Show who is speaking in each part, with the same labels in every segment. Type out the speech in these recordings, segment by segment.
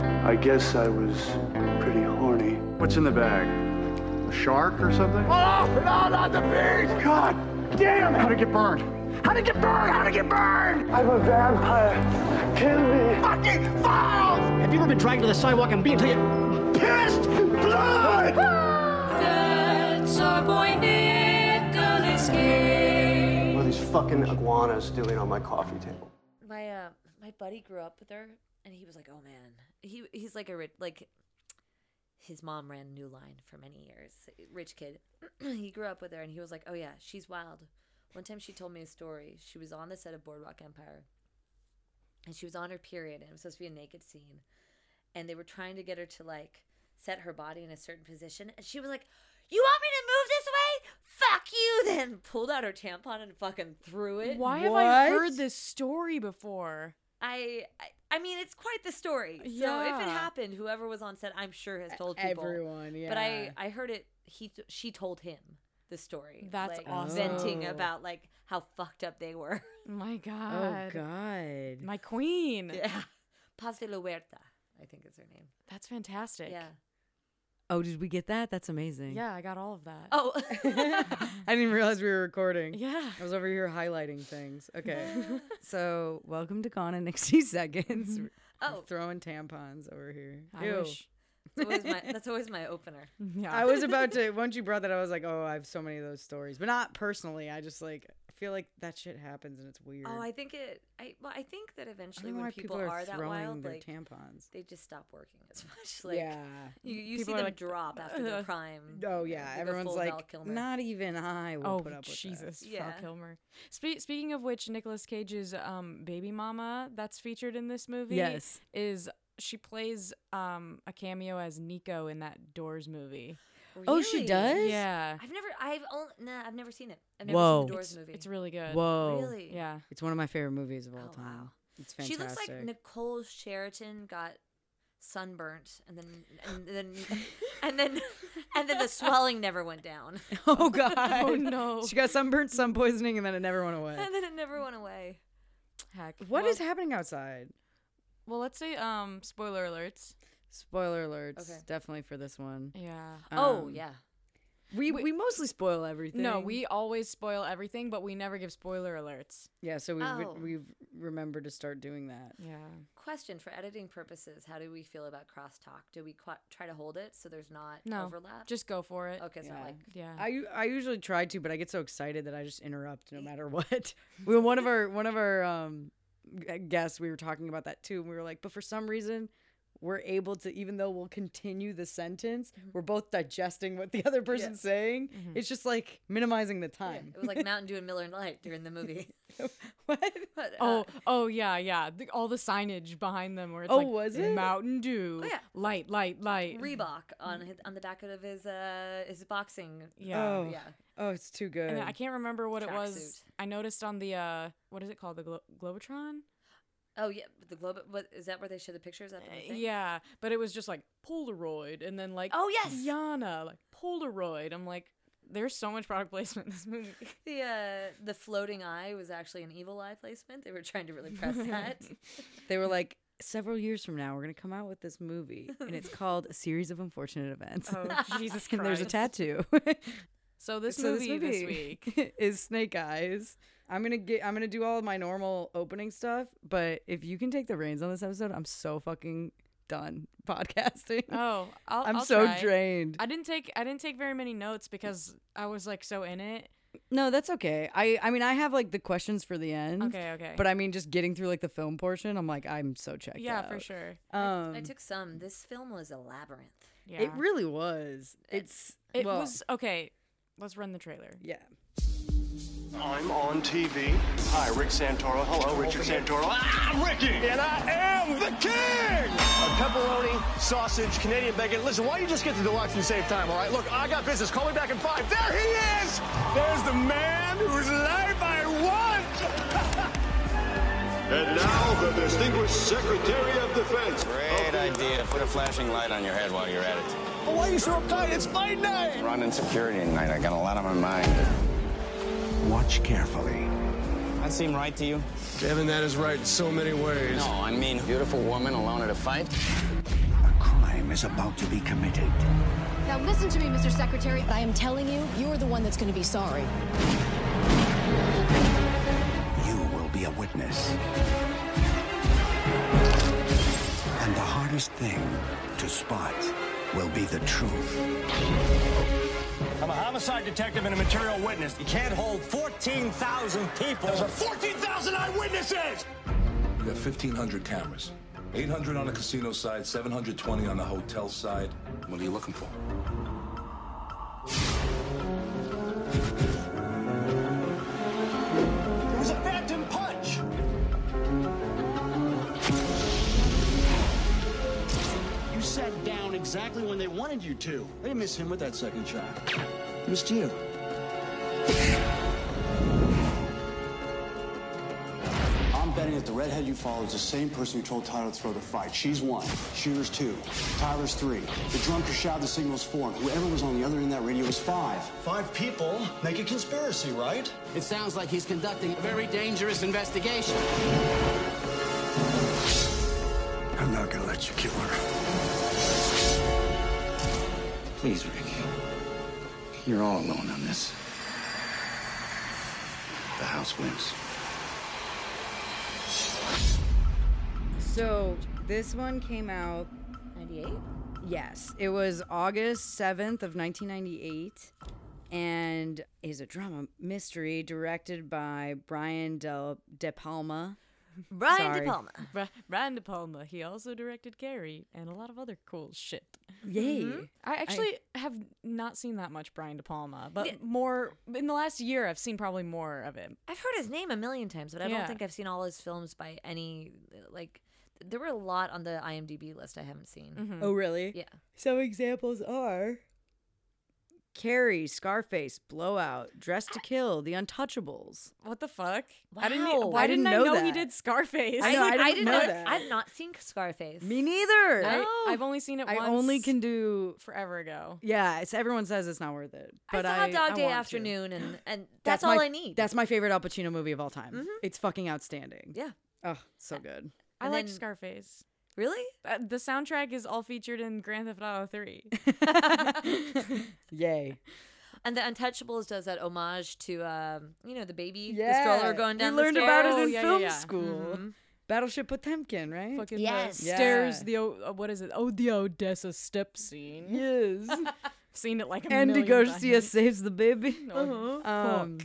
Speaker 1: I guess I was pretty horny.
Speaker 2: What's in the bag? A shark or something?
Speaker 3: Oh, not on the beach!
Speaker 2: God damn! How'd it get burned? How'd it get burned? How'd it get burned?
Speaker 1: I'm a vampire. Kill me.
Speaker 3: Fucking files!
Speaker 4: Have you ever been dragged to the sidewalk and beaten till you...
Speaker 3: Pissed blood!
Speaker 5: That's our boy Nicholas Cage.
Speaker 1: What are these fucking iguanas doing on my coffee table?
Speaker 6: my uh, my buddy grew up with her, and he was like, "Oh man, he he's like a rich like." His mom ran New Line for many years. Rich kid. he grew up with her, and he was like, "Oh yeah, she's wild." One time, she told me a story. She was on the set of Boardwalk Empire, and she was on her period, and it was supposed to be a naked scene, and they were trying to get her to like set her body in a certain position, and she was like. You want me to move this way? Fuck you! Then pulled out her tampon and fucking threw it.
Speaker 7: Why have I
Speaker 8: What?
Speaker 7: heard this story before?
Speaker 6: I, I I mean, it's quite the story. So if
Speaker 7: Yeah.
Speaker 6: it happened, whoever was on set, I'm sure has told people.
Speaker 8: E, Everyone, yeah.
Speaker 6: But I I heard it. He th- she told him the story.
Speaker 7: That's
Speaker 6: like,
Speaker 7: awesome.
Speaker 6: Venting
Speaker 8: Oh.
Speaker 6: about like how fucked up they were.
Speaker 7: My
Speaker 8: Oh
Speaker 7: God.
Speaker 8: God.
Speaker 7: My queen.
Speaker 6: yeah. Paz de la Huerta, I think is her name.
Speaker 7: That's fantastic.
Speaker 6: Yeah.
Speaker 8: Oh, did we get that? That's amazing.
Speaker 7: Yeah, I got all of that.
Speaker 6: Oh.
Speaker 8: I didn't realize we were recording.
Speaker 7: Yeah.
Speaker 8: I was over here highlighting things. Okay. so welcome to Gone in 60 Seconds.
Speaker 6: oh.
Speaker 8: Throwing tampons over here.
Speaker 7: I
Speaker 8: Ew.
Speaker 7: wish.
Speaker 6: That's always my, that's always my opener.
Speaker 7: Yeah.
Speaker 8: I was about to, once you brought that, I was like, oh, I have so many of those stories, but not personally. I just like feel like that shit happens and it's weird.
Speaker 6: Oh, I think it. I well, I think that eventually
Speaker 8: don't know
Speaker 6: when
Speaker 8: why
Speaker 6: people, are, that
Speaker 8: throwing
Speaker 6: wild,
Speaker 8: their
Speaker 6: like
Speaker 8: tampons.
Speaker 6: they just stop working as much. Like
Speaker 8: yeah.
Speaker 6: You, you see
Speaker 7: People are
Speaker 6: them
Speaker 7: like,
Speaker 6: drop after their
Speaker 7: "Ugh."
Speaker 6: prime.
Speaker 8: Oh
Speaker 6: you know, they
Speaker 8: yeah,
Speaker 6: go
Speaker 8: everyone's
Speaker 6: full Val
Speaker 8: like,
Speaker 6: Kilmer.
Speaker 8: not even I will
Speaker 7: Oh
Speaker 8: put up with
Speaker 7: Jesus,
Speaker 6: that. Yeah.
Speaker 7: Val Kilmer. Spe- speaking of which, Nicolas Cage's um, baby mama that's featured in this movie
Speaker 8: Yes.
Speaker 7: is she plays um, a cameo as Nico in that Doors movie.
Speaker 8: Oh, she
Speaker 6: Really?
Speaker 8: does?
Speaker 7: Yeah,
Speaker 6: I've never, I've only, nah, I've never seen it. I've never
Speaker 8: Whoa.
Speaker 6: seen the Doors movie.
Speaker 7: it's really good.
Speaker 8: That. Whoa,
Speaker 6: really,
Speaker 7: Yeah,
Speaker 8: it's one of my favorite movies of all
Speaker 6: Oh,
Speaker 8: time.
Speaker 6: wow.
Speaker 8: It's
Speaker 6: She
Speaker 8: fantastic.
Speaker 6: looks like Nicole Sheraton got sunburnt, and then, and then, and then, and then the swelling never went down,
Speaker 8: Oh god. oh
Speaker 7: no.
Speaker 8: She got sunburnt, sun poisoning, and then it never went away.
Speaker 6: and then it never went away.
Speaker 7: heck.
Speaker 8: What
Speaker 7: well,
Speaker 8: is happening outside?
Speaker 7: Well, let's say um, spoiler alerts.
Speaker 8: Spoiler alerts,
Speaker 6: Okay.
Speaker 8: definitely for this one.
Speaker 7: Yeah.
Speaker 6: oh
Speaker 8: Um,
Speaker 6: yeah,
Speaker 8: We, we mostly spoil everything.
Speaker 7: No, we always spoil everything, but we never give spoiler alerts.
Speaker 8: yeah. So we
Speaker 6: Oh.
Speaker 8: we remember to start doing that.
Speaker 7: Yeah.
Speaker 6: Question for editing purposes: How do we feel about crosstalk? Do we qu- try to hold it so there's not
Speaker 7: No.
Speaker 6: overlap?
Speaker 7: Just go for it.
Speaker 6: okay, it's not
Speaker 8: Yeah.
Speaker 6: like
Speaker 7: Yeah.
Speaker 8: I u- I usually try to, but I get so excited that I just interrupt no matter what. well, one of our one of our um g- guests, we were talking about that too, and we were like, but for some reason. We're able to, even though we'll continue the sentence,
Speaker 7: Mm-hmm.
Speaker 8: we're both digesting what the other person's saying. It's just like minimizing the time.
Speaker 6: it was like Mountain Dew and Miller and Light during the movie.
Speaker 8: what?
Speaker 6: But, uh,
Speaker 7: Oh, oh yeah, yeah. The, all the signage behind them where it's
Speaker 8: Oh,
Speaker 7: like
Speaker 8: was it?
Speaker 7: Mountain Dew,
Speaker 6: yeah.
Speaker 7: light, light, light.
Speaker 6: Reebok on his, on the back of his uh his boxing.
Speaker 7: yeah.
Speaker 8: Oh,
Speaker 6: Yeah.
Speaker 8: oh, it's too good.
Speaker 7: And then I can't remember what it was.
Speaker 6: Tracksuit.
Speaker 7: I noticed on the uh, what is it called, the Glo- Globotron?
Speaker 6: Oh yeah, but the globe. What is that? Where they show the pictures at the
Speaker 8: Uh,
Speaker 6: thing?
Speaker 7: Yeah, but it was just like Polaroid, and then like
Speaker 6: Oh, yes!
Speaker 7: Yana, like Polaroid. I'm like, there's so much product placement in this movie.
Speaker 6: The uh, the floating eye was actually an evil eye placement. They were trying to really press that.
Speaker 8: They were like, several years from now, we're going to come out with this movie, and it's called A Series of Unfortunate Events.
Speaker 7: Oh Jesus Christ!
Speaker 8: and there's a tattoo.
Speaker 7: So this
Speaker 8: So
Speaker 7: movie this week.
Speaker 8: is Snake Eyes. I'm gonna get. I'm gonna do all my normal opening stuff, but if you can take the reins on this episode, I'm so fucking done podcasting.
Speaker 7: Oh, I'll,
Speaker 8: I'm
Speaker 7: I'll
Speaker 8: so
Speaker 7: try.
Speaker 8: drained.
Speaker 7: I didn't take I didn't take very many notes because I was like so in it.
Speaker 8: no, that's okay. I I mean, I have like the questions for the end.
Speaker 7: Okay, okay.
Speaker 8: But I mean, just getting through like the film portion, I'm like, I'm so checked
Speaker 7: yeah,
Speaker 8: out.
Speaker 7: for sure.
Speaker 8: Um,
Speaker 6: I took some. This film was a labyrinth.
Speaker 7: Yeah.
Speaker 8: It really was. It's
Speaker 7: It
Speaker 8: well,
Speaker 7: was okay. Let's run the trailer.
Speaker 8: Yeah.
Speaker 1: I'm on TV. Hi, Rick Santoro. Hello, Richard Santoro. I'm Ricky. And I am the king.
Speaker 9: Ah, A pepperoni, sausage, Canadian bacon. Listen, why don't you just get to deluxe and save time, all right? Look, I got business. Call me back in five. There he is! There's the man whose life I want!
Speaker 10: And now, the distinguished Secretary of Defense.
Speaker 9: Oh,
Speaker 11: Great idea. Put a flashing light on your head while you're at it.
Speaker 9: But why are you so uptight? It's fight night!
Speaker 11: We're on in security tonight. I got a lot on my mind.
Speaker 9: Watch carefully.
Speaker 11: That seem right to you?
Speaker 9: Devin, that is right in so many ways.
Speaker 11: No, I mean, beautiful woman alone at a fight.
Speaker 12: A crime is about to be committed.
Speaker 13: Now listen to me, Mr. Secretary. I am telling you, you are the one that's going to be sorry.
Speaker 12: You will be a witness. And the hardest thing to spot will be the truth.
Speaker 9: I'm a homicide detective and a material witness. You can't hold 14,000 people. There's 14,000 eyewitnesses!
Speaker 14: We got 1,500 cameras. 800 on the casino side, 720 on the hotel side. What are you looking for?
Speaker 9: It was a phantom punch!
Speaker 1: You sat down exactly when they wanted you to. They didn't miss him with that second shot.
Speaker 12: Missed you.
Speaker 1: I'm betting that the redhead you follow is the same person who told Tyler to throw the fight. She's one. Shooter's two. Tyler's three. The drunker shouted the signal's four. And whoever was on the other end of that radio was five. Five people make a conspiracy, right?
Speaker 15: It sounds like he's conducting a very dangerous investigation.
Speaker 12: I'm not gonna let you kill her. Please, Rick. You're all alone on this. The house wins.
Speaker 8: So this one came out.
Speaker 6: 98?
Speaker 8: Yes, it was August seventh of 1998, and is a drama mystery directed by Brian Del De Palma. Sorry.
Speaker 7: Bri- Brian De Palma. He also directed Carrie and a lot of other cool shit.
Speaker 8: Yay.
Speaker 7: Mhm.
Speaker 6: Mm.
Speaker 7: I
Speaker 8: I-
Speaker 7: actually have not seen that much Brian De Palma, but
Speaker 6: Yeah.
Speaker 7: more in the last year, I've seen probably more of him.
Speaker 6: I've heard his name a million times, but I
Speaker 7: Yeah.
Speaker 6: don't think I've seen all his films by any like. There were a lot on the IMDb list I haven't seen.
Speaker 7: Mhm.
Speaker 8: Oh, really?
Speaker 6: Yeah.
Speaker 8: Some examples are Carrie, Scarface, Blowout, Dress to Kill, The Untouchables.
Speaker 7: What the fuck? I didn't. e-
Speaker 8: Wow.
Speaker 7: Why
Speaker 8: I
Speaker 7: didn't,
Speaker 8: didn't
Speaker 7: I
Speaker 8: know
Speaker 7: know he
Speaker 8: that.
Speaker 7: did Scarface?
Speaker 8: I know, I I didn't didn't know know that. that.
Speaker 6: I've not seen Scarface.
Speaker 8: Me neither.
Speaker 7: I, have only seen it.
Speaker 8: I
Speaker 7: once
Speaker 8: only can do.
Speaker 7: forever ago.
Speaker 8: Yeah, it's everyone says it's not worth it. But
Speaker 6: I saw
Speaker 8: I,
Speaker 6: Dog
Speaker 8: I
Speaker 6: Day
Speaker 8: want to.
Speaker 6: Afternoon, and and that's,
Speaker 8: That's
Speaker 6: all
Speaker 8: my-
Speaker 6: I need.
Speaker 8: That's my favorite Al Pacino movie of all time.
Speaker 6: Mhm.
Speaker 8: It's fucking outstanding.
Speaker 6: yeah.
Speaker 8: Oh, so good.
Speaker 7: I
Speaker 6: And
Speaker 7: like
Speaker 6: then-
Speaker 7: Scarface.
Speaker 6: Really?
Speaker 7: Uh, the soundtrack is all featured in Grand Theft Auto Three.
Speaker 8: Yay.
Speaker 6: And the Untouchables does that homage to um, you know, the baby,
Speaker 8: Yeah.
Speaker 6: the stroller going down. the
Speaker 8: We
Speaker 6: Oh,
Speaker 8: learned about it
Speaker 6: stairs.
Speaker 8: in film school. Battleship Potemkin, right?
Speaker 7: Fucking the stairs. The O- uh, what is it? Oh, the Odessa step scene.
Speaker 8: Yes.
Speaker 7: I've seen it like a
Speaker 8: Andy
Speaker 7: million
Speaker 8: Garcia
Speaker 7: times.
Speaker 8: saves the baby.
Speaker 7: Oh,
Speaker 8: Um,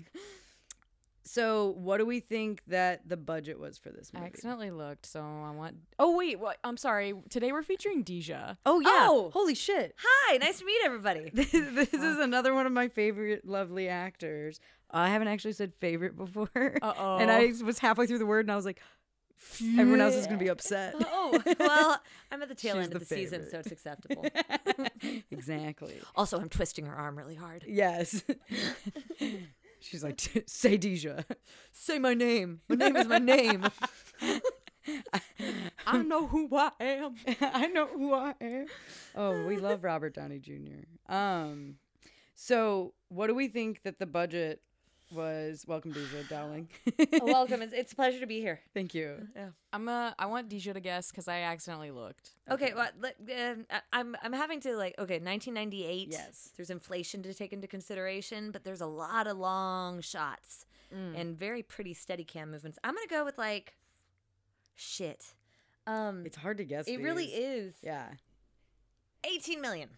Speaker 8: So, what do we think that the budget was for this
Speaker 7: I
Speaker 8: movie?
Speaker 7: accidentally looked, so I want. Oh wait, what? I'm sorry. Today we're featuring Deja.
Speaker 8: Oh yeah! Holy shit!
Speaker 6: Hi, nice to meet everybody.
Speaker 8: this is another one of my favorite lovely actors. I haven't actually said favorite before.
Speaker 7: Uh-oh.
Speaker 8: And I was halfway through the word, and I was like, everyone else is gonna be upset.
Speaker 6: Oh well, I'm at the tail
Speaker 8: She's
Speaker 6: end of the
Speaker 8: the
Speaker 6: season,
Speaker 8: favorite.
Speaker 6: so it's acceptable.
Speaker 8: exactly.
Speaker 6: also, I'm twisting her arm really hard.
Speaker 8: Yes. She's like, say Deja.
Speaker 6: Say my name. My name is my name.
Speaker 7: I know who I am.
Speaker 8: I know who I am. Oh, we love Robert Downey Jr. Um, so what do we think that the budget was? Welcome, Deja, darling.
Speaker 6: Welcome. It's, it's a pleasure to be here.
Speaker 8: Thank you.
Speaker 7: I'm a. I want Deja to guess because I accidentally looked.
Speaker 6: Okay, well, let, um, I- I'm I'm having to like okay, 1998. Yes, there's inflation to take into consideration, but there's a lot of long shots
Speaker 7: Mm.
Speaker 6: and very pretty steady cam movements. I'm gonna go with like, shit. Um,
Speaker 8: It's hard to guess.
Speaker 6: It really
Speaker 8: these.
Speaker 6: is.
Speaker 8: Yeah.
Speaker 6: 18 million.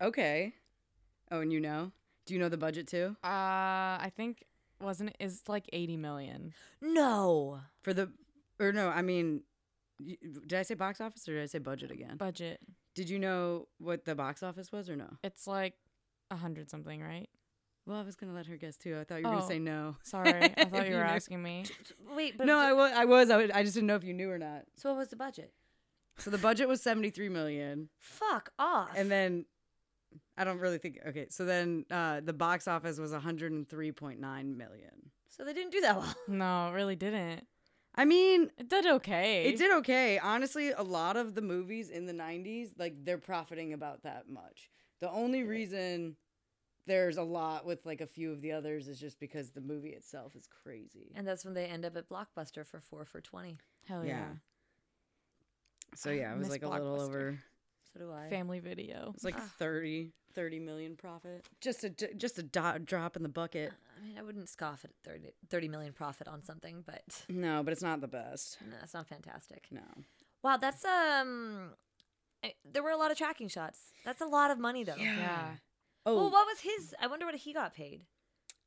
Speaker 8: Okay. Oh, and you know? Do you know the budget too?
Speaker 7: Uh, I think wasn't it is like 80 million.
Speaker 6: No.
Speaker 8: For the, or no, I mean, y- did I say box office or did I say budget again?
Speaker 7: Budget.
Speaker 8: Did you know what the box office was or no?
Speaker 7: It's like a hundred something, right?
Speaker 8: Well, I was gonna let her guess too. I thought you were gonna
Speaker 7: Oh,
Speaker 8: say no.
Speaker 7: Sorry, I
Speaker 8: If
Speaker 7: thought you were
Speaker 8: knew.
Speaker 7: asking me.
Speaker 6: Wait, but
Speaker 8: No, I was. I was. I, would, I just didn't know if you knew or not.
Speaker 6: So what was the budget?
Speaker 8: So the budget was seventy three million,
Speaker 6: Fuck off.
Speaker 8: and then I don't really think. Okay, so then uh, the box office was one hundred and three point nine million.
Speaker 6: so they didn't do that well.
Speaker 7: No, it really didn't.
Speaker 8: I mean,
Speaker 7: It did okay.
Speaker 8: it did okay. Honestly, a lot of the movies in the nineties, like they're profiting about that much. The only reason there's a lot with like a few of the others is just because the movie itself is crazy. Oh,
Speaker 6: And that's when they end up at Blockbuster for four for 20.
Speaker 7: Hell
Speaker 8: yeah. So yeah, it was
Speaker 7: Miss
Speaker 8: like a little
Speaker 7: Blockbuster.
Speaker 8: over
Speaker 6: So do I.
Speaker 7: Family video.
Speaker 8: It's like
Speaker 6: Ah.
Speaker 8: 30, 30 million profit. Just a d- just a do- drop in the bucket.
Speaker 6: I mean, I wouldn't scoff at 30, 30 million profit on something, but
Speaker 8: No, but it's not the best.
Speaker 6: no, it's not fantastic.
Speaker 8: No.
Speaker 6: Wow, that's um, I- there were a lot of tracking shots. That's a lot of money though.
Speaker 8: Yeah. Yeah.
Speaker 6: Oh,
Speaker 8: Oh.
Speaker 6: well, what was his? I wonder what he got paid.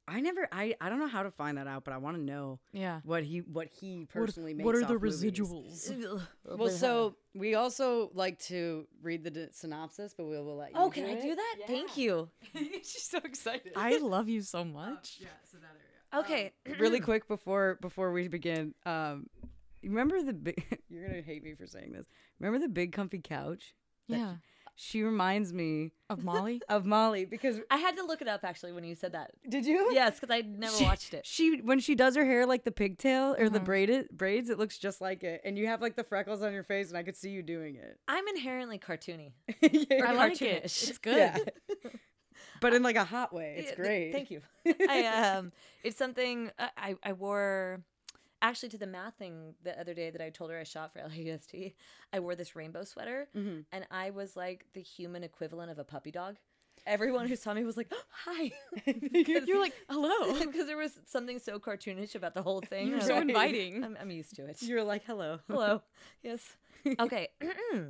Speaker 8: I never I I don't know how to find that out, but I want to know
Speaker 7: Yeah.
Speaker 8: what he what he personally makes.
Speaker 7: what are the
Speaker 8: off movies.
Speaker 7: residuals?
Speaker 6: Oh,
Speaker 8: well, so we also like to read the d- synopsis, but we will let you.
Speaker 6: Oh, can I
Speaker 8: it.
Speaker 6: do that? Thank you.
Speaker 7: She's so excited. I love you so
Speaker 8: Oh,
Speaker 7: much.
Speaker 6: Okay.
Speaker 8: really quick before before we begin um you remember the big you're gonna hate me for saying this remember the big comfy couch That-
Speaker 7: Yeah.
Speaker 8: she reminds me
Speaker 7: of molly
Speaker 8: of molly because
Speaker 6: I had to look it up actually when you said that.
Speaker 8: Did you?
Speaker 6: Yes, because I never
Speaker 8: she,
Speaker 6: watched it.
Speaker 8: she when she does her hair like the pigtail or
Speaker 7: Uh-huh.
Speaker 8: the braided braids it looks just like it and you have like the freckles on your face and i could see you doing it
Speaker 6: I'm inherently cartoony.
Speaker 8: I
Speaker 7: like it. It's good.
Speaker 8: but in like a hot way it's
Speaker 6: Yeah, th-
Speaker 8: great
Speaker 6: thank you. I um, it's something I, I I wore actually to the math thing the other day that I told her I shot for LAUSD. I wore this rainbow sweater,
Speaker 7: Mm-hmm.
Speaker 8: Mhm.
Speaker 6: and I was like the human equivalent of a puppy dog. Everyone who saw me was like, "Oh, "Hi,"
Speaker 7: You're like, "Hello."
Speaker 6: because there was something so cartoonish about the whole thing.
Speaker 7: You're
Speaker 6: I
Speaker 7: so
Speaker 6: was-
Speaker 7: inviting.
Speaker 6: I'm, I'm used to it.
Speaker 8: You're like, "Hello."
Speaker 6: hello, yes. Okay,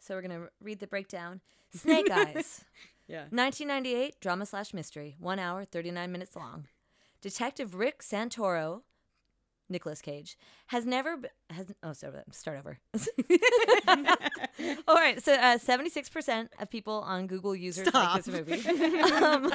Speaker 6: so we're gonna read the breakdown. Snake Eyes.
Speaker 8: Yeah.
Speaker 6: 1998 drama slash mystery, one hour, 39 minutes long. Detective Rick Santoro, Nicolas Cage, has never b- has oh sorry start over. All right, so uh, 76% of people on Google users like this
Speaker 3: Stop.
Speaker 6: movie. um,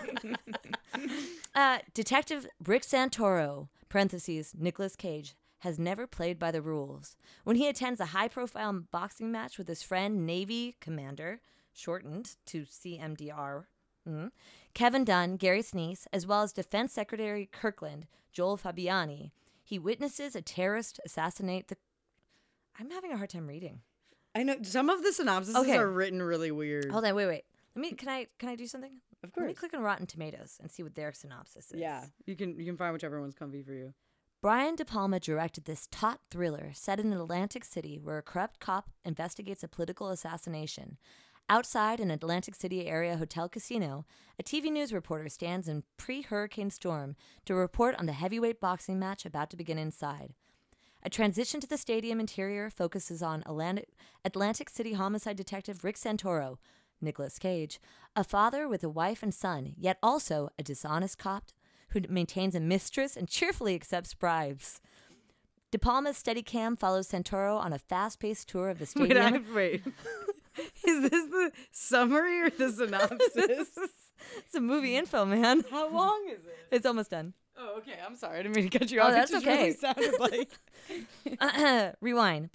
Speaker 6: uh, Detective Rick Santoro (parentheses Nicolas Cage) has never played by the rules. When he attends a high-profile boxing match with his friend Navy Commander, shortened to CMDR, mm, Kevin Dunn, Gary Sinise, as well as Defense Secretary Kirkland, Joel Fabiani, he witnesses a terrorist assassinate the. I'm having a hard time reading.
Speaker 8: i know some of the synopses
Speaker 6: Okay.
Speaker 8: are written really weird
Speaker 6: Hold on, wait, wait. Let me. Can I? Can I do something?
Speaker 8: Of
Speaker 6: Let me
Speaker 8: course.
Speaker 6: click on Rotten Tomatoes and see what their synopsis is.
Speaker 8: yeah you can you can find whichever one's comfy for you
Speaker 6: Brian De Palma directed this taut thriller set in Atlantic City where a corrupt cop investigates a political assassination. Outside an Atlantic City area hotel casino, a TV news reporter stands in pre hurricane storm to report on the heavyweight boxing match about to begin inside. A transition to the stadium interior focuses on Atlantic, Atlantic City homicide detective Rick Santoro, Nicolas Cage, a father with a wife and son, yet also a dishonest cop who maintains a mistress and cheerfully accepts bribes. De Palma's Steadicam follows Santoro on a fast-paced tour of the
Speaker 8: Wait,
Speaker 6: stadium.
Speaker 8: I, wait. is this the summary or the synopsis?
Speaker 6: it's a movie info, man.
Speaker 8: How long is it?
Speaker 6: It's almost done.
Speaker 8: Oh, okay. I'm sorry. I didn't mean to cut you
Speaker 6: Oh,
Speaker 8: off.
Speaker 6: that's
Speaker 8: it just
Speaker 6: okay.
Speaker 8: really sounded like
Speaker 6: Rewind.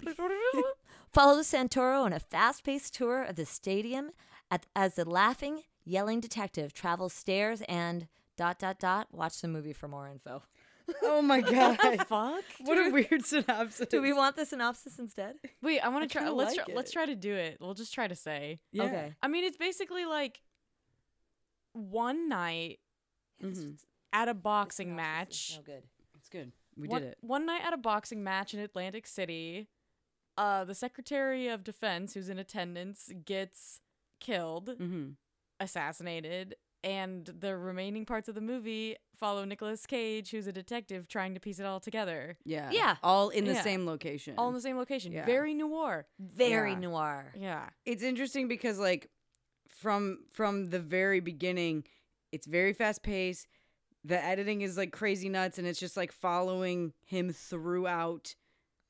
Speaker 6: Follows Santoro on a fast paced tour of the stadium at, as the laughing, yelling detective travels stairs and dot dot dot. Watch the movie for more info.
Speaker 8: Oh my god.
Speaker 7: Fuck.
Speaker 8: What a weird synopsis.
Speaker 6: Do we want the synopsis instead?
Speaker 7: Wait, I want
Speaker 6: I
Speaker 7: to try.
Speaker 6: kinda
Speaker 7: Let's
Speaker 6: like
Speaker 7: try, let's
Speaker 6: it.
Speaker 7: try to do it. We'll just try to say.
Speaker 6: Yeah. Okay.
Speaker 7: I mean, it's basically like one night
Speaker 8: Mm-hmm.
Speaker 7: at a boxing match.
Speaker 6: No good.
Speaker 8: It's good. We
Speaker 7: one,
Speaker 8: did it.
Speaker 7: One night at a boxing match in Atlantic City, uh, the Secretary of Defense, who's in attendance, gets killed,
Speaker 8: Mm-hmm.
Speaker 7: assassinated, and the remaining parts of the movie follow Nicolas Cage, who's a detective trying to piece it all together.
Speaker 8: Yeah.
Speaker 7: Yeah.
Speaker 8: All in the
Speaker 7: Yeah.
Speaker 8: same location.
Speaker 7: All in the same location.
Speaker 8: Yeah.
Speaker 7: Very noir.
Speaker 6: Very
Speaker 8: Yeah.
Speaker 6: noir.
Speaker 7: Yeah.
Speaker 8: It's interesting because like from from the very beginning, it's very fast paced. The editing is like crazy nuts and it's just like following him throughout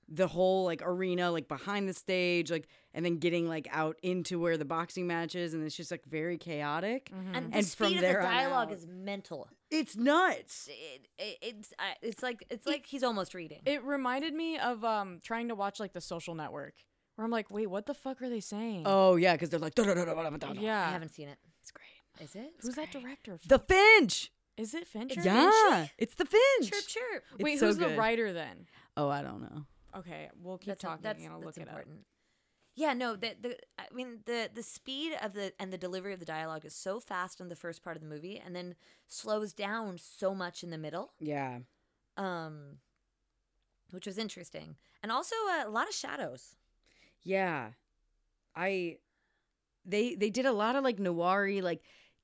Speaker 8: the whole like arena, like behind the stage, like and then getting like out into where the boxing match is and it's just like very chaotic.
Speaker 6: And the speed of the
Speaker 8: on
Speaker 6: dialogue
Speaker 8: out-
Speaker 6: is mental.
Speaker 8: it's nuts.
Speaker 6: It, it, it's I it's like it's like he's almost reading.
Speaker 7: It reminded me of um trying to watch like the social network where I'm like, wait, what the fuck are they saying?
Speaker 8: Oh yeah, because they're like "Da-da-da-da-da-da-da-da."
Speaker 7: yeah.
Speaker 6: I haven't seen it.
Speaker 7: It's
Speaker 6: great. Is it?
Speaker 7: Who's that director?
Speaker 8: The Finch.
Speaker 7: Is it Fincher?
Speaker 8: Yeah, it's the Finch.
Speaker 6: Chirp chirp.
Speaker 8: It's
Speaker 7: Wait,
Speaker 8: so
Speaker 7: who's the
Speaker 8: good.
Speaker 7: writer then?
Speaker 8: Oh, I don't know.
Speaker 7: Okay, we'll keep
Speaker 6: That's a-
Speaker 7: talking
Speaker 6: that's-
Speaker 7: and I'll look
Speaker 6: that's
Speaker 7: it
Speaker 6: important. Yeah, no, the, the I mean the the speed of the and the delivery of the dialogue is so fast in the first part of the movie and then slows down so much in the middle.
Speaker 8: Yeah.
Speaker 6: Um which was interesting. And also uh, a lot of shadows.
Speaker 8: Yeah. I they they did a lot of like noiry like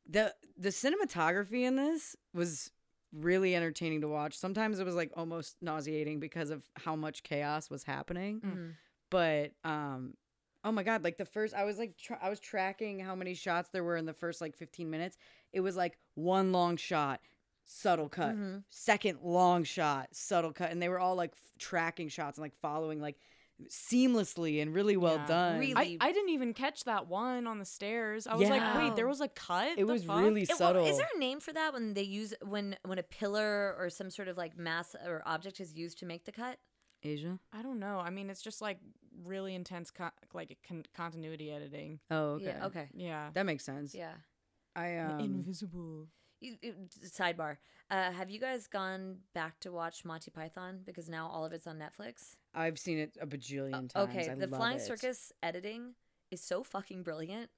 Speaker 8: the the cinematography in this was really entertaining to watch. Sometimes it was like almost nauseating because of how much chaos was happening.
Speaker 7: Mhm.
Speaker 8: But um oh my god, like the first I was like tra- I was tracking how many shots there were in the first like 15 minutes. It was like one long shot, subtle cut,
Speaker 7: Mhm.
Speaker 8: second long shot, subtle cut and they were all like f- tracking shots and like following like seamlessly and really well
Speaker 7: Yeah.
Speaker 8: done.
Speaker 7: I, I didn't even catch that one on the stairs. I was like,
Speaker 6: Yeah.
Speaker 7: wait, there was a cut.
Speaker 8: It
Speaker 7: The
Speaker 8: was
Speaker 7: fuck?
Speaker 8: really
Speaker 6: It- well,
Speaker 8: subtle.
Speaker 6: is there a name for that when they use when when a pillar or some sort of like mass or object is used to make the cut?
Speaker 8: Asia?
Speaker 7: I don't know. I mean, it's just like really intense, co- like con- continuity editing.
Speaker 8: Oh, okay.
Speaker 6: Yeah, okay.
Speaker 7: Yeah.
Speaker 8: That makes sense.
Speaker 6: Yeah.
Speaker 8: I um
Speaker 7: Invisible.
Speaker 6: You, you, sidebar: uh, Have you guys gone back to watch Monty Python because now all of it's on Netflix?
Speaker 8: I've seen it a bajillion times.
Speaker 6: Okay,
Speaker 8: I
Speaker 6: the
Speaker 8: love
Speaker 6: Flying
Speaker 8: it.
Speaker 6: Circus editing is so fucking brilliant.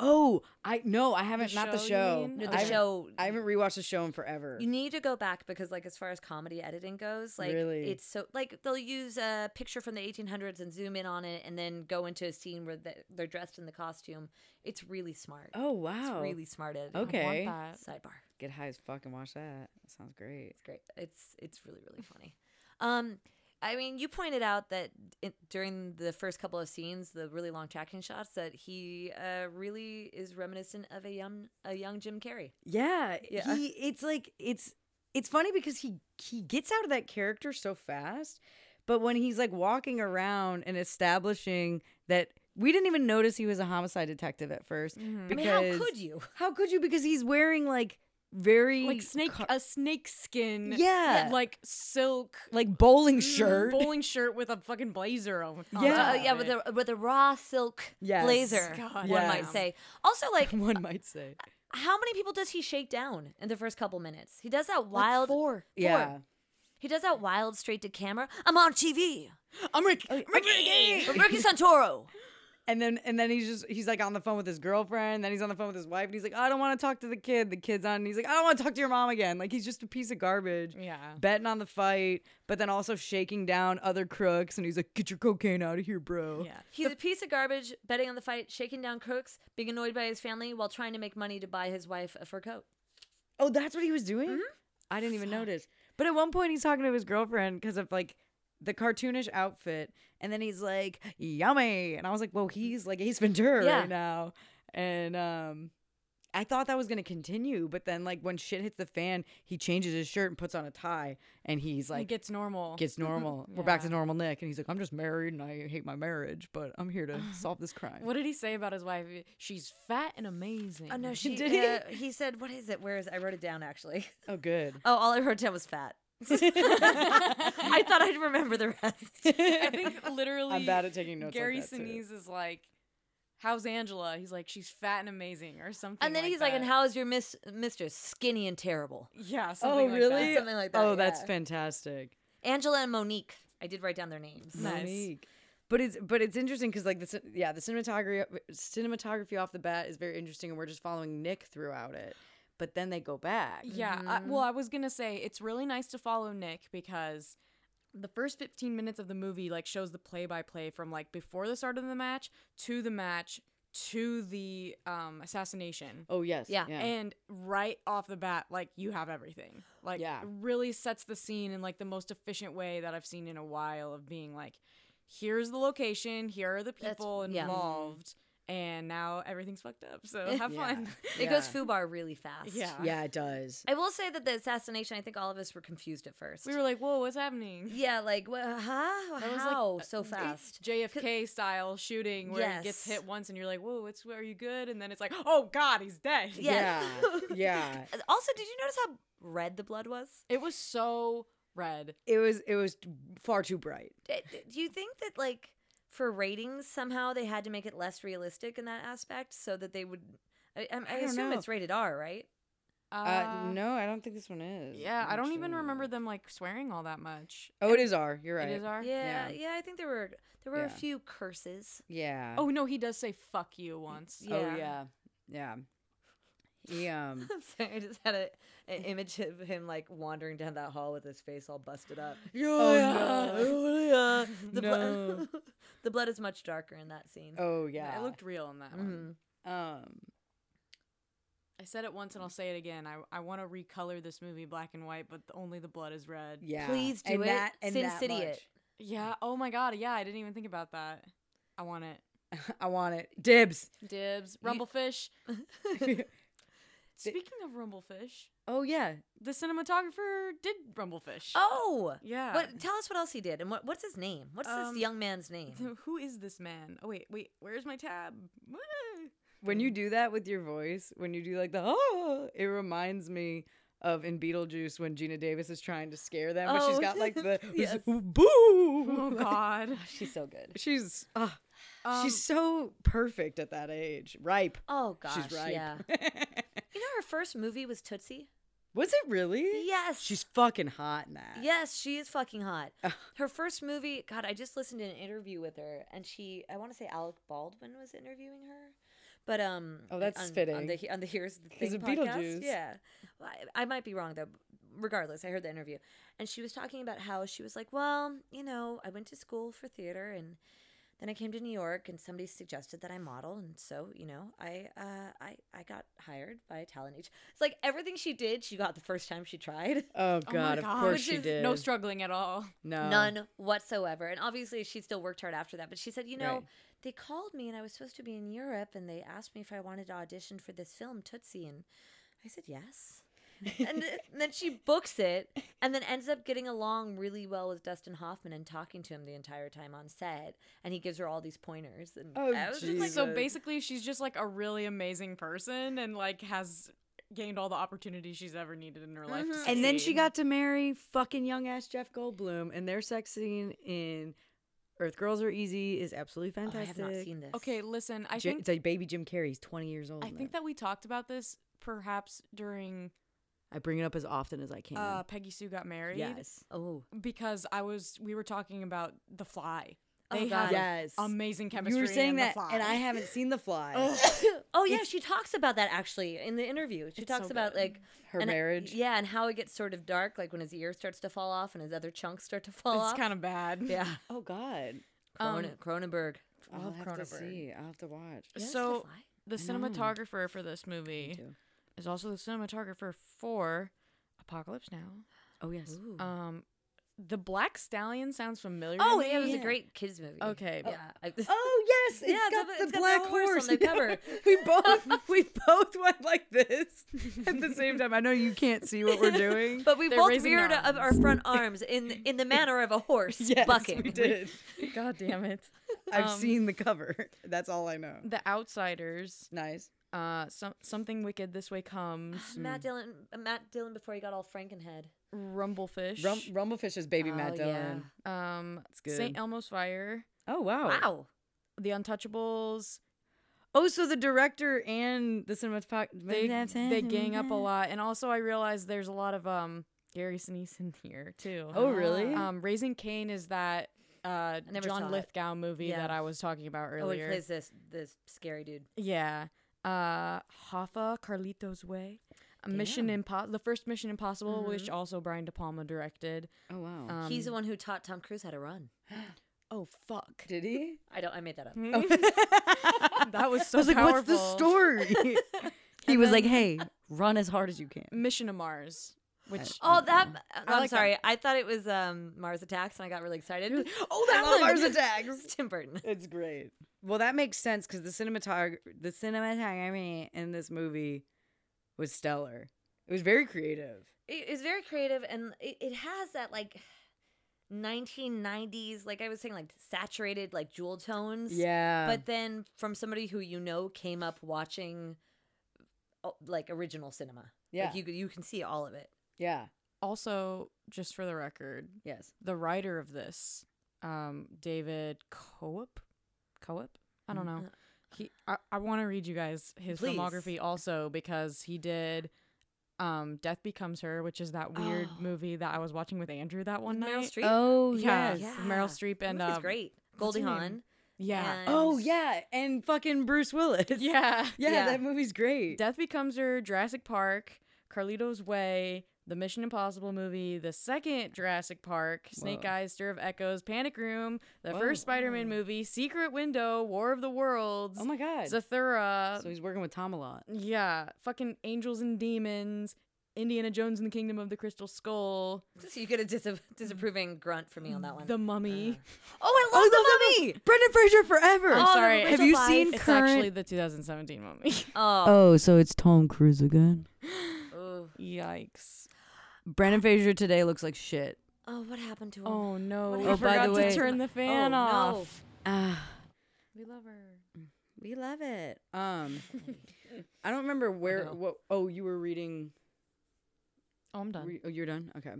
Speaker 8: Oh, I no, I haven't. not the
Speaker 6: show, you
Speaker 8: show.
Speaker 6: mean? No, the
Speaker 8: I haven't-
Speaker 6: show.
Speaker 8: I haven't rewatched the show in forever.
Speaker 6: You need to go back because, like, as far as comedy editing goes, like,
Speaker 8: Really?
Speaker 6: it's so like they'll use a picture from the 1800s and zoom in on it, and then go into a scene where the, they're dressed in the costume. It's really smart.
Speaker 8: Oh, wow.
Speaker 6: it's really smart editing.
Speaker 8: Okay.
Speaker 6: sidebar.
Speaker 8: Get high as fuck and watch that. That sounds great.
Speaker 6: It's great. It's it's really really funny. Um, I mean, you pointed out that it, during the first couple of scenes, the really long tracking shots, that he uh, really is reminiscent of a young a young Jim Carrey.
Speaker 8: Yeah,
Speaker 6: Yeah.
Speaker 8: He, it's like it's it's funny because he he gets out of that character so fast, but when he's like walking around and establishing that we didn't even notice he was a homicide detective at 1st
Speaker 6: I mean, how could you?
Speaker 8: How could you? Because he's wearing like very
Speaker 7: Like snake, a snake skin.
Speaker 8: Yeah.
Speaker 7: Like silk
Speaker 8: like bowling shirt.
Speaker 7: Mm-hmm, bowling shirt with a fucking blazer on. on
Speaker 6: Yeah,
Speaker 7: top of
Speaker 6: Uh, yeah, with
Speaker 7: it.
Speaker 6: a with a raw silk
Speaker 7: Yes.
Speaker 6: blazer,
Speaker 7: God
Speaker 6: one might
Speaker 7: damn.
Speaker 6: say. Also, like,
Speaker 8: one might say,
Speaker 6: how many people does he shake down in the first couple minutes? He does that wild four.
Speaker 8: Yeah.
Speaker 6: He does that wild straight to camera. I'm on TV.
Speaker 8: I'm Rick.
Speaker 7: Oh,
Speaker 6: Ricky. Ricky Santoro.
Speaker 8: And then and then he's just he's like on the phone with his girlfriend, then he's on the phone with his wife, and he's like, "Oh, I don't want to talk to the kid. The kid's on, and he's like, I don't want to talk to your mom again. Like he's just a piece of garbage.
Speaker 7: Yeah.
Speaker 8: Betting on the fight, but then also shaking down other crooks, and he's like, Get your cocaine out of here, bro. Yeah.
Speaker 6: He's a piece of garbage, betting on the fight, shaking down crooks, being annoyed by his family while trying to make money to buy his wife a fur coat.
Speaker 8: Oh, that's what he was doing?
Speaker 6: Mm-hmm.
Speaker 8: I didn't even notice. But at one point, he's talking to his girlfriend because of like the cartoonish outfit. And then he's like, yummy. And I was like, well, he's like Ace Ventura
Speaker 6: Yeah.
Speaker 8: right now. And um, I thought that was going to continue. But then, like, when shit hits the fan, he changes his shirt and puts on a tie. And he's like,
Speaker 7: he gets normal.
Speaker 8: gets
Speaker 6: Mm-hmm.
Speaker 8: normal. We're back to normal Nick. And he's like, I'm just married and I hate my marriage, but I'm here to solve this crime.
Speaker 7: What did he say about his wife? She's fat and amazing.
Speaker 6: Oh no, she
Speaker 7: did.
Speaker 6: did. Uh, he said, "What is it? Where is?" It? I wrote it down actually.
Speaker 8: Oh, good.
Speaker 6: Oh, all I wrote down was fat. I thought I'd remember the rest.
Speaker 7: I think literally.
Speaker 8: I'm bad at taking notes like
Speaker 7: Gary
Speaker 8: that, too.
Speaker 7: Sinise is like, "How's Angela?" He's like, "She's fat and amazing," or something.
Speaker 6: And then he's like, "And
Speaker 7: that.
Speaker 6: how's your miss mistress? Skinny and terrible."
Speaker 7: Yeah.
Speaker 8: oh,
Speaker 7: Something like
Speaker 8: really?
Speaker 7: That.
Speaker 6: Something like that,
Speaker 8: Oh, that's
Speaker 6: yeah.
Speaker 8: fantastic.
Speaker 6: Angela and Monique. I did write down their names.
Speaker 8: Monique. But it's but it's interesting because like the cin- yeah the cinematography cinematography off the bat is very interesting and we're just following Nick throughout it, but then they go back.
Speaker 7: Yeah. I,
Speaker 6: Mm-hmm.
Speaker 7: well, I was gonna say it's really nice to follow Nick because the first 15 minutes of the movie like shows the play-by-play from like before the start of the match to the match to the um assassination.
Speaker 8: Oh yes. yeah.
Speaker 7: And right off the bat, like you have everything. Like
Speaker 8: Yeah.
Speaker 7: really sets the scene in like the most efficient way that I've seen in a while of being like, here's the location, here are the
Speaker 6: That's-
Speaker 7: people
Speaker 6: yeah.
Speaker 7: involved, and now everything's fucked up. So have
Speaker 8: Yeah.
Speaker 7: fun.
Speaker 6: It goes foobar really fast.
Speaker 7: Yeah.
Speaker 8: yeah, it does.
Speaker 6: I will say that the assassination. I think all of us were confused at first.
Speaker 7: We were like, whoa, what's happening?
Speaker 6: yeah, like, what, huh?
Speaker 7: That was, like,
Speaker 6: How
Speaker 7: a-
Speaker 6: so
Speaker 7: J-
Speaker 6: fast?
Speaker 7: JFK style shooting where he gets
Speaker 6: Yes.
Speaker 7: hit once and you're like, whoa, what's are you good? And then it's like, oh god, he's dead.
Speaker 6: Yeah.
Speaker 8: Yeah.
Speaker 6: Uh, Also, did you notice how red the blood was?
Speaker 7: It was so red.
Speaker 8: It was it was far too bright.
Speaker 6: D- d- Do you think that like for ratings somehow they had to make it less realistic in that aspect so that they would? I, I, I
Speaker 8: don't
Speaker 6: assume
Speaker 8: know.
Speaker 6: it's rated R, right?
Speaker 7: Uh,
Speaker 8: Uh, no, I don't think this one is.
Speaker 7: Yeah, I don't even
Speaker 8: actually.
Speaker 7: remember them like swearing all that much.
Speaker 8: Oh, it is R. You're right.
Speaker 7: It is R.
Speaker 6: Yeah, yeah, I think there were there were a
Speaker 8: Yeah.
Speaker 6: few curses.
Speaker 8: Yeah.
Speaker 7: Oh no, he does say "fuck you" once.
Speaker 6: Yeah.
Speaker 8: Oh yeah. Yeah. He um.
Speaker 6: I'm sorry, I just had a, an image of him like wandering down that hall with his face all busted up.
Speaker 8: Oh, yeah.
Speaker 6: Oh, yeah. The, blo-
Speaker 8: No.
Speaker 6: The blood is much darker in that scene.
Speaker 8: Oh yeah.
Speaker 7: It looked real in that Mm-hmm. one.
Speaker 8: Um,
Speaker 7: I said it once and I'll say it again. I, I want to recolor this movie black and white, but the- only the blood is red.
Speaker 8: Yeah. Please do And it. that- and Sin that City much. it.
Speaker 7: Yeah. Oh my God. Yeah. I didn't even think about that. I want it.
Speaker 8: I want it. Dibs.
Speaker 7: Dibs. Rumblefish. Speaking of Rumblefish,
Speaker 8: Oh yeah.
Speaker 7: the cinematographer did Rumblefish.
Speaker 6: Oh
Speaker 7: Yeah.
Speaker 6: What? Tell us what else he did and what, what's his name? What's
Speaker 7: Um,
Speaker 6: this young man's name?
Speaker 7: Who is this man? Oh wait, wait. Where's my tab?
Speaker 8: When you do that with your voice, when you do like the oh, it reminds me of in Beetlejuice when Gina Davis is trying to scare them, but she's
Speaker 7: Oh,
Speaker 8: got like the
Speaker 7: yes.
Speaker 8: boo. Oh
Speaker 7: God,
Speaker 8: she's
Speaker 6: so good.
Speaker 8: She's ah,
Speaker 6: Um,
Speaker 8: she's so perfect at that age. Ripe.
Speaker 6: Oh gosh.
Speaker 8: she's ripe.
Speaker 6: Yeah. you know her first movie was Tootsie.
Speaker 8: Was it really?
Speaker 6: Yes.
Speaker 8: She's fucking hot in that.
Speaker 6: Yes, she is fucking hot. Her first movie, God, I just listened to an interview with her, and she, I want to say Alec Baldwin was interviewing her, but um,
Speaker 8: Oh, that's
Speaker 6: on, On
Speaker 8: fitting.
Speaker 6: the on the here's the
Speaker 8: 'Cause
Speaker 6: thing
Speaker 8: of
Speaker 6: podcast,
Speaker 8: Beetlejuice.
Speaker 6: yeah. Well, I, I might be wrong though. Regardless, I heard the interview, and she was talking about how she was like, well, you know, I went to school for theater, and then I came to New York, and somebody suggested that I model, and so you know, I uh, I I got hired by a talent agent. It's like everything she did, she got the first time she tried.
Speaker 8: Oh god, of course
Speaker 7: Which
Speaker 8: she
Speaker 7: is
Speaker 8: did.
Speaker 7: No struggling at all.
Speaker 8: No.
Speaker 6: None whatsoever. And obviously, she still worked hard after that. But she said, you know,
Speaker 8: Right.
Speaker 6: they called me and I was supposed to be in Europe and they asked me if I wanted to audition for this film, Tootsie. And I said, yes. and, th- then she books it and then ends up getting along really well with Dustin Hoffman and talking to him the entire time on set. And he gives her all these pointers. And
Speaker 8: Oh,
Speaker 6: I was just like,
Speaker 7: so
Speaker 8: Jesus.
Speaker 7: basically, she's just like a really amazing person and like has gained all the opportunities she's ever needed in her life. to
Speaker 8: And then
Speaker 7: succeed.
Speaker 8: she got to marry fucking young ass Jeff Goldblum, and their sex scene in Earth Girls Are Easy is absolutely
Speaker 6: "Oh, I
Speaker 8: fantastic.
Speaker 6: have not seen this.
Speaker 7: Okay, listen. I
Speaker 8: J-
Speaker 7: think
Speaker 8: it's a baby Jim Carrey. He's 20 years old.
Speaker 7: I think that we talked about this perhaps during
Speaker 8: I bring it up as often as I can.
Speaker 7: uh, Peggy Sue got married.
Speaker 8: Yes.
Speaker 6: Oh.
Speaker 7: Because I was we were talking about The Fly.
Speaker 6: Oh,
Speaker 7: They
Speaker 6: God.
Speaker 7: have
Speaker 8: Yes.
Speaker 7: amazing chemistry.
Speaker 8: you were saying
Speaker 7: in
Speaker 8: that,
Speaker 7: The Fly.
Speaker 8: and I haven't seen The Fly.
Speaker 6: Oh yeah, she talks about that actually in the interview. She talks about like
Speaker 8: Her
Speaker 6: and-
Speaker 8: marriage.
Speaker 6: yeah, and how it gets sort of dark, like when his ear starts to fall off and his other chunks start to fall off. Um,
Speaker 7: It's kind of bad.
Speaker 6: Yeah.
Speaker 8: Oh God.
Speaker 6: Cronen- Cronenberg. Mm.
Speaker 8: I'll have to see. I'll have to watch.
Speaker 7: so the
Speaker 8: I know.
Speaker 7: cinematographer for this movie is also the cinematographer for Apocalypse Now.
Speaker 8: Oh yes.
Speaker 7: Um, the Black Stallion sounds familiar. to
Speaker 6: Oh,
Speaker 7: me.
Speaker 6: yeah, it was a great kids movie.
Speaker 7: Okay,
Speaker 6: yeah. I-
Speaker 8: Oh yes, it's
Speaker 6: Yeah,
Speaker 8: got
Speaker 6: the-
Speaker 8: the,
Speaker 6: it's got the
Speaker 8: black
Speaker 6: horse on the
Speaker 8: Yeah.
Speaker 6: cover.
Speaker 8: we both we both went like this at the same time. I know you can't see what we're doing,
Speaker 6: But we
Speaker 8: They're
Speaker 6: both
Speaker 8: raising
Speaker 6: reared
Speaker 8: arms.
Speaker 6: up our front arms in in the manner of a horse
Speaker 8: Yes,
Speaker 6: bucking.
Speaker 8: we did.
Speaker 7: God damn it.
Speaker 8: I've
Speaker 7: Um,
Speaker 8: seen the cover. That's all I know.
Speaker 7: The Outsiders.
Speaker 8: Nice.
Speaker 7: Uh, some something wicked this way comes.
Speaker 6: Matt Dillon, uh, Matt Dillon, before he got all Frankenhead.
Speaker 7: Rumblefish.
Speaker 8: Rum- Rumblefish is baby Matt
Speaker 6: Oh,
Speaker 8: Dillon.
Speaker 7: um,
Speaker 8: good.
Speaker 7: St. Elmo's Fire.
Speaker 8: Oh wow.
Speaker 6: Wow.
Speaker 7: The Untouchables.
Speaker 8: Oh, so the director and the cinematographer
Speaker 7: They they gang up a lot, and also I realized there's a lot of um Gary Sinise in here too.
Speaker 8: Oh, really?
Speaker 7: Um, Raising Cain is that uh
Speaker 6: never saw
Speaker 7: John
Speaker 6: it.
Speaker 7: Lithgow movie
Speaker 6: Yeah.
Speaker 7: that I was talking about
Speaker 6: Oh, he
Speaker 7: earlier.
Speaker 6: plays this this scary dude.
Speaker 7: Yeah. Uh Hoffa, Carlito's Way. A Mission
Speaker 6: Damn.
Speaker 7: Impossible, the first Mission Impossible, which
Speaker 6: Mhm.
Speaker 8: Mm-hmm.
Speaker 7: also Brian De Palma directed.
Speaker 8: Oh wow.
Speaker 6: He's the one who taught Tom Cruise how to run.
Speaker 7: Oh fuck.
Speaker 8: Did he?
Speaker 6: I don't. I made that up.
Speaker 7: that was so
Speaker 8: I was like, what's the
Speaker 7: powerful."
Speaker 8: story? he was like, hey, run as hard as you can.
Speaker 7: Mission to Mars, which
Speaker 6: Oh, that. I'm
Speaker 7: I like that.
Speaker 6: sorry. I thought it was um, Mars Attacks, and I got really excited. oh,
Speaker 8: I
Speaker 6: that one!
Speaker 8: love Mars Attacks.
Speaker 6: It's Tim Burton.
Speaker 8: It's great. Well, that makes sense because the cinematog the cinematography in this movie was stellar. It was very creative.
Speaker 6: It- It's very creative, and it, it has that like 1990s, like I was saying, like saturated, like jewel tones.
Speaker 8: Yeah.
Speaker 6: But then from somebody who you know came up watching, oh, like original cinema.
Speaker 8: Yeah.
Speaker 6: Like you you can see all of it.
Speaker 8: Yeah.
Speaker 7: also just for the record,
Speaker 8: Yes.
Speaker 7: the writer of this, um, David Coop, Coop, I don't know.
Speaker 8: Mm, uh,
Speaker 7: He, I, I want to read you guys his
Speaker 6: Please.
Speaker 7: filmography also because he did, um, Death Becomes Her, which is that weird movie that I was watching with Andrew that one
Speaker 6: Meryl
Speaker 7: night.
Speaker 6: Streep.
Speaker 8: Oh
Speaker 7: yeah,
Speaker 8: yes.
Speaker 7: Meryl Streep
Speaker 6: That
Speaker 7: and
Speaker 6: movie's
Speaker 7: um,
Speaker 6: great.
Speaker 7: what's
Speaker 6: Goldie
Speaker 7: her name?
Speaker 6: Hawn.
Speaker 7: Yeah.
Speaker 6: and-
Speaker 8: Oh yeah, and fucking Bruce Willis.
Speaker 7: Yeah.
Speaker 8: Yeah,
Speaker 6: Yeah.
Speaker 8: that movie's great.
Speaker 7: Death Becomes Her, Jurassic Park, Carlito's Way, the Mission Impossible movie, the second Jurassic Park, Snake
Speaker 8: Whoa.
Speaker 7: Eyes, Stir of Echoes, Panic Room, the
Speaker 8: Whoa.
Speaker 7: first Spider Man movie, Secret Window, War of the Worlds.
Speaker 8: Oh my God.
Speaker 7: Zathura.
Speaker 8: So he's working with Tom a lot.
Speaker 7: Yeah, fucking Angels and Demons, Indiana Jones and the Kingdom of the Crystal Skull,
Speaker 6: So you get a dis- disapproving grunt for me on that one.
Speaker 7: The Mummy.
Speaker 6: oh, I love the mummy.
Speaker 8: Brendan Fraser forever.
Speaker 7: I'm
Speaker 6: Oh,
Speaker 7: sorry.
Speaker 6: The
Speaker 7: Have
Speaker 6: Original
Speaker 7: you
Speaker 6: Five.
Speaker 7: seen
Speaker 6: It's
Speaker 7: current?
Speaker 6: actually
Speaker 7: the 2017 Mummy.
Speaker 6: Oh,
Speaker 8: so it's Tom Cruise again.
Speaker 7: Yikes.
Speaker 8: Brendan Fraser today looks like shit.
Speaker 6: oh, what happened to him?
Speaker 7: Oh no.
Speaker 6: What
Speaker 7: We
Speaker 8: Oh, by
Speaker 7: forgot
Speaker 8: the way-
Speaker 7: to turn the fan
Speaker 6: Oh, no.
Speaker 7: off.
Speaker 8: Ah,
Speaker 7: We love her.
Speaker 8: we love it. Um, I don't remember where. What? Oh, you were reading.
Speaker 7: Oh, I'm done.
Speaker 8: Were you- oh, you're done. Okay.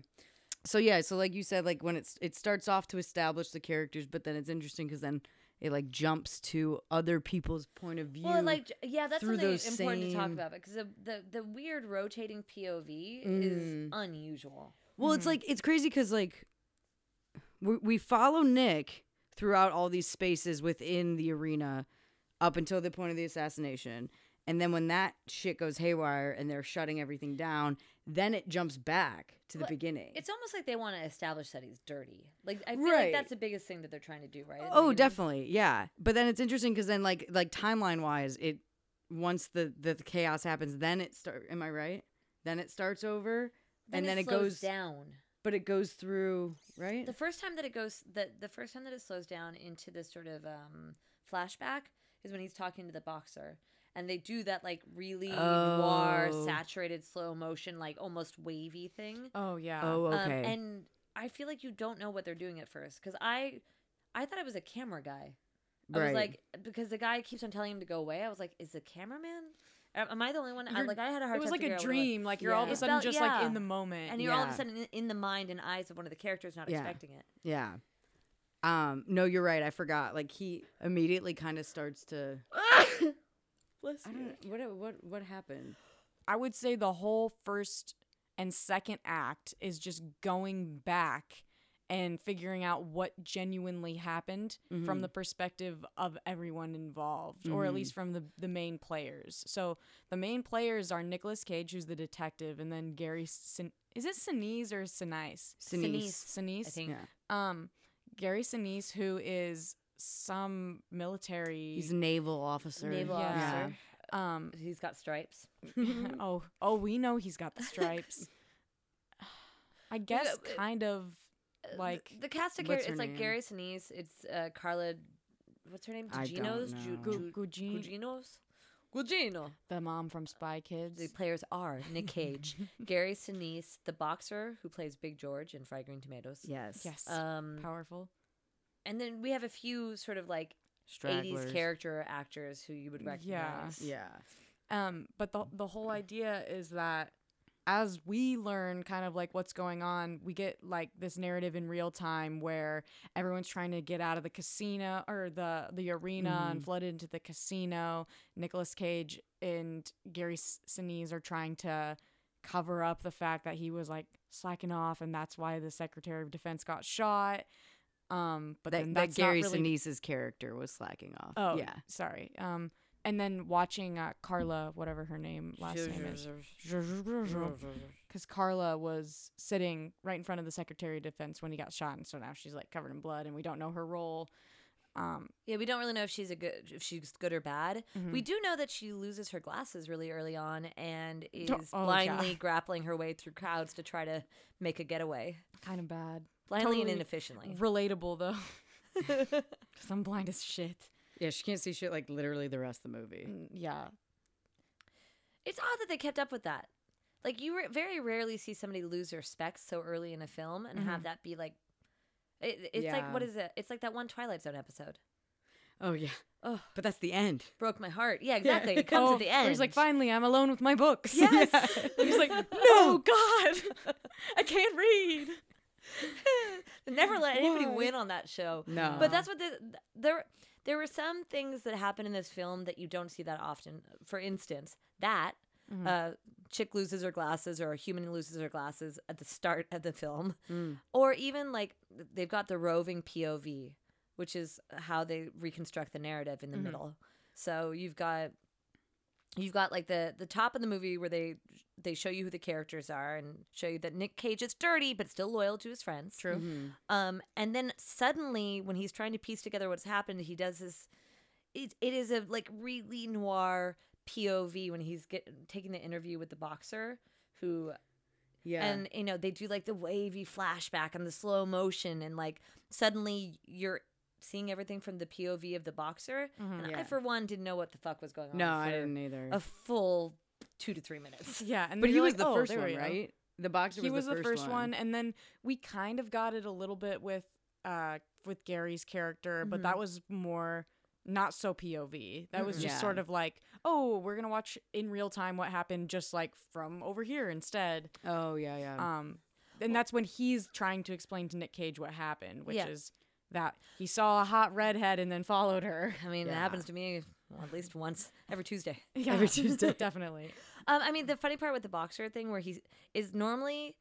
Speaker 8: So yeah, so like you said, like when it's it starts off to establish the characters, but then it's interesting because then it like jumps to other people's point of view.
Speaker 6: Well, like j- yeah, that's
Speaker 8: through
Speaker 6: something important
Speaker 8: those
Speaker 6: to talk
Speaker 8: same-
Speaker 6: about because the, the the weird rotating POV is
Speaker 8: Mm.
Speaker 6: unusual.
Speaker 8: Well, it's like it's crazy because like we we follow Nick throughout all these spaces within the arena up until the point of the assassination, and then when that shit goes haywire and they're shutting everything down, then it jumps back to the
Speaker 6: Well,
Speaker 8: beginning.
Speaker 6: It's almost like they want to establish that he's dirty. Like I feel like
Speaker 8: Right.
Speaker 6: that's the biggest thing that they're trying to do, right? at the
Speaker 8: Oh,
Speaker 6: beginning.
Speaker 8: definitely, yeah. But then it's interesting because then like like timeline wise, it once the, the chaos happens, then it start. Am I right? Then it starts over, and then it,
Speaker 6: slows
Speaker 8: goes
Speaker 6: down.
Speaker 8: But it goes through right.
Speaker 6: The first time that it goes, the the first time that it slows down into this sort of um, flashback is when he's talking to the boxer, and they do that like really noir,
Speaker 8: Oh.
Speaker 6: saturated, slow motion, like almost wavy thing.
Speaker 7: Oh yeah.
Speaker 8: Oh,
Speaker 6: Um,
Speaker 8: okay.
Speaker 6: and I feel like you don't know what they're doing at first because I, I thought it was a camera guy. I was
Speaker 8: Right.
Speaker 6: like, because the guy keeps on telling him to go away. I was like, is the cameraman? Am am I the only one? I,
Speaker 7: You're-
Speaker 6: like I had a hard.
Speaker 7: It was
Speaker 6: time
Speaker 7: like
Speaker 6: figuring
Speaker 7: a
Speaker 6: out what
Speaker 7: dream. Like you're all of
Speaker 6: It
Speaker 7: a sudden
Speaker 6: felt-
Speaker 7: just like
Speaker 6: yeah.
Speaker 7: in the moment.
Speaker 6: and you're all of a
Speaker 8: Yeah.
Speaker 6: sudden in, in the mind and eyes of one of the characters, not
Speaker 8: Yeah.
Speaker 6: expecting it.
Speaker 8: Yeah. Um, no, you're right. I forgot. Like he immediately kind of starts to. I don't. What what what happened?
Speaker 7: I would say the whole first and second act is just going back and figuring out what genuinely happened from
Speaker 6: Mm-hmm.
Speaker 8: Mhm.
Speaker 7: the perspective of everyone involved, or at
Speaker 8: Mhm.
Speaker 7: least from the, the main players. So the main players are Nicolas Cage, who's the detective, and then Gary. Sin- is it Sinise or Sinise?
Speaker 8: Sinise.
Speaker 7: Sinise.
Speaker 6: I think.
Speaker 8: Yeah.
Speaker 7: Um, Gary Sinise, who is some military.
Speaker 8: He's a naval officer.
Speaker 6: Naval
Speaker 7: Yeah.
Speaker 6: officer.
Speaker 7: Um,
Speaker 6: He's got stripes.
Speaker 7: oh, oh, we know he's got the stripes. I guess
Speaker 6: got-
Speaker 7: kind of like
Speaker 6: The cast of
Speaker 8: What's
Speaker 6: characters,
Speaker 8: her
Speaker 6: it's like
Speaker 8: name?
Speaker 6: Gary Sinise. It's uh, Carla. What's her name?
Speaker 8: I don't
Speaker 6: Ginos.
Speaker 8: know.
Speaker 7: Gu- Gugino-
Speaker 6: Guginos. Gugino.
Speaker 7: the mom from Spy Kids.
Speaker 6: The players are Nick Cage, Gary Sinise, the boxer who plays Big George in Fried Green Tomatoes.
Speaker 8: Yes.
Speaker 7: yes,
Speaker 6: Um,
Speaker 7: powerful.
Speaker 6: and then we have a few sort of like 80s
Speaker 8: Stragglers.
Speaker 6: character actors who you would recognize.
Speaker 8: Yeah.
Speaker 7: Um, but the the whole idea is that as we learn kind of like what's going on, we get like this narrative in real time where everyone's trying to get out of the casino or the the arena and
Speaker 8: Mm-hmm.
Speaker 7: flood into the casino. Nicolas Cage and Gary S- Sinise are trying to cover up the fact that he was like slacking off and that's why the Secretary of Defense got shot. Um, but then
Speaker 8: That, that
Speaker 7: that's not
Speaker 8: Gary
Speaker 7: really
Speaker 8: Sinise's character was slacking off.
Speaker 7: Oh,
Speaker 8: yeah.
Speaker 7: Sorry. Um, and then watching uh, Carla, whatever her name last name is, because Carla was sitting right in front of the Secretary of Defense when he got shot, and so now she's like covered in blood, and we don't know her role. Um,
Speaker 6: Yeah, we don't really know if she's a good if she's good or bad. We do know that she loses her glasses really early on and is
Speaker 7: Oh, yeah.
Speaker 6: blindly grappling her way through crowds to try to make a getaway.
Speaker 7: kind of bad,
Speaker 6: Blindly and inefficiently.
Speaker 7: Relatable though, because I'm blind as shit.
Speaker 8: Yeah. She can't see shit like literally the rest of the movie.
Speaker 7: Mm, Yeah.
Speaker 6: It's odd that they kept up with that. Like you ra- very rarely see somebody lose their specs so early in a film and
Speaker 7: Mm-hmm.
Speaker 6: have that be like it, it's like what
Speaker 8: Yeah.
Speaker 6: is it? It's like that one Twilight Zone episode.
Speaker 8: Oh yeah.
Speaker 6: Oh,
Speaker 8: But that's the end.
Speaker 6: broke my heart. Yeah, exactly. It comes
Speaker 7: Oh,
Speaker 6: at the
Speaker 7: where
Speaker 6: end.
Speaker 7: He's like, finally, I'm alone with my books.
Speaker 6: Yes.
Speaker 7: he's like, no, Oh, God, I can't read.
Speaker 6: Never let anybody
Speaker 7: Why?
Speaker 6: win on that show.
Speaker 8: No.
Speaker 6: But that's what the, there there were some things that happen in this film that you don't see that often. For instance, that
Speaker 7: Mm-hmm.
Speaker 6: uh, chick loses her glasses or a human loses her glasses at the start of the film,
Speaker 7: Mm.
Speaker 6: or even like they've got the roving POV,
Speaker 7: Mm-hmm.
Speaker 6: which is how they reconstruct the narrative in the middle. So you've got you've got like the the top of the movie where they they show you who the characters are and show you that Nick Cage is dirty but still loyal to his friends.
Speaker 7: True. Mhm.
Speaker 6: Um, and then suddenly, when he's trying to piece together what's happened, he does this. It, it is a like really noir POV when he's get, taking the interview with the boxer who.
Speaker 16: Yeah.
Speaker 6: And you know, they do like the wavy flashback and the slow motion and like suddenly you're seeing everything from the POV of the boxer.
Speaker 16: Mhm.
Speaker 6: And I
Speaker 16: Yeah.
Speaker 6: for one didn't know what the fuck was going on.
Speaker 16: No, I
Speaker 6: for
Speaker 16: didn't either.
Speaker 6: A full two to three minutes.
Speaker 7: Yeah, and
Speaker 16: But
Speaker 7: then
Speaker 16: he
Speaker 7: you're
Speaker 16: was
Speaker 7: like,
Speaker 16: the
Speaker 7: "Oh,
Speaker 16: first
Speaker 7: there
Speaker 16: one,
Speaker 7: we go."
Speaker 16: right? The boxer
Speaker 7: he
Speaker 16: was the first
Speaker 7: first
Speaker 16: one.
Speaker 7: and then we kind of got it a little bit with uh with Gary's character, but
Speaker 16: Mhm.
Speaker 7: that was more not so POV. That was
Speaker 16: Mm-mm.
Speaker 7: just
Speaker 16: Yeah.
Speaker 7: sort of like, oh, we're gonna watch in real time what happened, just like from over here instead.
Speaker 16: Oh yeah, yeah.
Speaker 7: Um, and that's when he's trying to explain to Nick Cage what happened, which
Speaker 6: Yeah.
Speaker 7: is that he saw a hot redhead and then followed her.
Speaker 6: I mean, it happens to me well, at least once every Tuesday.
Speaker 7: Yeah,
Speaker 6: Every Tuesday.
Speaker 7: definitely.
Speaker 6: Um, I mean, the funny part with the boxer thing, where he is normally,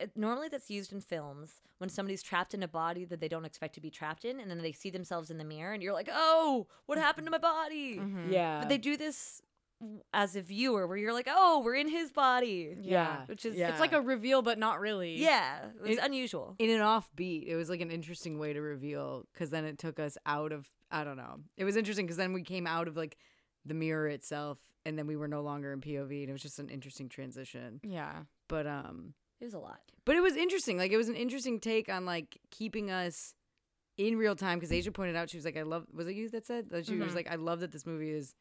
Speaker 6: uh, normally that's used in films when somebody's trapped in a body that they don't expect to be trapped in, and then they see themselves in the mirror, and you're like, oh, what happened to my body?
Speaker 16: Yeah.
Speaker 6: But they do this w- as a viewer, where you're like, oh, we're in his body.
Speaker 16: Yeah.
Speaker 6: Which is
Speaker 7: it's like a reveal, but not really.
Speaker 6: yeah, it was
Speaker 8: It-
Speaker 6: unusual.
Speaker 8: in an offbeat. It was like an interesting way to reveal because then it took us out of I don't know. It was interesting because then we came out of like the mirror itself, and then we were no longer in POV, and it was just an interesting transition.
Speaker 7: Yeah.
Speaker 8: but um,
Speaker 6: It was a lot.
Speaker 8: but it was interesting. Like it was an interesting take on like keeping us in real time because Asia pointed out she was like, I love. Was it you that said that she was
Speaker 6: Mhm.
Speaker 8: like, I love that this movie is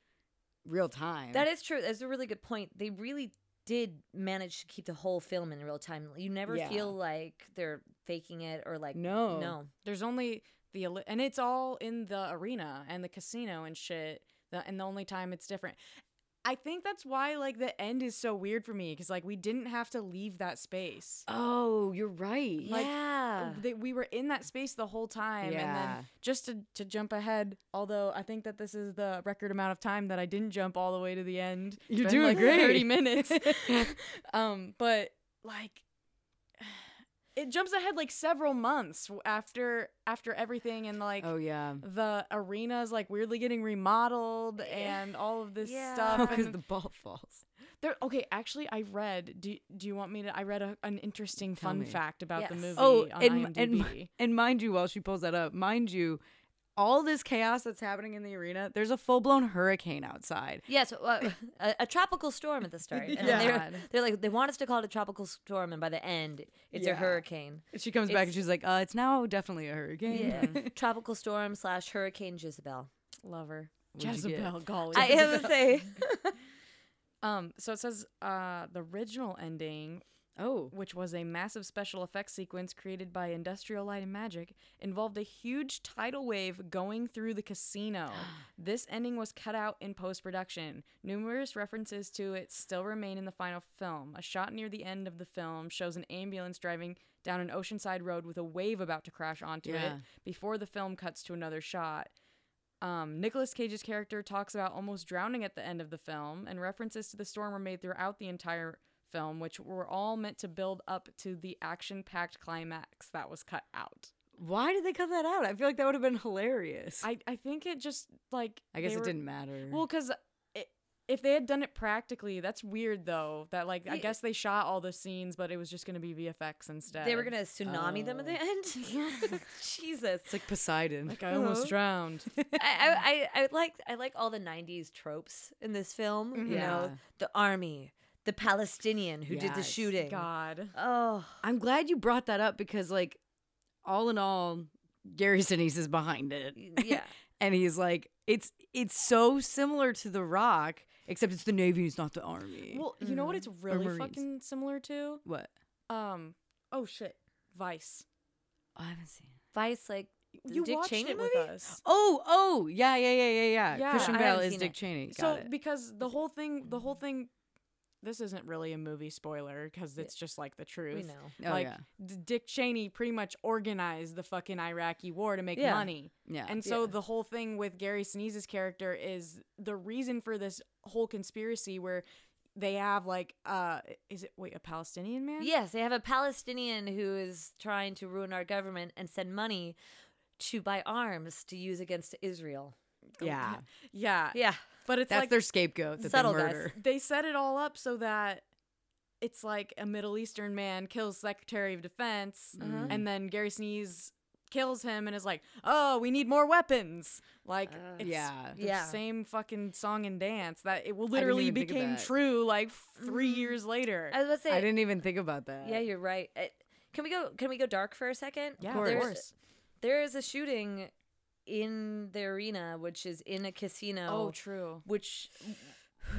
Speaker 8: real time.
Speaker 6: That is true. That's a really good point. They really did manage to keep the whole film in real time. You never
Speaker 7: Yeah.
Speaker 6: feel like they're faking it or like no.
Speaker 7: There's only the eli- and it's all in the arena and the casino and shit. The, and the only time it's different. I think that's why like the end is so weird for me cuz like we didn't have to leave that space.
Speaker 8: Oh, you're right.
Speaker 7: Like
Speaker 6: Yeah.
Speaker 7: they, we were in that space the whole time and
Speaker 8: Yeah.
Speaker 7: then just to to jump ahead, although I think that this is the record amount of time that I didn't jump all the way to the end. It's
Speaker 8: You're
Speaker 7: been,
Speaker 8: doing
Speaker 7: like,
Speaker 8: great.
Speaker 7: 30 minutes. um but like it jumps ahead like several months w- after after everything and like
Speaker 8: Oh yeah.
Speaker 7: the arena's like weirdly getting remodeled and all of this stuff
Speaker 8: because
Speaker 7: and
Speaker 8: Oh, the ball falls.
Speaker 7: there okay actually i read do, do you want me to i read a, an interesting fun
Speaker 8: me.
Speaker 7: fact about the movie
Speaker 8: Oh,
Speaker 7: on
Speaker 8: and, and
Speaker 7: IMDb.
Speaker 8: mi- and mind you, while she pulls that up, mind you, all this chaos that's happening in the arena. There's a full blown hurricane outside.
Speaker 6: Yes, uh, a, a tropical storm at the start. And
Speaker 8: Yeah.
Speaker 6: they're, they're like they want us to call it a tropical storm, and by the end, it's a
Speaker 8: Yeah.
Speaker 6: hurricane.
Speaker 8: She comes back and
Speaker 6: It's-
Speaker 8: she's like, uh, "It's now definitely a hurricane."
Speaker 6: yeah, tropical storm slash hurricane Jezebel.
Speaker 7: Love her,
Speaker 8: What'd you get?
Speaker 7: Jezebel, golly.
Speaker 6: I have to say,
Speaker 7: Um, so it says uh, the original ending.
Speaker 8: Oh.
Speaker 7: Which was a massive special effects sequence created by Industrial Light and Magic, involved a huge tidal wave going through the casino. this ending was cut out in post production. Numerous references to it still remain in the final film. A shot near the end of the film shows an ambulance driving down an oceanside road with a wave about to crash onto
Speaker 8: Yeah.
Speaker 7: it before the film cuts to another shot. Um, Nicolas Cage's character talks about almost drowning at the end of the film, and references to the storm were made throughout the entire film, which were all meant to build up to the action packed climax that was cut out.
Speaker 8: Why did they cut that out? I feel like that would have been hilarious.
Speaker 7: I, I think it just, like.
Speaker 8: I guess
Speaker 7: they
Speaker 8: it
Speaker 7: were-
Speaker 8: didn't matter.
Speaker 7: Well, because if they had done it practically, that's weird, though. That, like, I
Speaker 6: Yeah.
Speaker 7: guess they shot all the scenes, but it was just going to be VFX instead.
Speaker 6: they were gonna tsunami them at the end. Jesus,
Speaker 8: it's like Poseidon. Oh,
Speaker 7: Like, I almost drowned.
Speaker 6: I, I, I, I like I like all the '90s tropes in this film. You know,
Speaker 8: Yeah.
Speaker 6: the army, the Palestinian who did the
Speaker 8: Yes.
Speaker 6: shooting.
Speaker 7: God.
Speaker 6: Oh,
Speaker 8: I'm glad you brought that up because, like, all in all, Gary Sinise is behind it.
Speaker 6: Yeah,
Speaker 8: and he's like, it's it's so similar to The Rock, except it's the Navy, it's not the Army.
Speaker 7: Well, you know what it's really
Speaker 8: Marines.
Speaker 7: fucking similar to?
Speaker 8: what?
Speaker 7: Um. Oh shit. Vice.
Speaker 8: Oh, I haven't seen. it.
Speaker 6: Vice like the
Speaker 7: You
Speaker 6: Dick
Speaker 7: watched
Speaker 6: Cheney
Speaker 7: it
Speaker 6: movie?
Speaker 7: with us.
Speaker 8: Oh, oh, yeah, yeah, yeah, yeah, yeah.
Speaker 7: Yeah,
Speaker 8: Christian
Speaker 7: I
Speaker 8: Bale
Speaker 7: haven't
Speaker 8: is
Speaker 7: seen
Speaker 8: Dick
Speaker 7: it.
Speaker 8: Cheney. Got
Speaker 7: so
Speaker 8: it.
Speaker 7: because the whole thing, the whole thing, this isn't really a movie spoiler because it's just like the truth.
Speaker 6: know.
Speaker 8: Oh,
Speaker 7: Like
Speaker 8: yeah.
Speaker 7: D- Dick Cheney pretty much organized the fucking Iraqi war to make
Speaker 8: Yeah.
Speaker 7: money.
Speaker 8: Yeah.
Speaker 7: And so
Speaker 8: Yeah.
Speaker 7: the whole thing with Gary Sneeze's character is the reason for this whole conspiracy where they have like uh is it wait a Palestinian man?
Speaker 6: Yes, they have a Palestinian who is trying to ruin our government and send money to buy arms to use against Israel.
Speaker 17: Yeah.
Speaker 7: Yeah.
Speaker 6: Yeah.
Speaker 7: But it's
Speaker 8: That's
Speaker 7: like
Speaker 8: their scapegoat that they Subtle, guys. murder.
Speaker 7: They set it all up so that it's like a Middle Eastern man kills Secretary of Defense
Speaker 8: Uh-huh.
Speaker 7: and then Gary Sneeze kills him and is like, "Oh, we need more weapons." Like it's
Speaker 8: Uh, Yeah.
Speaker 7: the
Speaker 8: Yeah.
Speaker 7: same fucking song and dance that it literally
Speaker 8: even think of
Speaker 7: became
Speaker 8: that.
Speaker 7: true like 3
Speaker 8: Mm-hmm.
Speaker 7: years later.
Speaker 6: I was about to say.
Speaker 8: I didn't even think about that.
Speaker 6: Yeah, you're right. Uh, can we go? Can we go dark for a second?
Speaker 7: Yeah, of
Speaker 6: There's-
Speaker 7: course.
Speaker 6: There is a shooting in the arena, which is in a casino.
Speaker 7: Oh, true.
Speaker 6: Which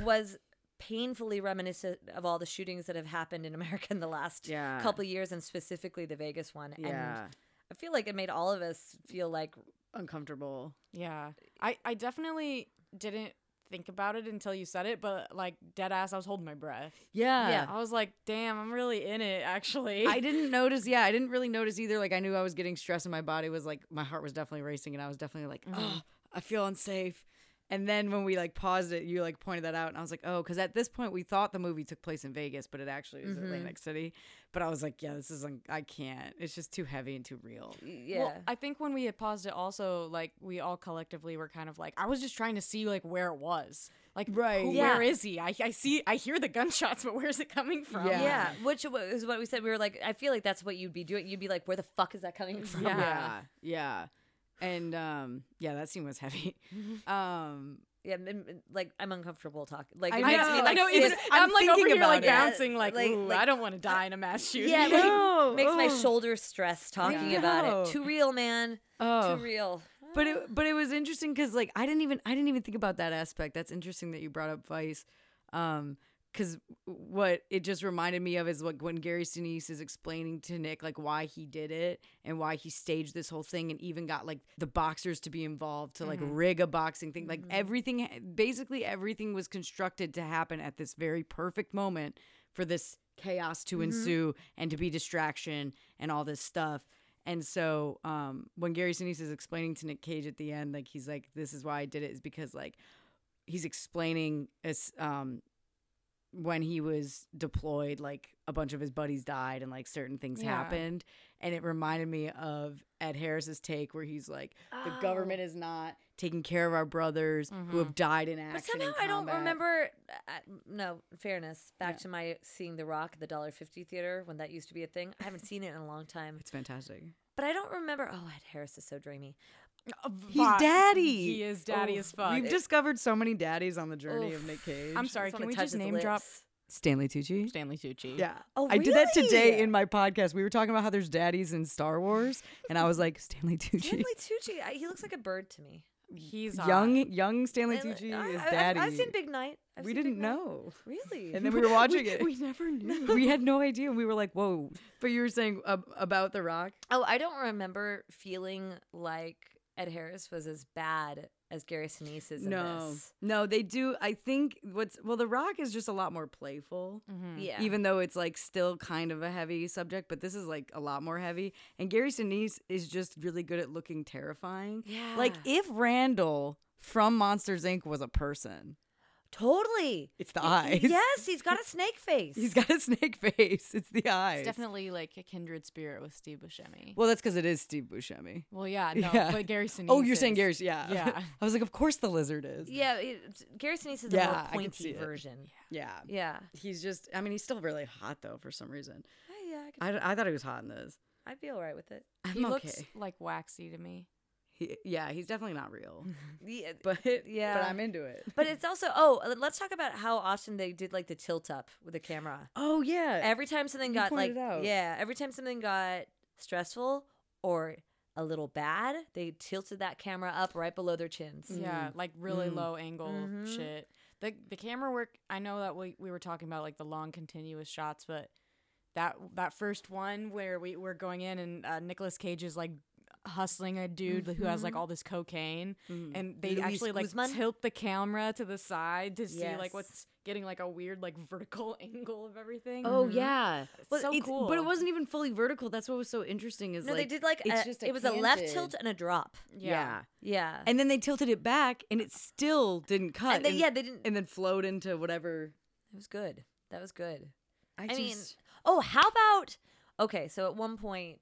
Speaker 6: was painfully reminiscent of all the shootings that have happened in America in the last
Speaker 8: Yeah.
Speaker 6: couple years, and specifically the Vegas one.
Speaker 8: Yeah.
Speaker 6: And I feel like it made all of us feel like
Speaker 8: uncomfortable.
Speaker 7: Yeah. I, I definitely didn't think about it until you said it, but like dead ass, I was holding my breath.
Speaker 8: Yeah.
Speaker 7: I was like, damn, I'm really in it actually.
Speaker 8: I didn't notice. Yeah, I didn't really notice either. Like I knew I was getting stressed, and my body was like, my heart was definitely racing, and I was definitely like,
Speaker 7: Mm-hmm.
Speaker 8: oh, I feel unsafe. And then when we like paused it, you like pointed that out, and I was like, oh, because at this point we thought the movie took place in Vegas, but it actually was
Speaker 6: Mhm.
Speaker 7: Mm-hmm.
Speaker 8: Atlantic City. But I was like, yeah, this is un- I can't. It's just too heavy and too real.
Speaker 7: Well, I think when we had paused it, also like we all collectively were kind of like, I was just trying to see like where it was, like right,
Speaker 6: Yeah.
Speaker 7: where is he? I, I see, I hear the gunshots, but where's it coming from?
Speaker 6: Yeah. which wa- is what we said. We were like, I feel like that's what you'd be doing. You'd be like, where the fuck is that coming from?
Speaker 8: yeah, yeah. And um, yeah, that scene was heavy. Um,
Speaker 6: yeah, m- m- like I'm uncomfortable talking. Like
Speaker 8: I
Speaker 6: it makes
Speaker 8: know,
Speaker 6: me,
Speaker 8: I
Speaker 6: like,
Speaker 8: know,
Speaker 6: sit-
Speaker 8: even- I'm, like, over
Speaker 7: You're
Speaker 8: here,
Speaker 7: like
Speaker 8: About it.
Speaker 7: bouncing, like,
Speaker 6: Like-
Speaker 7: "Ooh,
Speaker 6: like-
Speaker 7: I don't want to die in a mass shooting.
Speaker 6: Yeah, like,
Speaker 8: No,
Speaker 6: makes my
Speaker 8: ugh.
Speaker 6: shoulder stress talking about
Speaker 8: know.
Speaker 6: it. Too real, man.
Speaker 8: Oh.
Speaker 6: Too real.
Speaker 8: but it but it was interesting because like I didn't even I didn't even think about that aspect. That's interesting that you brought up Vice, um, because what it just reminded me of is like when Gary Sinise is explaining to Nick like why he did it and why he staged this whole thing and even got like the boxers to be involved to like
Speaker 6: Mhm.
Speaker 8: rig a boxing thing. Like everything, basically everything was constructed to happen at this very perfect moment for this chaos to
Speaker 6: Mhm.
Speaker 8: ensue and to be distraction and all this stuff. And so um, when Gary Sinise is explaining to Nick Cage at the end, like he's like, "This is why I did it," is because like he's explaining as um, when he was deployed, like a bunch of his buddies died and like certain things
Speaker 7: Yeah.
Speaker 8: happened, and it reminded me of Ed Harris's take where he's like,
Speaker 6: Oh.
Speaker 8: "The government is not taking care of our brothers who have died in action."
Speaker 6: Mm-hmm. But somehow
Speaker 8: in
Speaker 6: I don't
Speaker 8: combat."
Speaker 6: remember. Uh, no, in fairness. Back to my seeing The Rock at the Dollar Fifty Theater when that used to be a thing. I haven't seen it in a long time.
Speaker 8: It's fantastic.
Speaker 6: But I don't remember. Oh, Ed Harris is so dreamy.
Speaker 8: He's daddy.
Speaker 7: He is daddy as fuck.
Speaker 8: We've discovered so many daddies on the journey of
Speaker 7: Oof.
Speaker 8: Nick Cage.
Speaker 7: I'm sorry,
Speaker 6: Just
Speaker 7: can
Speaker 6: wanna
Speaker 7: we
Speaker 6: touch
Speaker 7: just
Speaker 6: his
Speaker 7: name drop?
Speaker 6: lips.
Speaker 8: Stanley Tucci.
Speaker 7: Stanley Tucci.
Speaker 8: Yeah.
Speaker 6: Oh,
Speaker 8: I did that today
Speaker 6: really?
Speaker 8: in my podcast. We were talking about how there's daddies in Star Wars, and I was like, Stanley Tucci.
Speaker 6: Stanley Tucci. I, he looks like a bird to me.
Speaker 7: He's
Speaker 8: young, young Stanley
Speaker 6: I-
Speaker 8: Tucci
Speaker 6: I-
Speaker 8: is
Speaker 6: I- I've-
Speaker 8: daddy.
Speaker 6: I've, seen Big Night. I've
Speaker 8: we
Speaker 6: seen Big
Speaker 8: didn't
Speaker 6: Night.
Speaker 8: know.
Speaker 6: Really?
Speaker 8: And then we were watching
Speaker 7: We-
Speaker 8: it.
Speaker 7: We never knew.
Speaker 8: We had no idea. and We were like, whoa. But you were saying ab- about The Rock?
Speaker 6: Oh, I don't remember feeling like Ed Harris was as bad as Gary Sinise is in
Speaker 8: No.
Speaker 6: this.
Speaker 8: No, they do. I think what's, well, The Rock is just a lot more playful.
Speaker 6: Yeah.
Speaker 8: Hmm. Even though it's like still kind of a heavy subject, but this is like a lot more heavy. And Gary Sinise is just really good at looking terrifying. Like
Speaker 6: Yeah.
Speaker 8: if Randall from Monsters Inc. was a person,
Speaker 6: totally.
Speaker 8: it's the
Speaker 6: Y-
Speaker 8: eyes.
Speaker 6: Yes, he's got a snake face.
Speaker 8: He's got a snake face. It's the eyes.
Speaker 7: It's definitely like a kindred spirit with Steve Buscemi.
Speaker 8: Well, that's because it is Steve Buscemi.
Speaker 7: Well, yeah, no, but Gary
Speaker 8: Oh, you're
Speaker 7: Sinise
Speaker 8: saying
Speaker 7: is-
Speaker 8: Gary's? Yeah,
Speaker 7: Yeah.
Speaker 8: I was like, of course the lizard is.
Speaker 6: yeah, it, Gary Sinise is
Speaker 8: Yeah,
Speaker 6: a
Speaker 8: I
Speaker 6: more
Speaker 8: can see
Speaker 6: pointy
Speaker 8: it.
Speaker 6: version.
Speaker 8: Yeah.
Speaker 6: Yeah.
Speaker 8: He's just. I mean, he's still really hot though for some reason.
Speaker 6: Oh, yeah, I could,
Speaker 8: I, I thought he was hot in this.
Speaker 6: I'd be all right with it.
Speaker 8: I'm
Speaker 7: he
Speaker 8: okay.
Speaker 7: looks like waxy to me.
Speaker 8: He, yeah, he's definitely not real,
Speaker 6: Yeah,
Speaker 8: but yeah,
Speaker 6: Yeah.
Speaker 8: but I'm into it.
Speaker 6: But it's also oh, uh, let's talk about how often they did like the tilt up with the camera.
Speaker 8: Oh yeah.
Speaker 6: Every time something
Speaker 8: You
Speaker 6: got like
Speaker 8: pointed out.
Speaker 6: yeah, every time something got stressful or a little bad, they tilted that camera up right below their chins.
Speaker 7: Yeah, like really
Speaker 6: Mm.
Speaker 7: low angle
Speaker 6: Mhm.
Speaker 7: shit. The the camera work, I know that we, we were talking about like the long continuous shots, but that that first one where we were going in and uh, Nicolas Cage is like hustling a dude who has like
Speaker 6: Mhm.
Speaker 7: all this cocaine
Speaker 8: Mhm.
Speaker 7: and they
Speaker 6: Mm. Luis
Speaker 7: actually like
Speaker 6: Guzman?
Speaker 7: tilt the camera to the side to see like
Speaker 6: Yes.
Speaker 7: what's getting like a weird like vertical angle of everything.
Speaker 8: Oh yeah,
Speaker 7: so cool.
Speaker 8: But it wasn't even fully vertical. That's what was so interesting. Is
Speaker 6: No,
Speaker 8: like,
Speaker 6: they did like
Speaker 8: it's
Speaker 6: a-
Speaker 8: just
Speaker 6: it was a left
Speaker 8: canted-
Speaker 6: tilt and a drop.
Speaker 8: Yeah.
Speaker 6: Yeah.
Speaker 8: and then they tilted it back, and it still didn't cut.
Speaker 6: they- yeah, they didn't-
Speaker 8: and then flowed into whatever.
Speaker 6: It was good. That was good.
Speaker 8: I,
Speaker 6: I,
Speaker 8: just,
Speaker 6: mean, oh, how about okay? So at one point,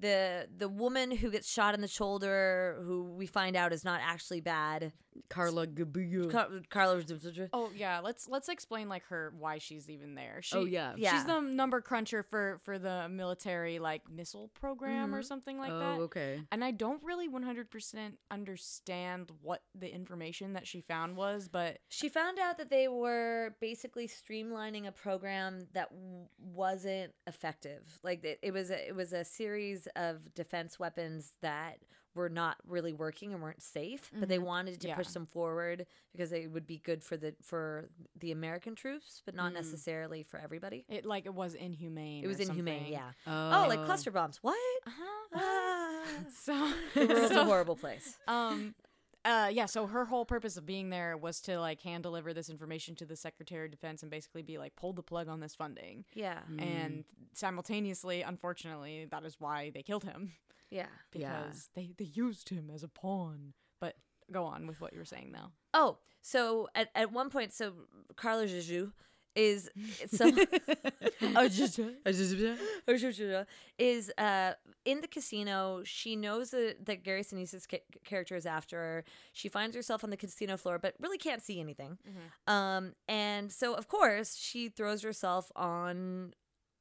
Speaker 6: the the woman who gets shot in the shoulder, who we find out is not actually bad,
Speaker 8: Carla Gabullo.
Speaker 6: Car- Carla.
Speaker 7: Mm. Oh yeah, let's let's explain like her why she's even there. She,
Speaker 6: Oh, yeah.
Speaker 7: she's
Speaker 6: Yeah.
Speaker 7: the number cruncher for for the military like missile program or
Speaker 6: Mm-hmm.
Speaker 8: Mhm.
Speaker 7: something like
Speaker 8: Oh,
Speaker 7: that.
Speaker 8: okay.
Speaker 7: And I don't really one hundred percent understand what the information that she found was, but
Speaker 6: She found out that they were basically streamlining a program that w- wasn't effective. Like it, it was a, it was a series of defense weapons that were not really working and weren't safe, but they
Speaker 7: Mhm.
Speaker 6: wanted to push
Speaker 7: Yeah.
Speaker 6: them forward because they would be good for the for the American troops, but not
Speaker 7: Mm.
Speaker 6: necessarily for everybody.
Speaker 7: it like it was inhumane.
Speaker 6: It was
Speaker 7: or
Speaker 6: inhumane,
Speaker 7: something. Uh-huh.
Speaker 6: yeah. Oh, like cluster bombs. What?
Speaker 7: so
Speaker 6: The world's
Speaker 7: so-
Speaker 6: a horrible place.
Speaker 7: Um, uh, yeah. So her whole purpose of being there was to like hand deliver this information to the Secretary of Defense and basically be like, pull the plug on this funding.
Speaker 6: Yeah. Mm.
Speaker 7: And simultaneously, unfortunately, that is why they killed him.
Speaker 6: Yeah. Yeah.
Speaker 7: Because they they used him as a pawn. But go on with what you were saying now.
Speaker 6: Oh, so at, at one point, so Carla Jejou is so is uh in the casino. She knows that, that Gary Sinise's ca- character is after her. She finds herself on the casino floor, but really can't see anything.
Speaker 7: Mm-hmm.
Speaker 6: Um, and so of course she throws herself on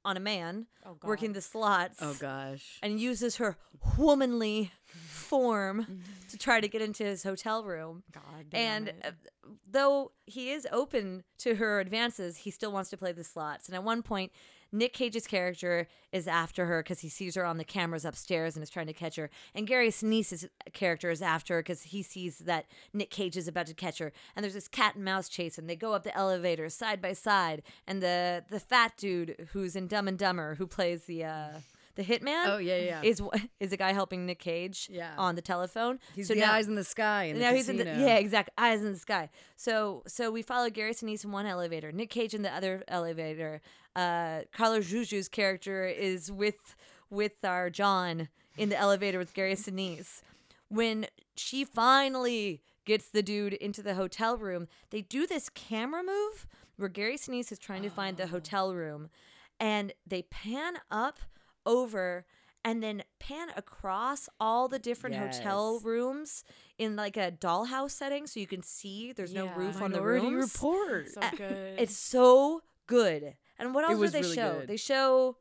Speaker 6: on a man
Speaker 7: Oh,
Speaker 6: working the slots.
Speaker 8: Oh gosh.
Speaker 6: And uses her womanly form to try to get into his hotel room.
Speaker 7: God
Speaker 6: and uh, though he is open to her advances, he still wants to play the slots. And at one point, Nick Cage's character is after her because he sees her on the cameras upstairs and is trying to catch her. And Gary Sinise's character is after her because he sees that Nick Cage is about to catch her. And there's this cat and mouse chase, and they go up the elevator side by side. And the the fat dude who's in Dumb and Dumber, who plays the uh, the hitman,
Speaker 8: Oh, yeah, yeah.
Speaker 6: is is a guy helping Nick Cage
Speaker 8: Yeah.
Speaker 6: on the telephone.
Speaker 8: He's
Speaker 6: So
Speaker 8: the
Speaker 6: now-
Speaker 8: eyes in the sky. In the
Speaker 6: now he's in the
Speaker 8: casino.
Speaker 6: yeah, exactly. Eyes in the sky. So so we follow Gary Sinise in one elevator, Nick Cage in the other elevator. Uh, Carlo Juju's character is with with our John in the elevator with Gary Sinise. When she finally gets the dude into the hotel room, they do this camera move where Gary Sinise is trying to find
Speaker 7: Oh.
Speaker 6: the hotel room, and they pan up over and then pan across all the different hotel
Speaker 8: Yes.
Speaker 6: rooms in like a dollhouse setting so you can see there's no roof on the
Speaker 8: Minority
Speaker 6: rooms.
Speaker 8: Report.
Speaker 7: So
Speaker 6: Uh,
Speaker 7: good.
Speaker 6: It's so good. And what
Speaker 8: It
Speaker 6: else do
Speaker 8: was
Speaker 6: they
Speaker 8: really
Speaker 6: show?
Speaker 8: good.
Speaker 6: They show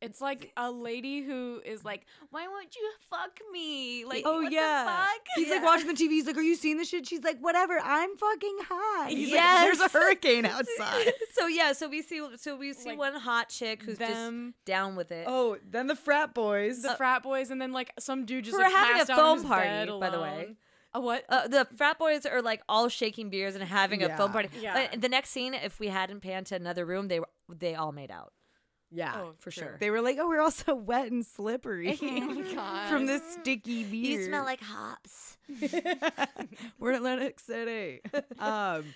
Speaker 7: It's like a lady who is like, "Why won't you fuck me?" Like,
Speaker 8: oh
Speaker 7: what the
Speaker 8: yeah.
Speaker 7: fuck?
Speaker 8: He's like watching the TV. He's like, "Are you seeing this shit?" She's like, "Whatever. I'm fucking high." He's like, "There's
Speaker 6: Yes.
Speaker 8: a hurricane outside."
Speaker 6: so yeah, so we see so we see one hot chick who's
Speaker 7: them.
Speaker 6: just down with it.
Speaker 8: oh, then the frat boys.
Speaker 7: the frat boys, and then like some dude just
Speaker 6: We're
Speaker 7: like,
Speaker 6: having a
Speaker 7: passed out on
Speaker 6: foam
Speaker 7: his
Speaker 6: party,
Speaker 7: bed
Speaker 6: by the
Speaker 7: alone.
Speaker 6: way.
Speaker 7: A what?
Speaker 6: Uh, the frat boys are like all shaking beers and having a foam
Speaker 7: Yeah.
Speaker 6: party.
Speaker 7: Yeah.
Speaker 6: Uh, the next scene, if we hadn't panned to another room, they were they all made out.
Speaker 8: yeah,
Speaker 6: Oh, for sure.
Speaker 8: They were like, "Oh, we're all so wet and slippery
Speaker 6: God.
Speaker 8: from this sticky beer."
Speaker 6: You smell like hops.
Speaker 8: We're in Atlantic City. um,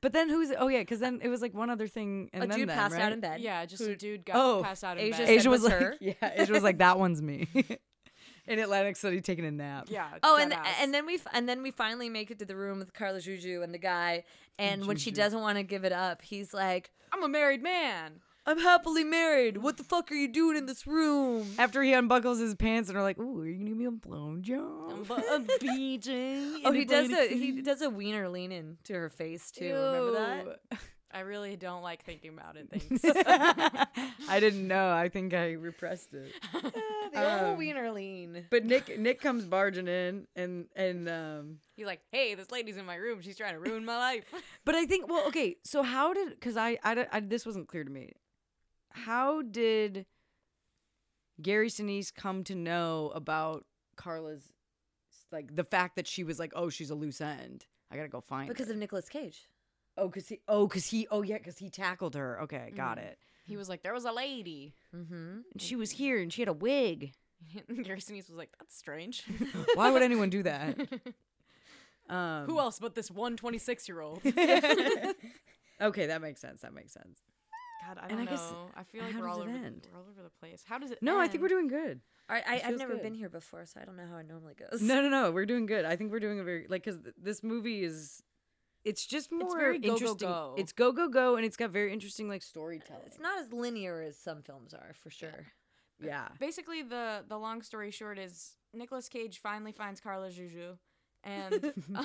Speaker 8: but then who's? Oh yeah, because then it was like one other thing. And
Speaker 6: A
Speaker 8: then
Speaker 6: dude
Speaker 8: them,
Speaker 6: passed out
Speaker 8: right?
Speaker 6: in bed.
Speaker 7: Yeah, just a dude got
Speaker 8: oh,
Speaker 7: passed out in
Speaker 6: Asia
Speaker 7: bed.
Speaker 6: said
Speaker 8: Asia was
Speaker 6: was
Speaker 8: like,
Speaker 6: her.
Speaker 8: yeah, Asia was like, that one's me. in Atlantic City, taking a nap.
Speaker 7: Yeah.
Speaker 6: Oh, and
Speaker 7: deadass.
Speaker 6: and then we f- and then we finally make it to the room with Carla Juju and the guy. And when she
Speaker 7: Juju.
Speaker 6: doesn't want to give it up, he's like,
Speaker 7: I'm a married man.
Speaker 6: "I'm happily married. What the fuck are you doing in this room?"
Speaker 8: After he unbuckles his pants and are like, "Ooh, are you gonna be a blowjob?"
Speaker 7: But a BJ.
Speaker 6: Oh, he does a he does a wiener lean in to her face too. Remember that?
Speaker 7: I really don't like thinking about it. Thanks.
Speaker 8: I didn't know. I think I repressed it.
Speaker 6: The old
Speaker 8: Um,
Speaker 6: wiener lean.
Speaker 8: But Nick Nick comes barging in and and um
Speaker 7: He's like, hey, this lady's in my room. She's trying to ruin my life.
Speaker 8: But I think well, okay. So how did? Because I, I, don't- I- this wasn't clear to me. How did Gary Sinise come to know about Carla's, like the fact that she was like, oh, she's a loose end. I gotta go find
Speaker 6: Because
Speaker 8: her.
Speaker 6: of Nicolas Cage.
Speaker 8: oh, because he, oh, because he, oh yeah, because he tackled her. Okay, got it.
Speaker 7: He was like, there was a lady.
Speaker 6: Mm-hmm.
Speaker 8: Mm. And she was here, and she had a wig.
Speaker 7: Gary Sinise was like, that's strange.
Speaker 8: Why would anyone do that? Um,
Speaker 7: Who else but this one 26 year old? God,
Speaker 8: Okay, that makes sense. That makes sense.
Speaker 7: I
Speaker 8: And
Speaker 7: don't
Speaker 8: I
Speaker 7: know.
Speaker 8: guess-
Speaker 7: I feel like
Speaker 8: how
Speaker 7: we're
Speaker 8: does
Speaker 7: all,
Speaker 8: it
Speaker 7: over,
Speaker 8: end?
Speaker 7: we're all over the place. How does it
Speaker 8: No, I think we're doing good.
Speaker 6: I, I I've
Speaker 8: feels
Speaker 6: never
Speaker 8: good.
Speaker 6: been here before, so I don't know how it normally goes.
Speaker 8: No, no, no. We're doing good. I think we're doing a very like because th- this movie is. It's just more
Speaker 7: very go, go,
Speaker 8: interesting.
Speaker 7: go.
Speaker 8: It's go go go, and it's got very interesting like storytelling.
Speaker 6: It's not as linear as some films are, for sure.
Speaker 18: Yeah.
Speaker 7: Basically, the the long story short is Nicolas Cage finally finds Carla Juju, and uh,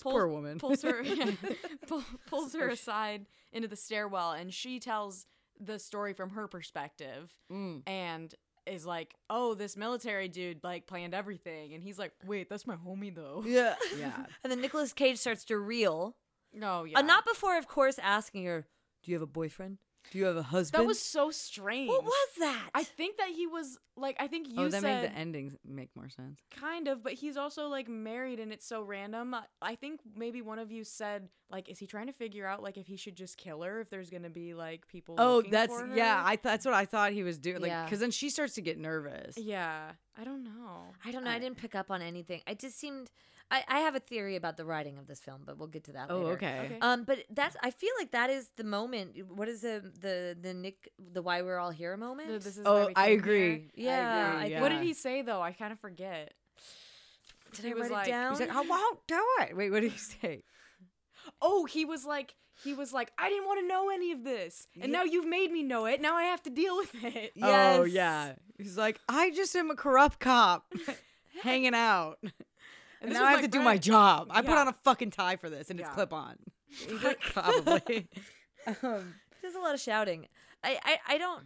Speaker 7: pulls,
Speaker 8: poor woman.
Speaker 7: pulls her pull, pulls her
Speaker 8: So she-
Speaker 7: aside into the stairwell, and she tells the story from her perspective,
Speaker 8: Mm.
Speaker 7: and is like, "Oh, this military dude like planned everything," and he's like, "Wait, that's my homie though."
Speaker 6: Yeah.
Speaker 8: Yeah.
Speaker 6: And then Nicolas Cage starts to reel.
Speaker 7: No,
Speaker 6: Uh, not before, of course, asking her, "Do you have a boyfriend? Do you have a husband?"
Speaker 7: That was so strange.
Speaker 6: What was that?
Speaker 7: I think that he was like I think you
Speaker 8: oh, that
Speaker 7: said
Speaker 8: made the ending make more sense.
Speaker 7: kind of, but he's also like married and it's so random. I- I think maybe one of you said like is he trying to figure out like if he should just kill her if there's going to be like people
Speaker 8: Oh,
Speaker 7: looking
Speaker 8: that's
Speaker 7: for
Speaker 8: yeah.
Speaker 7: her?
Speaker 8: I that's what I thought he was doing. Like,
Speaker 7: Yeah.
Speaker 8: because then she starts to get nervous.
Speaker 7: Yeah. I don't know.
Speaker 6: I don't know. I didn't pick up on anything. I just seemed. I, I have a theory about the writing of this film, but we'll get to that.
Speaker 8: Oh,
Speaker 6: later.
Speaker 8: okay. Okay.
Speaker 6: Um, but that's. I feel like that is the moment. What is the the the Nick the why we're all here moment?
Speaker 7: this is
Speaker 8: Oh, I agree.
Speaker 6: Yeah,
Speaker 8: I agree,
Speaker 7: What did
Speaker 8: yeah.
Speaker 7: he say though? I kind of forget.
Speaker 6: Did
Speaker 7: he
Speaker 6: I
Speaker 7: was
Speaker 6: write it
Speaker 7: like,
Speaker 6: down?
Speaker 8: He's like, "How- how- how what? Wait, what did he say?
Speaker 7: Oh, he was like he was like I didn't want to know any of this, and now you've made me know it. Now I have to deal with it.
Speaker 8: Oh yeah. He's like, I just am a corrupt cop, hanging out. And,
Speaker 7: this
Speaker 8: now
Speaker 7: was
Speaker 8: I have
Speaker 7: my
Speaker 8: to do my
Speaker 7: friend."
Speaker 8: job. I put
Speaker 7: Yeah.
Speaker 8: on a fucking tie for this, and
Speaker 6: Yeah.
Speaker 8: it's clip on. Probably. um,
Speaker 6: There's a lot of shouting. I, I I don't.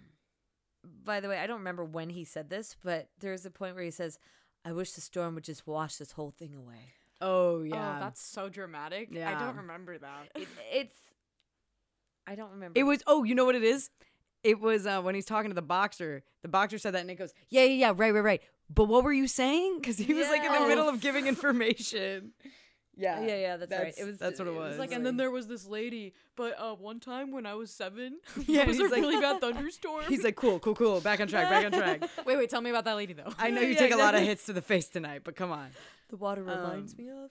Speaker 6: By the way, I don't remember when he said this, but there's a point where he says, "I wish the storm would just wash this whole thing away."
Speaker 8: oh
Speaker 7: Oh, that's so dramatic. I
Speaker 8: Yeah.
Speaker 7: don't remember that.
Speaker 6: It, it's. I don't remember.
Speaker 8: It was. Oh, you know what it is? It was uh, when he's talking to the boxer. The boxer said that, and it goes, "Yeah, yeah, yeah, right, right, right." But what were you saying? Because he was like in
Speaker 6: Yeah.
Speaker 8: the middle of giving information. Yeah,
Speaker 6: Yeah, yeah, that's right. It was-
Speaker 8: that's what it
Speaker 6: it
Speaker 8: was.
Speaker 6: was
Speaker 7: like, and then there was this lady, but uh, one time when I was seven,
Speaker 8: Yeah,
Speaker 7: yeah, was a
Speaker 8: he's like-
Speaker 7: really bad thunderstorm.
Speaker 8: he's like, "Cool, cool, cool. Back on track. Back on track."
Speaker 7: wait, wait, tell me about that lady though.
Speaker 8: I know you
Speaker 7: Yeah,
Speaker 8: take a lot of
Speaker 7: exactly.
Speaker 8: hits to the face tonight, but come on.
Speaker 6: the water reminds
Speaker 8: um,
Speaker 6: me of.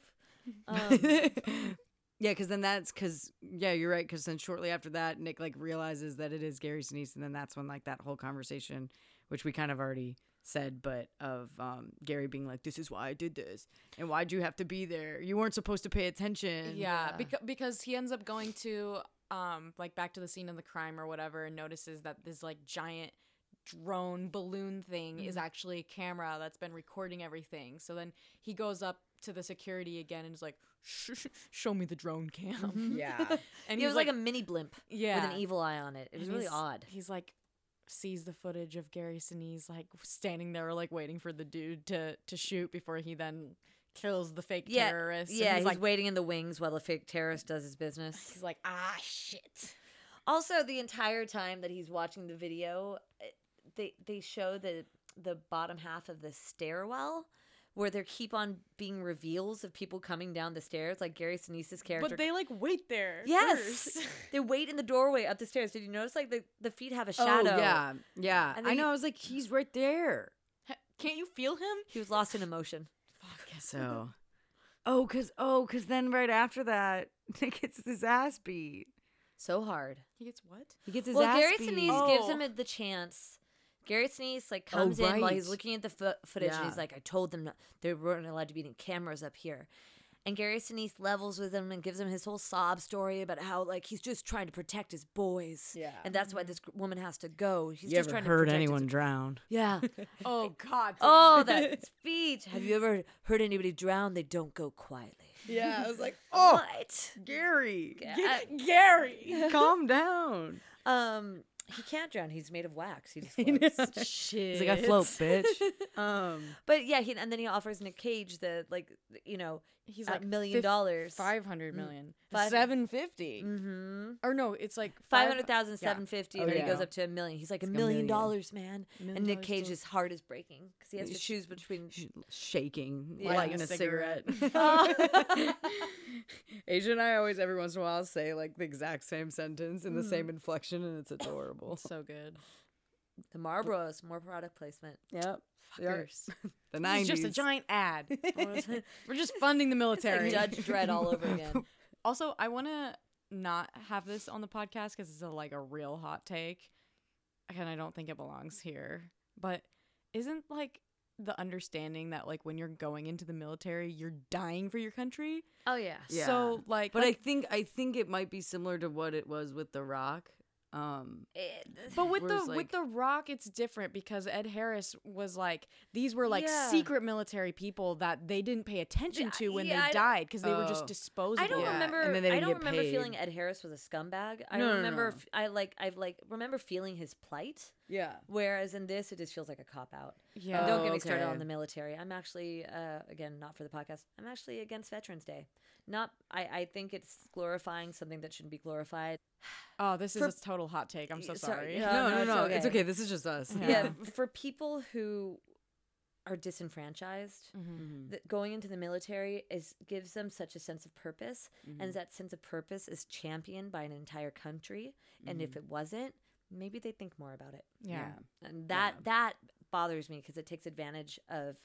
Speaker 6: Um,
Speaker 8: Yeah, because then that's because yeah, you're right. Because then shortly after that, Nick like realizes that it is Gary Sinise, and then that's when like that whole conversation, which we kind of already said, but of um, Gary being like, "This is why I did this, and why'd you have to be there? You weren't supposed to pay attention."
Speaker 7: Yeah, Because, because he ends up going to um like back to the scene of the crime or whatever and notices that this like giant drone balloon thing is
Speaker 8: Mhm.
Speaker 7: actually a camera that's been recording everything. So then he goes up to the security again and is like "Sh- sh- show me the drone cam.
Speaker 8: Yeah.
Speaker 7: and
Speaker 6: it
Speaker 7: he's
Speaker 6: was like, a mini blimp with
Speaker 7: Yeah.
Speaker 6: an evil eye on it. It was
Speaker 7: and
Speaker 6: really
Speaker 7: he's-
Speaker 6: odd.
Speaker 7: He's like sees the footage of Gary Sinise like standing there like waiting for the dude to to shoot before he then kills the fake
Speaker 6: Yeah,
Speaker 7: terrorist. and
Speaker 6: yeah, he's,
Speaker 7: he's like
Speaker 6: waiting in the wings while the fake terrorist does his business.
Speaker 7: he's like ah shit.
Speaker 6: Also, the entire time that he's watching the video, eh, they they show the the bottom half of the stairwell where there keep on being reveals of people coming down the stairs, like Gary Sinise's character.
Speaker 7: But they like wait there.
Speaker 6: yes,
Speaker 7: first.
Speaker 6: they wait in the doorway up the stairs. Did you notice like the, the feet have a
Speaker 8: Oh,
Speaker 6: shadow?
Speaker 8: yeah, yeah.
Speaker 6: And
Speaker 8: I
Speaker 6: then
Speaker 8: know.
Speaker 6: you-
Speaker 8: I was like, he's right there.
Speaker 7: Can't you feel him?
Speaker 6: He was lost in emotion.
Speaker 8: So, oh, cause oh, cause then right after that, Nick gets his ass beat.
Speaker 6: So hard.
Speaker 7: He gets what?
Speaker 8: He gets his
Speaker 6: well,
Speaker 8: ass
Speaker 6: Gary
Speaker 8: beat.
Speaker 6: Sinise gives him a- the chance. Gary Sinise like
Speaker 8: Oh,
Speaker 6: comes in while he's
Speaker 8: right.
Speaker 6: looking at the fo- footage, and
Speaker 8: Yeah.
Speaker 6: he's like, "I told them not, they weren't allowed to be any cameras up here." And Gary Sinise levels with him and gives him his whole sob story about how like he's just trying to protect his boys, yeah, and that's why this g- woman has to go. He's
Speaker 8: you
Speaker 6: just
Speaker 8: ever
Speaker 6: trying
Speaker 8: heard
Speaker 6: to protect his-
Speaker 8: anyone drown?
Speaker 6: Yeah.
Speaker 7: Oh God.
Speaker 6: oh, that speech. Have you ever heard anybody drown? They don't go quietly.
Speaker 8: Yeah, I was like,
Speaker 6: Oh, what?
Speaker 8: Gary,
Speaker 6: I-
Speaker 7: Gary.
Speaker 8: calm down.
Speaker 6: Um, he can't drown. He's made of wax. He just floats.
Speaker 8: He's like, I float, bitch. Um,
Speaker 6: But yeah, he, and then he offers Nick Cage the like, you know,
Speaker 7: He's
Speaker 6: a
Speaker 7: like
Speaker 6: million dollars,
Speaker 7: Five hundred million.
Speaker 6: Five-
Speaker 7: Seven Mm. fifty.
Speaker 6: mm-hmm.
Speaker 7: Or no, it's like
Speaker 6: five
Speaker 7: five-
Speaker 6: hundred thousand,
Speaker 7: yeah.
Speaker 6: seven fifty,
Speaker 8: Oh,
Speaker 6: and then
Speaker 8: yeah.
Speaker 6: he goes up to a million. He's like a
Speaker 8: like a
Speaker 6: million
Speaker 8: million.
Speaker 6: dollars, man.
Speaker 7: million
Speaker 6: and Nick
Speaker 7: dollars
Speaker 6: Cage's heart is breaking because he has to
Speaker 8: Sh-
Speaker 6: choose between.
Speaker 8: sh- shaking,
Speaker 6: Yeah.
Speaker 8: lighting
Speaker 7: Lighting a
Speaker 8: a cigarette. Asia and I always, every once in a while, say like the exact same sentence in the same inflection, and it's adorable.
Speaker 7: So good.
Speaker 6: the Marlboros, more product placement.
Speaker 8: yep.
Speaker 7: Fuckers.
Speaker 8: The
Speaker 7: This is
Speaker 8: nineties.
Speaker 7: just a giant ad. We're just funding the military.
Speaker 6: Like Judge Dredd all over again.
Speaker 7: Also, I want to not have this on the podcast because it's a, like a real hot take, and I don't think it belongs here. But isn't like the understanding that like when you're going into the military, you're dying for your country?
Speaker 6: Oh yeah,
Speaker 8: Yeah.
Speaker 7: So like,
Speaker 8: But
Speaker 7: like,
Speaker 8: I think I think it might be similar to what it was with The Rock.
Speaker 19: Um,
Speaker 7: But with the
Speaker 19: whereas, like-
Speaker 7: with the Rock, it's different because Ed Harris was like these were like
Speaker 6: Yeah.
Speaker 7: secret military people that they didn't pay attention to when
Speaker 6: yeah, I
Speaker 7: they
Speaker 6: don't-
Speaker 7: died because they were just
Speaker 19: Oh.
Speaker 7: disposable.
Speaker 6: I don't remember.
Speaker 19: and then they
Speaker 6: I
Speaker 19: didn't
Speaker 6: don't
Speaker 19: get
Speaker 6: remember
Speaker 19: paid.
Speaker 6: feeling Ed Harris was a scumbag. I
Speaker 19: No, no,
Speaker 6: remember.
Speaker 19: no.
Speaker 6: f- I like. I've like remember feeling his plight.
Speaker 19: Yeah.
Speaker 6: Whereas in this, it just feels like a cop out.
Speaker 19: Yeah.
Speaker 6: And don't
Speaker 19: Oh,
Speaker 6: get me started
Speaker 19: okay.
Speaker 6: on the military. I'm actually, uh, again, not for the podcast. I'm actually against Veterans Day. Not. I. I think it's glorifying something that shouldn't be glorified.
Speaker 7: Oh, this is
Speaker 6: For-
Speaker 7: a total hot take. I'm so sorry.
Speaker 6: Uh,
Speaker 19: No, no, no, it's okay. This is just us.
Speaker 6: Yeah.
Speaker 19: Yeah.
Speaker 6: f- for people who are disenfranchised,
Speaker 19: Mm-hmm.
Speaker 6: that going into the military is gives them such a sense of purpose,
Speaker 19: Mhm.
Speaker 6: and that sense of purpose is championed by an entire country. And if
Speaker 19: Mhm.
Speaker 6: it wasn't, maybe they think more about it.
Speaker 19: Yeah.
Speaker 6: and that that bothers me because it takes advantage of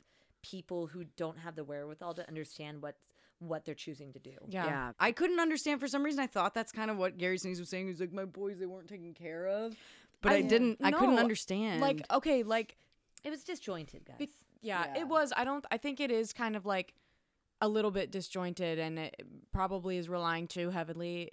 Speaker 6: people who don't have the wherewithal to understand what what they're choosing to do.
Speaker 19: I couldn't understand for some reason. I thought that's kind of what Gary Sinise was saying. He's like, my boys, they weren't taken care of, but I, didn't. I couldn't
Speaker 7: no,
Speaker 19: understand.
Speaker 7: Like okay, like
Speaker 6: it was disjointed, guys.
Speaker 7: yeah, it was. I don't. I think it is kind of like a little bit disjointed, and it probably is relying too heavily.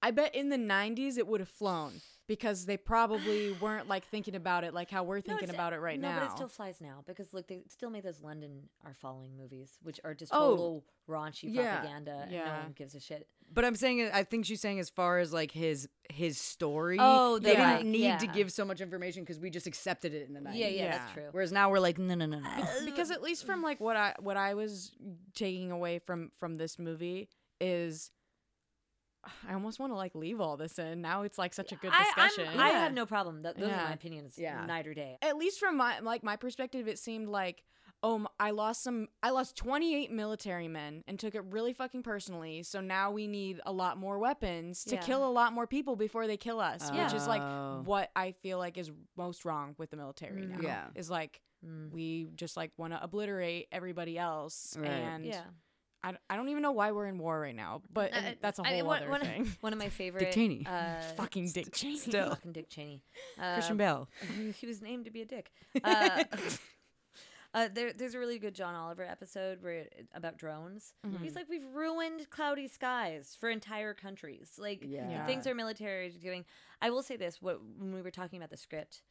Speaker 7: I bet in the '90s it would have flown because they probably weren't like thinking about it like how we're
Speaker 6: No,
Speaker 7: thinking
Speaker 6: it's-
Speaker 7: about it right
Speaker 6: no,
Speaker 7: now.
Speaker 6: but it still flies now because look, they still made those London Are Following movies, which are just
Speaker 19: Oh,
Speaker 6: total raunchy
Speaker 19: yeah,
Speaker 6: propaganda, and no
Speaker 19: yeah.
Speaker 6: one gives a shit.
Speaker 19: But I'm saying, I think she's saying as far as like his his story.
Speaker 6: Oh,
Speaker 19: they
Speaker 6: the,
Speaker 19: didn't
Speaker 6: like,
Speaker 19: need to
Speaker 6: yeah.
Speaker 19: give so much information because we just accepted it in the 90s.
Speaker 6: Yeah, yeah, that's true.
Speaker 19: Whereas now we're like, no, no, no, no.
Speaker 7: because at least from like what I what I was taking away from from this movie is I almost want to like leave all this in. Now it's like such a good
Speaker 6: I, I'm-
Speaker 7: discussion.
Speaker 6: I have no problem. Th- those are
Speaker 7: Yeah.
Speaker 6: my opinions, night or day.
Speaker 7: At least from my like my perspective, it seemed like oh m- I lost some I lost 28 military men and took it really fucking personally. So now we need a lot more weapons to
Speaker 6: Yeah.
Speaker 7: kill a lot more people before they kill us, which is like
Speaker 19: Oh.
Speaker 7: what I feel like is most wrong with the military
Speaker 19: Mm.
Speaker 7: now.
Speaker 19: Yeah.
Speaker 7: is like we just like want to obliterate everybody else
Speaker 19: Right.
Speaker 7: and
Speaker 6: Yeah.
Speaker 7: I, d- I don't even know why we're in war right now, but
Speaker 6: Uh,
Speaker 7: that's a
Speaker 6: I
Speaker 7: whole
Speaker 6: mean, one-
Speaker 7: other
Speaker 6: one-
Speaker 7: thing.
Speaker 6: One of my favorite
Speaker 7: Cheney.
Speaker 6: uh,
Speaker 7: Fucking Dick Cheney.
Speaker 19: still.
Speaker 6: fucking Dick Cheney,
Speaker 19: Christian
Speaker 6: Um,
Speaker 19: Bale.
Speaker 6: He was named to be a dick. Uh, uh, there, there's a really good John Oliver episode where it, about drones. He's
Speaker 19: Mhm.
Speaker 6: like, we've ruined cloudy skies for entire countries. Like the
Speaker 19: Yeah.
Speaker 6: things our military is doing. I will say this: what when we were talking about the script,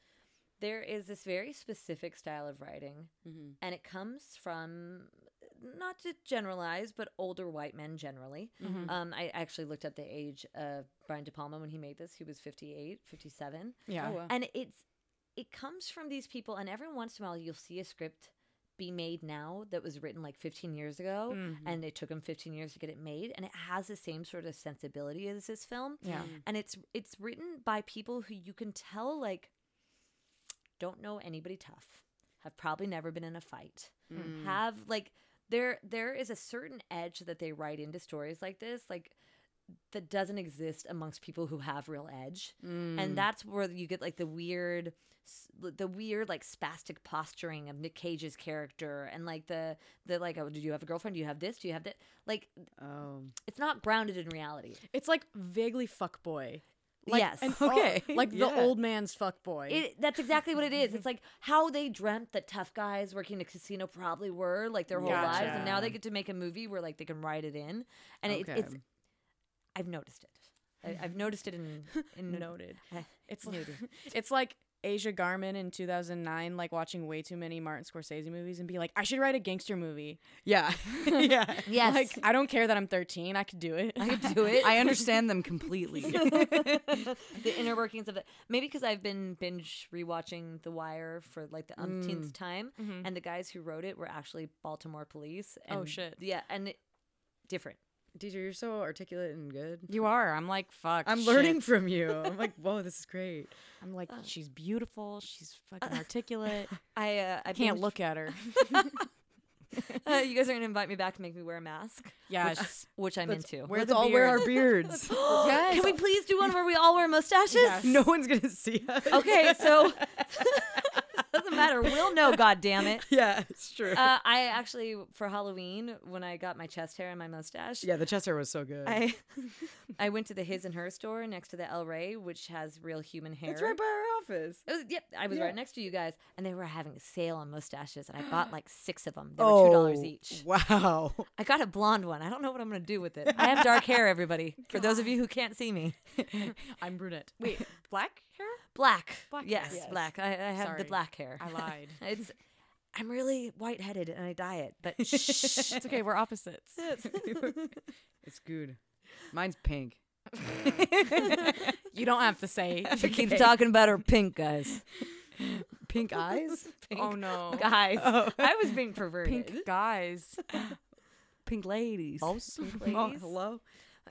Speaker 6: there is this very specific style of writing,
Speaker 19: Mhm.
Speaker 6: and it comes from not to generalize, but older white men generally.
Speaker 19: Mhm.
Speaker 6: Um, I actually looked up the age of Brian De Palma when he made this. He was 58, 57.
Speaker 7: Yeah. Oh, wow.
Speaker 6: And it's it comes from these people, and every once in a while you'll see a script be made now that was written like 15 years ago
Speaker 19: Mhm.
Speaker 6: and it took them 15 years to get it made and it has the same sort of sensibility as this film
Speaker 19: Yeah. Mhm.
Speaker 6: and it's it's written by people who you can tell like don't know anybody tough have probably never been in a fight
Speaker 19: Mm.
Speaker 6: have like there there is a certain edge that they write into stories like this like that doesn't exist amongst people who have real edge
Speaker 19: Mm.
Speaker 6: and that's where you get like the weird s- the weird like spastic posturing of Nick Cage's character and like the the like oh do you have a girlfriend do you have this do you have that like
Speaker 7: Oh.
Speaker 6: it's not grounded in reality
Speaker 7: It's like vaguely fuckboy. Like,
Speaker 6: Yes.
Speaker 7: an-
Speaker 6: Okay.
Speaker 7: Oh, like
Speaker 6: Yeah.
Speaker 7: the old man's fuck boy.
Speaker 6: It, that's exactly what it is. It's like how they dreamt that tough guys working a casino probably were like their whole lives, and now they
Speaker 7: Gotcha.
Speaker 6: get to make a movie where like they can write it in, and it,
Speaker 7: Okay.
Speaker 6: it's. I've noticed it. I, I've noticed it in, in
Speaker 7: Noted.
Speaker 6: I-
Speaker 7: it's like,
Speaker 6: noted.
Speaker 7: it's like Asia Garman in 2009, like watching way too many Martin Scorsese movies and be like, I should write a gangster movie.
Speaker 19: Yeah. yeah.
Speaker 7: Yes. Like I don't care that I'm 13. I could do it. I
Speaker 6: could do it.
Speaker 19: I understand them completely.
Speaker 6: the inner workings of it. Maybe because I've been binge rewatching The Wire for like the umpteenth
Speaker 19: Mm.
Speaker 6: time,
Speaker 7: Mhm.
Speaker 6: and the guys who wrote it were actually Baltimore police. And,
Speaker 7: Oh, shit.
Speaker 6: Yeah, and it, different.
Speaker 19: DJ, you're so articulate and good.
Speaker 7: You are. I'm like, fuck.
Speaker 19: I'm
Speaker 7: shit.
Speaker 19: learning from you. I'm like, whoa, this is great.
Speaker 7: I'm like, she's beautiful. She's fucking articulate.
Speaker 6: I uh, I
Speaker 7: I can't
Speaker 6: binged-
Speaker 7: look at her.
Speaker 6: Uh, you guys are gonna invite me back to make me wear a mask.
Speaker 7: Yes.
Speaker 6: which, which I'm
Speaker 7: Let's-
Speaker 6: into.
Speaker 7: Wear let's the all wear our beard.
Speaker 19: beards.
Speaker 7: Yes.
Speaker 6: Can we please do one where we all wear mustaches?
Speaker 19: No one's gonna see us.
Speaker 6: Okay, so doesn't matter. We'll know. God damn it.
Speaker 19: Yeah, it's true.
Speaker 6: Uh, I actually for Halloween when I got my chest hair and my mustache.
Speaker 19: yeah, the chest hair was so good.
Speaker 6: I I went to the his and her store next to the El Rey, which has real human hair.
Speaker 19: it's right by our office.
Speaker 6: It was, yep, I was
Speaker 19: Yeah.
Speaker 6: right next to you guys, and they were having a sale on mustaches, and I bought like six of them. They were two dollars
Speaker 19: Oh,
Speaker 6: each.
Speaker 19: Wow.
Speaker 6: I got a blonde one. I don't know what I'm gonna do with it. I have dark hair, everybody. For those of you who can't see me,
Speaker 7: I'm brunette. Wait, black hair?
Speaker 6: Black.
Speaker 7: Black hair.
Speaker 6: Yes, black. I, I have
Speaker 7: Sorry.
Speaker 6: the black hair.
Speaker 7: I lied.
Speaker 6: it's I'm really white headed and I dye it, but shh.
Speaker 7: it's okay. We're opposites.
Speaker 8: It's good. Mine's pink.
Speaker 7: you don't have to say.
Speaker 6: she keeps talking about her pink guys.
Speaker 8: Pink eyes?
Speaker 7: Oh no,
Speaker 6: Guys. I was being perverted.
Speaker 7: Pink guys.
Speaker 8: Pink ladies.
Speaker 6: Also,
Speaker 8: Oh,
Speaker 6: ladies.
Speaker 8: hello.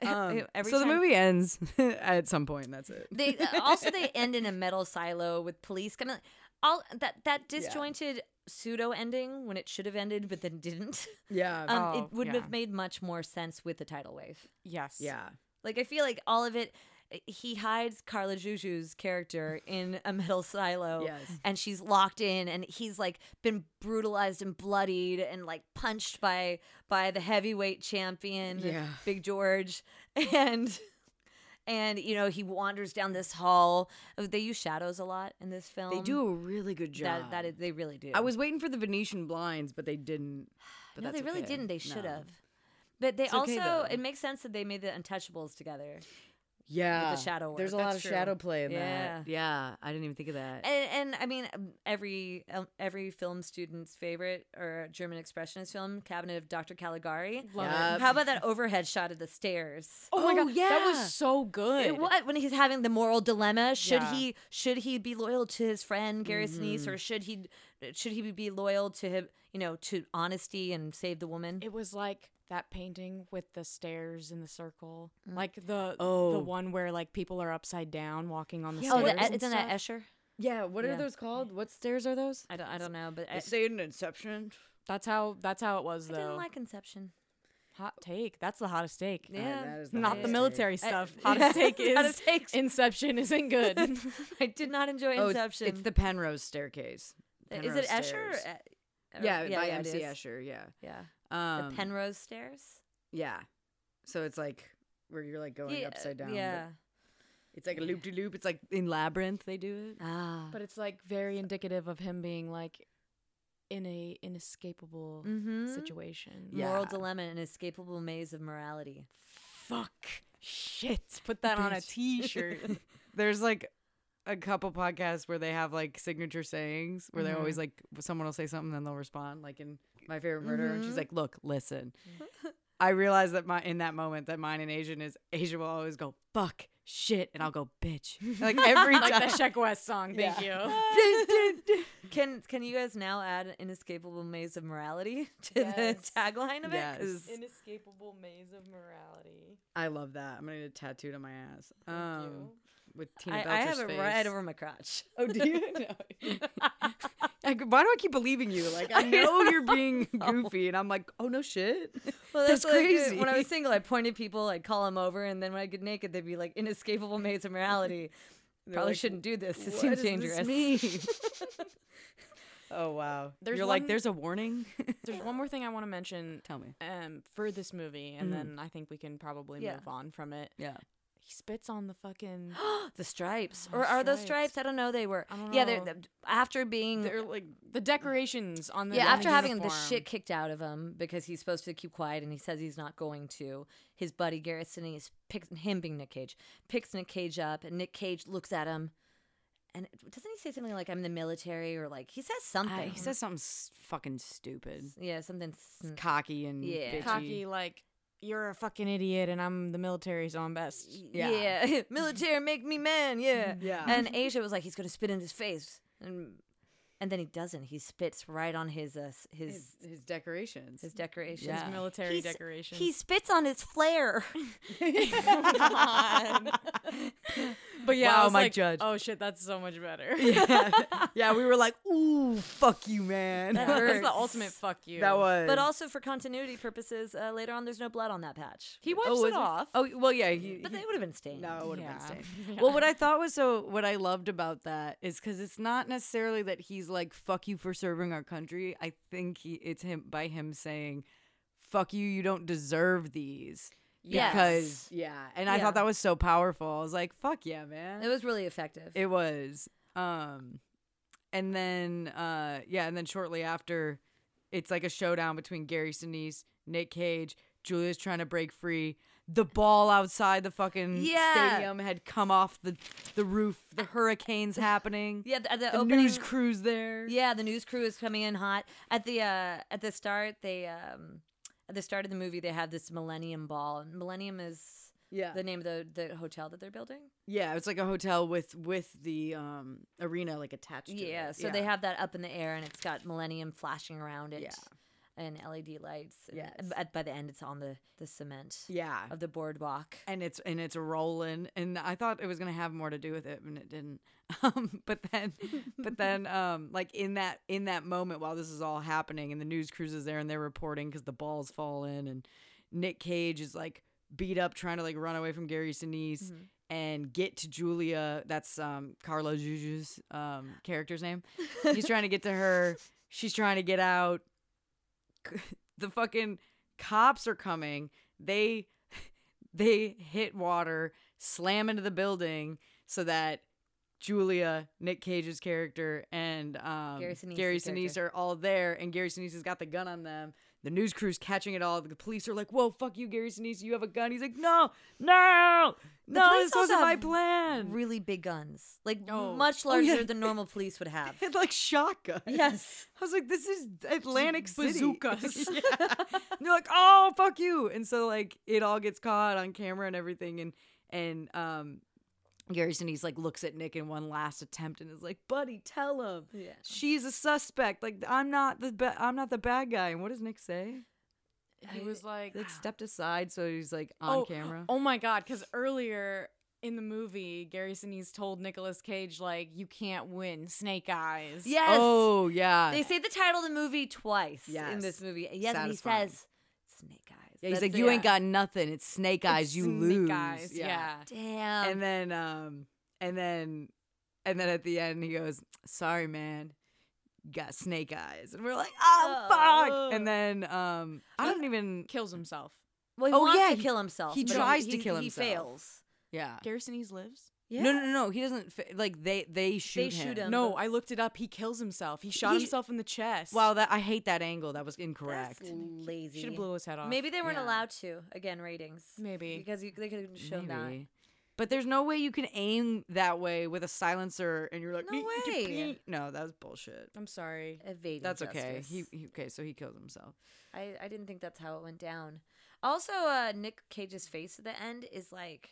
Speaker 6: E-
Speaker 8: Um,
Speaker 6: e- every
Speaker 8: so the
Speaker 6: time-
Speaker 8: movie ends at some point. That's it.
Speaker 6: They uh, also they end in a metal silo with police coming. All that that disjointed pseudo ending when it should have ended but then didn't.
Speaker 8: Yeah.
Speaker 6: Um,
Speaker 7: Oh,
Speaker 6: it would
Speaker 7: yeah.
Speaker 6: have made much more sense with the tidal wave.
Speaker 7: Yes.
Speaker 8: Yeah.
Speaker 6: Like I feel like all of it. eh, He hides Carla Juju's character in a metal silo,
Speaker 8: Yes.
Speaker 6: and she's locked in, and he's like been brutalized and bloodied and like punched by by the heavyweight champion,
Speaker 8: Yeah.
Speaker 6: Big George, and and you know he wanders down this hall. Oh, They use shadows a lot in this film.
Speaker 8: They do a really good job.
Speaker 6: That, that is, they really do.
Speaker 8: I was waiting for the Venetian blinds, but they didn't. But
Speaker 6: no,
Speaker 8: that's
Speaker 6: they really
Speaker 8: okay.
Speaker 6: didn't. They should
Speaker 8: No.
Speaker 6: have. But they
Speaker 8: It's
Speaker 6: also
Speaker 8: okay, though.
Speaker 6: it makes sense that they made the Untouchables together.
Speaker 8: Yeah.
Speaker 6: shadow
Speaker 8: There's a
Speaker 6: work.
Speaker 8: lot
Speaker 6: That's
Speaker 8: of
Speaker 6: true.
Speaker 8: shadow play in
Speaker 6: Yeah.
Speaker 8: that. Yeah. I didn't even think of that.
Speaker 6: And, and I mean, um, every um, every film student's favorite or German expressionist film, Cabinet of Dr. Caligari.
Speaker 7: Love
Speaker 8: Yep.
Speaker 7: it.
Speaker 6: How about that overhead shot of the stairs?
Speaker 7: Oh, my
Speaker 8: Oh,
Speaker 7: god, that
Speaker 8: yeah.
Speaker 7: was so good.
Speaker 6: It- what when he's having the moral dilemma? Should
Speaker 7: Yeah. Mm-hmm.
Speaker 6: he should he be loyal to his friend Gary Sinise, or should he should he be loyal to him? You know, to honesty and save the woman.
Speaker 7: It was like that painting with the stairs in the circle, like the the
Speaker 8: Oh.
Speaker 7: one where like people are upside down walking on the
Speaker 6: oh,
Speaker 7: stairs.
Speaker 6: the,
Speaker 7: and
Speaker 6: it's in that
Speaker 7: stuff.
Speaker 6: Escher.
Speaker 8: Yeah. What
Speaker 6: Yeah.
Speaker 8: are those called? What stairs are those?
Speaker 6: I don't I don't know, but I,
Speaker 8: They say in Inception.
Speaker 7: That's how that's how it was
Speaker 6: I
Speaker 7: though.
Speaker 6: didn't like Inception.
Speaker 7: Hot take. That's the hottest take.
Speaker 6: Yeah,
Speaker 8: that is the
Speaker 7: Not
Speaker 8: hottest
Speaker 7: the
Speaker 8: take.
Speaker 7: military
Speaker 6: I-
Speaker 7: stuff.
Speaker 6: yeah.
Speaker 7: hottest take is
Speaker 6: Hottest takes.
Speaker 7: Inception isn't good.
Speaker 6: I did not enjoy
Speaker 8: Oh, it's,
Speaker 6: Inception.
Speaker 8: it's the Penrose staircase.
Speaker 6: is it
Speaker 8: Penrose
Speaker 6: Escher? Or,
Speaker 8: stairs.
Speaker 6: E- or-
Speaker 8: Yeah, by
Speaker 6: it
Speaker 8: MC
Speaker 6: is.
Speaker 8: Escher. Yeah.
Speaker 6: Yeah.
Speaker 8: Um,
Speaker 6: the Penrose stairs.
Speaker 8: Yeah. So it's like where you're like going
Speaker 6: Yeah,
Speaker 8: upside down. but
Speaker 6: Yeah.
Speaker 8: It's like a loop de loop. It's like in Labyrinth they do it.
Speaker 6: Ah.
Speaker 7: but it's like very indicative of him being like in a inescapable
Speaker 6: Mhm.
Speaker 7: situation.
Speaker 6: Moral
Speaker 8: yeah.
Speaker 6: dilemma, an escapable maze of morality.
Speaker 7: Fuck. Shit. Put that on a t-shirt.
Speaker 8: There's like a couple podcasts where they have like signature sayings where they always like someone will say something then they'll respond like in My Favorite Murder and she's like, "Look, listen. I realize that my in that moment that mine and Asian is Asia will always go fuck shit and I'll go bitch like every
Speaker 7: like
Speaker 8: time.
Speaker 7: the Sheck West song. Thank you.
Speaker 6: Can can you guys now add an inescapable maze of morality to
Speaker 7: Yes.
Speaker 6: the tagline of it? 'Cause
Speaker 8: yes,
Speaker 7: Inescapable maze of morality.
Speaker 8: I love that. I'm gonna need a tattooed on my ass. Um, with Tina
Speaker 6: I, I have it right over my crotch.
Speaker 8: Oh, do you? like, why do I keep believing you? Like, I know you're being goofy, and I'm like, oh no, shit.
Speaker 6: Well,
Speaker 8: that's,
Speaker 6: that's, what I did
Speaker 8: crazy.
Speaker 6: When I was single, I pointed people, I'd call them over, and then when I get naked, they'd be like, "Inescapable maze of morality." Probably
Speaker 8: like,
Speaker 6: shouldn't do this. It
Speaker 8: What
Speaker 6: seems
Speaker 8: does
Speaker 6: dangerous.
Speaker 8: This mean? oh wow.
Speaker 7: There's
Speaker 8: you're
Speaker 7: one-
Speaker 8: like, there's a warning.
Speaker 7: There's one more thing I want to mention.
Speaker 8: Tell me.
Speaker 7: Um, for this movie,
Speaker 8: Mm.
Speaker 7: and then I think we can probably
Speaker 6: Yeah.
Speaker 7: move on from it.
Speaker 8: Yeah.
Speaker 7: He spits on the fucking.
Speaker 6: the stripes,
Speaker 7: Oh,
Speaker 6: or are those
Speaker 7: stripes.
Speaker 6: stripes? I don't know. They were.
Speaker 7: I don't
Speaker 6: Yeah, they're,
Speaker 7: know.
Speaker 6: th- after being.
Speaker 7: They're like the decorations on the
Speaker 6: yeah,
Speaker 7: on
Speaker 6: after having the
Speaker 7: uniform.
Speaker 6: shit kicked out of him because he's supposed to keep quiet and he says he's not going to. His buddy Garrett Sinise picks him being Nick Cage picks Nick Cage up and Nick Cage looks at him, and doesn't he say something like "I'm in the military" or like he says something?
Speaker 8: I- he says something s- fucking stupid,
Speaker 6: yeah, something. sn-
Speaker 8: cocky and
Speaker 6: uh, Yeah.
Speaker 8: bitchy.
Speaker 7: cocky like you're a fucking idiot and I'm the military, so I'm best.
Speaker 6: Yeah. Military make me man, yeah.
Speaker 7: Mm,
Speaker 8: Yeah.
Speaker 6: And Asia was like, he's gonna spit in his face. And and then he doesn't. He spits right on his uh, s- his
Speaker 8: His, his decorations.
Speaker 6: his decorations.
Speaker 8: Yeah.
Speaker 7: His military
Speaker 6: He's-
Speaker 7: decorations.
Speaker 6: He spits on his flare.
Speaker 7: but yeah, I
Speaker 8: Wow,
Speaker 7: was
Speaker 8: Mike
Speaker 7: like,
Speaker 8: Judge.
Speaker 7: Oh shit, that's so much better.
Speaker 8: yeah, we were like, ooh, fuck you, man.
Speaker 7: that's the ultimate fuck you.
Speaker 8: That was.
Speaker 6: but also for continuity purposes, uh, later on there's no blood on that patch.
Speaker 7: he wipes
Speaker 8: Oh,
Speaker 7: it
Speaker 8: is it?
Speaker 7: off.
Speaker 8: Oh well, yeah. He,
Speaker 6: But
Speaker 8: he-
Speaker 6: they would have been stained.
Speaker 8: No, it would have
Speaker 7: Yeah.
Speaker 8: been staying. Well, what I thought was so, what I loved about that is because it's not necessarily that he's like, fuck you for serving our country. I think he, it's him by him saying, fuck you, you don't deserve these.
Speaker 6: Yes.
Speaker 8: Because, yeah. And I
Speaker 6: Yeah.
Speaker 8: thought that was so powerful. I was like, fuck yeah, man.
Speaker 6: It was really effective.
Speaker 8: It was. Um and then uh yeah, and then shortly after it's like a showdown between Gary Sinise, Nick Cage, Julia's trying to break free. the ball outside the fucking
Speaker 6: Yeah.
Speaker 8: stadium had come off the the roof. The hurricane's happening.
Speaker 6: Yeah, the, the
Speaker 8: the
Speaker 6: opening,
Speaker 8: news crew's there.
Speaker 6: Yeah, the news crew is coming in hot at the uh, at the start. They um, at the start of the movie they have this Millennium Ball. and Millennium is
Speaker 8: Yeah.
Speaker 6: the name of the the hotel that they're building.
Speaker 8: Yeah, it's like a hotel with with the um arena like attached. to
Speaker 6: Yeah,
Speaker 8: it.
Speaker 6: so they have that up in the air and it's got Millennium flashing around it. And LED lights. and
Speaker 8: Yes.
Speaker 6: At, by the end, it's on the, the cement.
Speaker 8: yeah
Speaker 6: Of the boardwalk,
Speaker 8: and it's and it's rolling. And I thought it was gonna have more to do with it, and it didn't. Um, but then, but then, um, like in that in that moment while this is all happening, and the news crews is there and they're reporting because the balls fall in, and Nick Cage is like beat up trying to like run away from Gary Sinise.
Speaker 6: Mhm.
Speaker 8: And get to Julia. That's um, Carla Juju's um, character's name. He's trying to get to her. She's trying to get out. the fucking cops are coming. They they hit water, slam into the building so that Julia, Nick Cage's character, and um,
Speaker 6: Gary Sinise's
Speaker 8: Gary Sinise
Speaker 6: character.
Speaker 8: are all there, and Gary Sinise has got the gun on them. The news crew's catching it all. The police are like, "Whoa, fuck you, Gary Sinise! You have a gun." He's like, "No, no, no!
Speaker 6: police
Speaker 8: This wasn't
Speaker 6: also
Speaker 8: my
Speaker 6: have
Speaker 8: plan."
Speaker 6: really big guns, like
Speaker 8: Oh.
Speaker 6: much
Speaker 8: Oh, yeah.
Speaker 6: larger than normal police would have.
Speaker 8: They had like shotguns.
Speaker 6: Yes.
Speaker 8: I was like, this is Atlantic City.
Speaker 6: bazookas.
Speaker 8: Yeah. And they're like, oh fuck you. And so like it all gets caught on camera and everything. And and um Gary Sinise like looks at Nick in one last attempt and is like, buddy, tell him.
Speaker 6: Yeah.
Speaker 8: She's a suspect. Like I'm not the ba- I'm not the bad guy. And what does Nick say?
Speaker 7: He was like,
Speaker 8: Like stepped aside so he's like on
Speaker 7: oh,
Speaker 8: camera.
Speaker 7: Oh my god, because earlier in the movie, Gary Sinise told Nicolas Cage like, "You can't win, Snake Eyes."
Speaker 6: Yes.
Speaker 8: Oh yeah.
Speaker 6: They say the title of the movie twice in
Speaker 8: Yes.
Speaker 6: this movie. Yes, and he
Speaker 8: Satisfying.
Speaker 6: says snake eyes.
Speaker 8: Yeah, he's
Speaker 6: That's
Speaker 8: like,
Speaker 6: the-
Speaker 8: you ain't got nothing. It's snake eyes. you lose.
Speaker 7: snake eyes, yeah.
Speaker 6: Damn.
Speaker 8: And then, um, and then, and then at the end, he goes, "Sorry, man, you got snake eyes." And we're like, "Oh, fuck!" And then, um, I don't even
Speaker 7: kills himself.
Speaker 6: Well, he
Speaker 8: oh
Speaker 6: wants
Speaker 8: yeah,
Speaker 6: to
Speaker 8: he-
Speaker 6: kill himself.
Speaker 8: He
Speaker 6: but
Speaker 8: tries
Speaker 6: he,
Speaker 8: to kill
Speaker 6: he,
Speaker 8: himself.
Speaker 6: He fails.
Speaker 8: Yeah.
Speaker 7: Gary Sinise lives.
Speaker 8: No, no, no, no. He doesn't. Fa- like they, they shoot
Speaker 6: They shoot him.
Speaker 7: No,
Speaker 6: but-
Speaker 7: I looked it up. He kills himself. He shot
Speaker 8: He sh-
Speaker 7: himself in the chest.
Speaker 8: Wow, that I hate that angle. That was incorrect.
Speaker 6: That's lazy.
Speaker 7: Should've blew his head off.
Speaker 6: Maybe they weren't
Speaker 8: Yeah.
Speaker 6: allowed to. Again, ratings.
Speaker 7: Maybe.
Speaker 6: Because you, they could have shown that.
Speaker 8: Maybe. But there's no way you can aim that way with a silencer, and you're like,
Speaker 6: No way.
Speaker 8: No, that was bullshit.
Speaker 7: I'm sorry.
Speaker 6: Evading
Speaker 8: That's okay.
Speaker 6: justice.
Speaker 8: He, he okay. So he killed himself.
Speaker 6: I, I didn't think that's how it went down. Also, uh, Nick Cage's face at the end is like,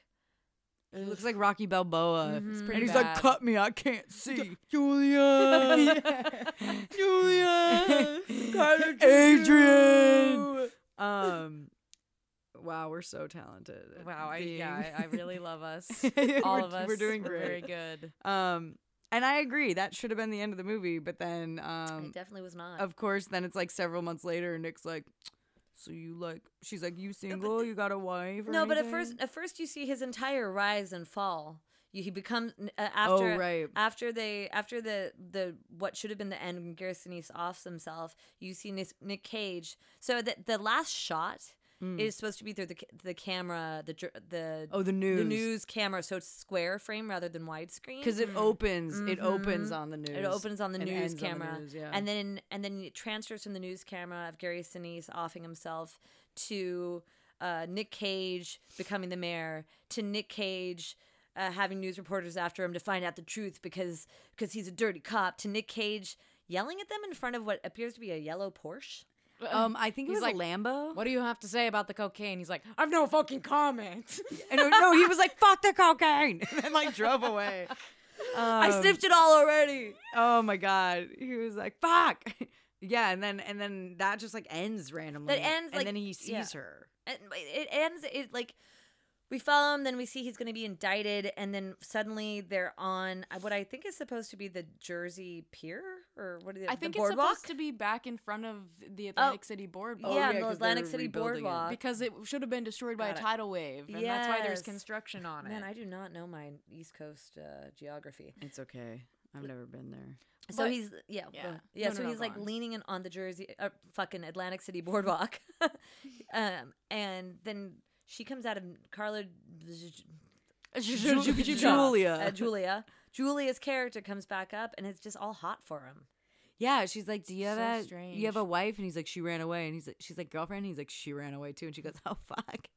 Speaker 8: He looks like Rocky Balboa.
Speaker 6: Mhm. It's
Speaker 8: And
Speaker 6: pretty
Speaker 8: he's like,
Speaker 6: bad.
Speaker 8: cut me, I can't see. Julia. Julia. Adrian. Um, wow, we're so talented. at
Speaker 7: Wow, I, yeah,
Speaker 8: being-
Speaker 7: I I really love us.
Speaker 8: We're-
Speaker 7: All of us.
Speaker 8: We're doing
Speaker 7: We're very
Speaker 8: great.
Speaker 7: good.
Speaker 8: Um, and I agree, that should have been the end of the movie, but then,
Speaker 6: I
Speaker 8: um,
Speaker 6: definitely was not.
Speaker 8: of course, then it's like several months later, and Nick's like, so you like, she's like, you single? You got a wife? or
Speaker 6: No, but at
Speaker 8: anything?"
Speaker 6: first, at first you see his entire rise and fall. You, he becomes n- uh, after
Speaker 8: Oh, right.
Speaker 6: after they after the the what should have been the end when Gary Sinise offs himself. You see Nick, Nick Cage. So the the last shot
Speaker 8: Mm.
Speaker 6: is supposed to be through the ca- the camera the dr- the
Speaker 8: Oh, the news.
Speaker 6: the news camera. So it's square frame rather than widescreen
Speaker 8: because it opens Mm-hmm. it opens
Speaker 6: Mhm.
Speaker 8: on the news
Speaker 6: It opens on the
Speaker 8: and
Speaker 6: news
Speaker 8: ends on the
Speaker 6: camera,
Speaker 8: news, yeah.
Speaker 6: and then and then it transfers from the news camera of Gary Sinise offing himself to uh, Nick Cage becoming the mayor, to Nick Cage uh, having news reporters after him to find out the truth because because he's a dirty cop, to Nick Cage yelling at them in front of what appears to be a yellow Porsche.
Speaker 8: um i think it
Speaker 7: He's
Speaker 8: was
Speaker 7: like,
Speaker 8: a lambo
Speaker 7: What do you have to say about the cocaine? He's like, I've no fucking comment.
Speaker 8: I don't- no he was like fuck the cocaine and like drove away
Speaker 6: I
Speaker 8: Um,
Speaker 6: sniffed it all already.
Speaker 8: oh my god he was like fuck yeah and then and then that just like ends randomly
Speaker 6: That ends,
Speaker 8: and
Speaker 6: like,
Speaker 8: then he sees
Speaker 6: yeah.
Speaker 8: her
Speaker 6: and it ends it like we follow him then we see he's going to be indicted and then suddenly they're on uh, what i think is supposed to be the jersey pier or what is it
Speaker 7: I think
Speaker 6: the
Speaker 7: it's
Speaker 6: boardwalk
Speaker 7: supposed to be back in front of the Atlantic City boardwalk.
Speaker 6: yeah,
Speaker 8: Oh, yeah,
Speaker 6: the
Speaker 8: 'cause
Speaker 6: atlantic
Speaker 8: they're
Speaker 6: city
Speaker 8: rebuilding it.
Speaker 6: boardwalk
Speaker 7: Because it should have been destroyed by a
Speaker 6: Got it.
Speaker 7: tidal wave, and that's why there's
Speaker 6: Yes.
Speaker 7: construction on it.
Speaker 6: man i do not know my east coast uh, geography
Speaker 8: it's okay i've never been there
Speaker 6: so
Speaker 7: But-
Speaker 6: he's yeah well, yeah,
Speaker 7: yeah. No, no,
Speaker 6: so
Speaker 7: no,
Speaker 6: he's
Speaker 7: go
Speaker 6: like
Speaker 7: on.
Speaker 6: leaning in on the jersey uh, fucking atlantic city boardwalk um, and then she comes out of carla
Speaker 8: Ju- Ju- Ju-
Speaker 6: Julia.
Speaker 8: Julia.
Speaker 6: Uh, Julia. Julia's character comes back up and it's just all hot for him.
Speaker 8: Yeah, she's like, "Do you have
Speaker 7: So
Speaker 8: a you have a wife?" And he's like, "She ran away." And he's like, "She's like girlfriend." And he's like, "She ran away too." And she goes, "Oh fuck."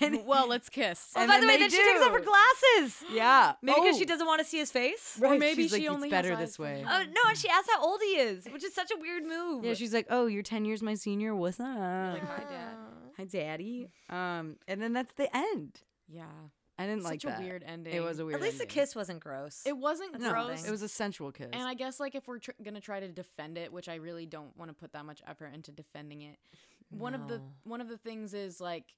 Speaker 7: well, let's kiss.
Speaker 6: Oh, by the way, then she takes off her glasses.
Speaker 8: Yeah.
Speaker 6: Maybe because she
Speaker 8: Oh.
Speaker 6: doesn't want to see his face.
Speaker 8: Right, Or maybe she's like, she "It's only has better eyes this for way." him.
Speaker 6: Oh, no, and she asks how old he is, which is such a weird move.
Speaker 8: Yeah, she's like, "Oh, you're ten years my senior. What's up?" like,
Speaker 6: "Hi,
Speaker 8: dad. Hi, daddy. Um, and then that's the end.
Speaker 7: Yeah.
Speaker 8: I didn't like
Speaker 7: Such
Speaker 8: that.
Speaker 7: a weird ending.
Speaker 8: It was a weird.
Speaker 6: At least the
Speaker 8: ending.
Speaker 6: kiss wasn't gross.
Speaker 7: It wasn't
Speaker 8: No,
Speaker 7: gross.
Speaker 8: it was a sensual kiss.
Speaker 7: And I guess like if we're tr- gonna try to defend it, which I really don't want to put that much effort into defending it. One of the
Speaker 6: No.
Speaker 7: one of the things is like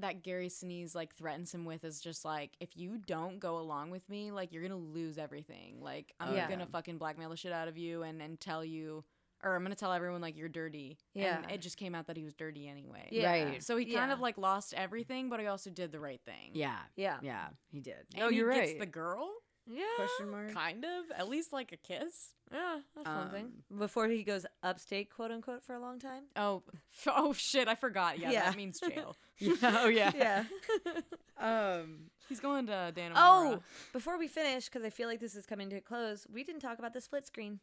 Speaker 7: that Gary Sinise like threatens him with is just like if you don't go along with me, like you're gonna lose everything. Like I'm
Speaker 6: Oh, yeah.
Speaker 7: gonna fucking blackmail the shit out of you and and tell you. Or I'm gonna tell everyone like you're dirty.
Speaker 6: Yeah.
Speaker 7: And it just came out that he was dirty anyway.
Speaker 6: Yeah. Right.
Speaker 7: So he kind
Speaker 6: Yeah.
Speaker 7: of like lost everything, but he also did the right thing.
Speaker 8: Yeah.
Speaker 6: Yeah.
Speaker 8: Yeah. He did.
Speaker 7: And
Speaker 8: oh,
Speaker 7: he
Speaker 8: you're
Speaker 7: gets
Speaker 8: right.
Speaker 7: The girl.
Speaker 6: Yeah.
Speaker 8: Question mark.
Speaker 7: Kind of. At least like a kiss. Um,
Speaker 6: Yeah, that's one thing. Before he goes upstate, quote unquote, for a long time.
Speaker 7: Oh, oh shit! I forgot. Yeah,
Speaker 6: Yeah.
Speaker 7: that means jail.
Speaker 8: Yeah, oh, yeah.
Speaker 6: Yeah.
Speaker 8: um,
Speaker 7: he's going to Danamora.
Speaker 6: Oh, before we finish, because I feel like this is coming to a close, we didn't talk about the split screen.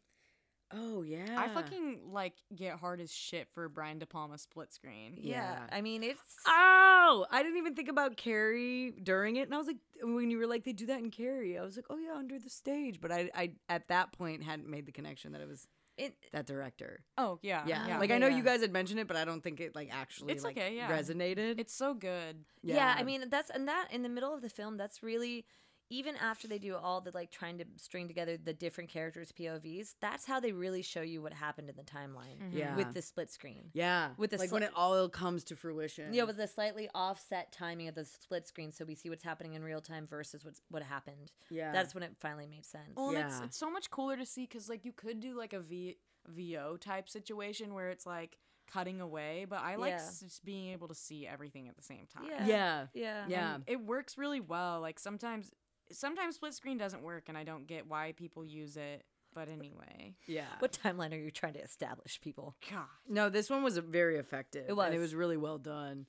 Speaker 8: Oh yeah.
Speaker 7: I fucking like get hard as shit for Brian De Palma split screen. Ah!
Speaker 6: Yeah, I mean it's
Speaker 8: Oh, I didn't even think about Carrie during it, and I was like, when you were like, they do that in Carrie, I was like, oh yeah, under the stage. But I, I at that point hadn't made the connection that it was
Speaker 6: It-
Speaker 8: that director.
Speaker 7: Oh yeah.
Speaker 8: yeah. Like I know you guys had mentioned it, but I don't think it like actually
Speaker 7: It's
Speaker 8: like,
Speaker 7: okay, yeah.
Speaker 8: resonated.
Speaker 7: It's so good.
Speaker 6: yeah. I mean that's and that in the middle of the film, that's really even after they do all the like trying to string together the different characters' POVs, that's how they really show you what happened in the timeline.
Speaker 8: Mhm. Yeah.
Speaker 6: with the split screen.
Speaker 8: yeah,
Speaker 6: with the
Speaker 8: like when
Speaker 6: sli-
Speaker 8: it all comes to fruition.
Speaker 6: Yeah, with the slightly offset timing of the split screen, so we see what's happening in real time versus what's what happened.
Speaker 8: Yeah.
Speaker 6: that's when it finally made sense.
Speaker 7: Well, and it's, it's so much cooler to see because like you could do like a V VO type situation where it's like cutting away, but I like
Speaker 6: Yeah.
Speaker 7: s- just being able to see everything at the same time.
Speaker 6: Yeah.
Speaker 8: Yeah.
Speaker 6: Yeah. Um,
Speaker 8: Yeah.
Speaker 7: And it works really well. Like sometimes, sometimes split screen doesn't work, and I don't get why people use it. But anyway,
Speaker 8: yeah.
Speaker 6: What timeline are you trying to establish, people?
Speaker 7: God.
Speaker 8: No, this one was very effective.
Speaker 6: It was.
Speaker 8: And it was really well done.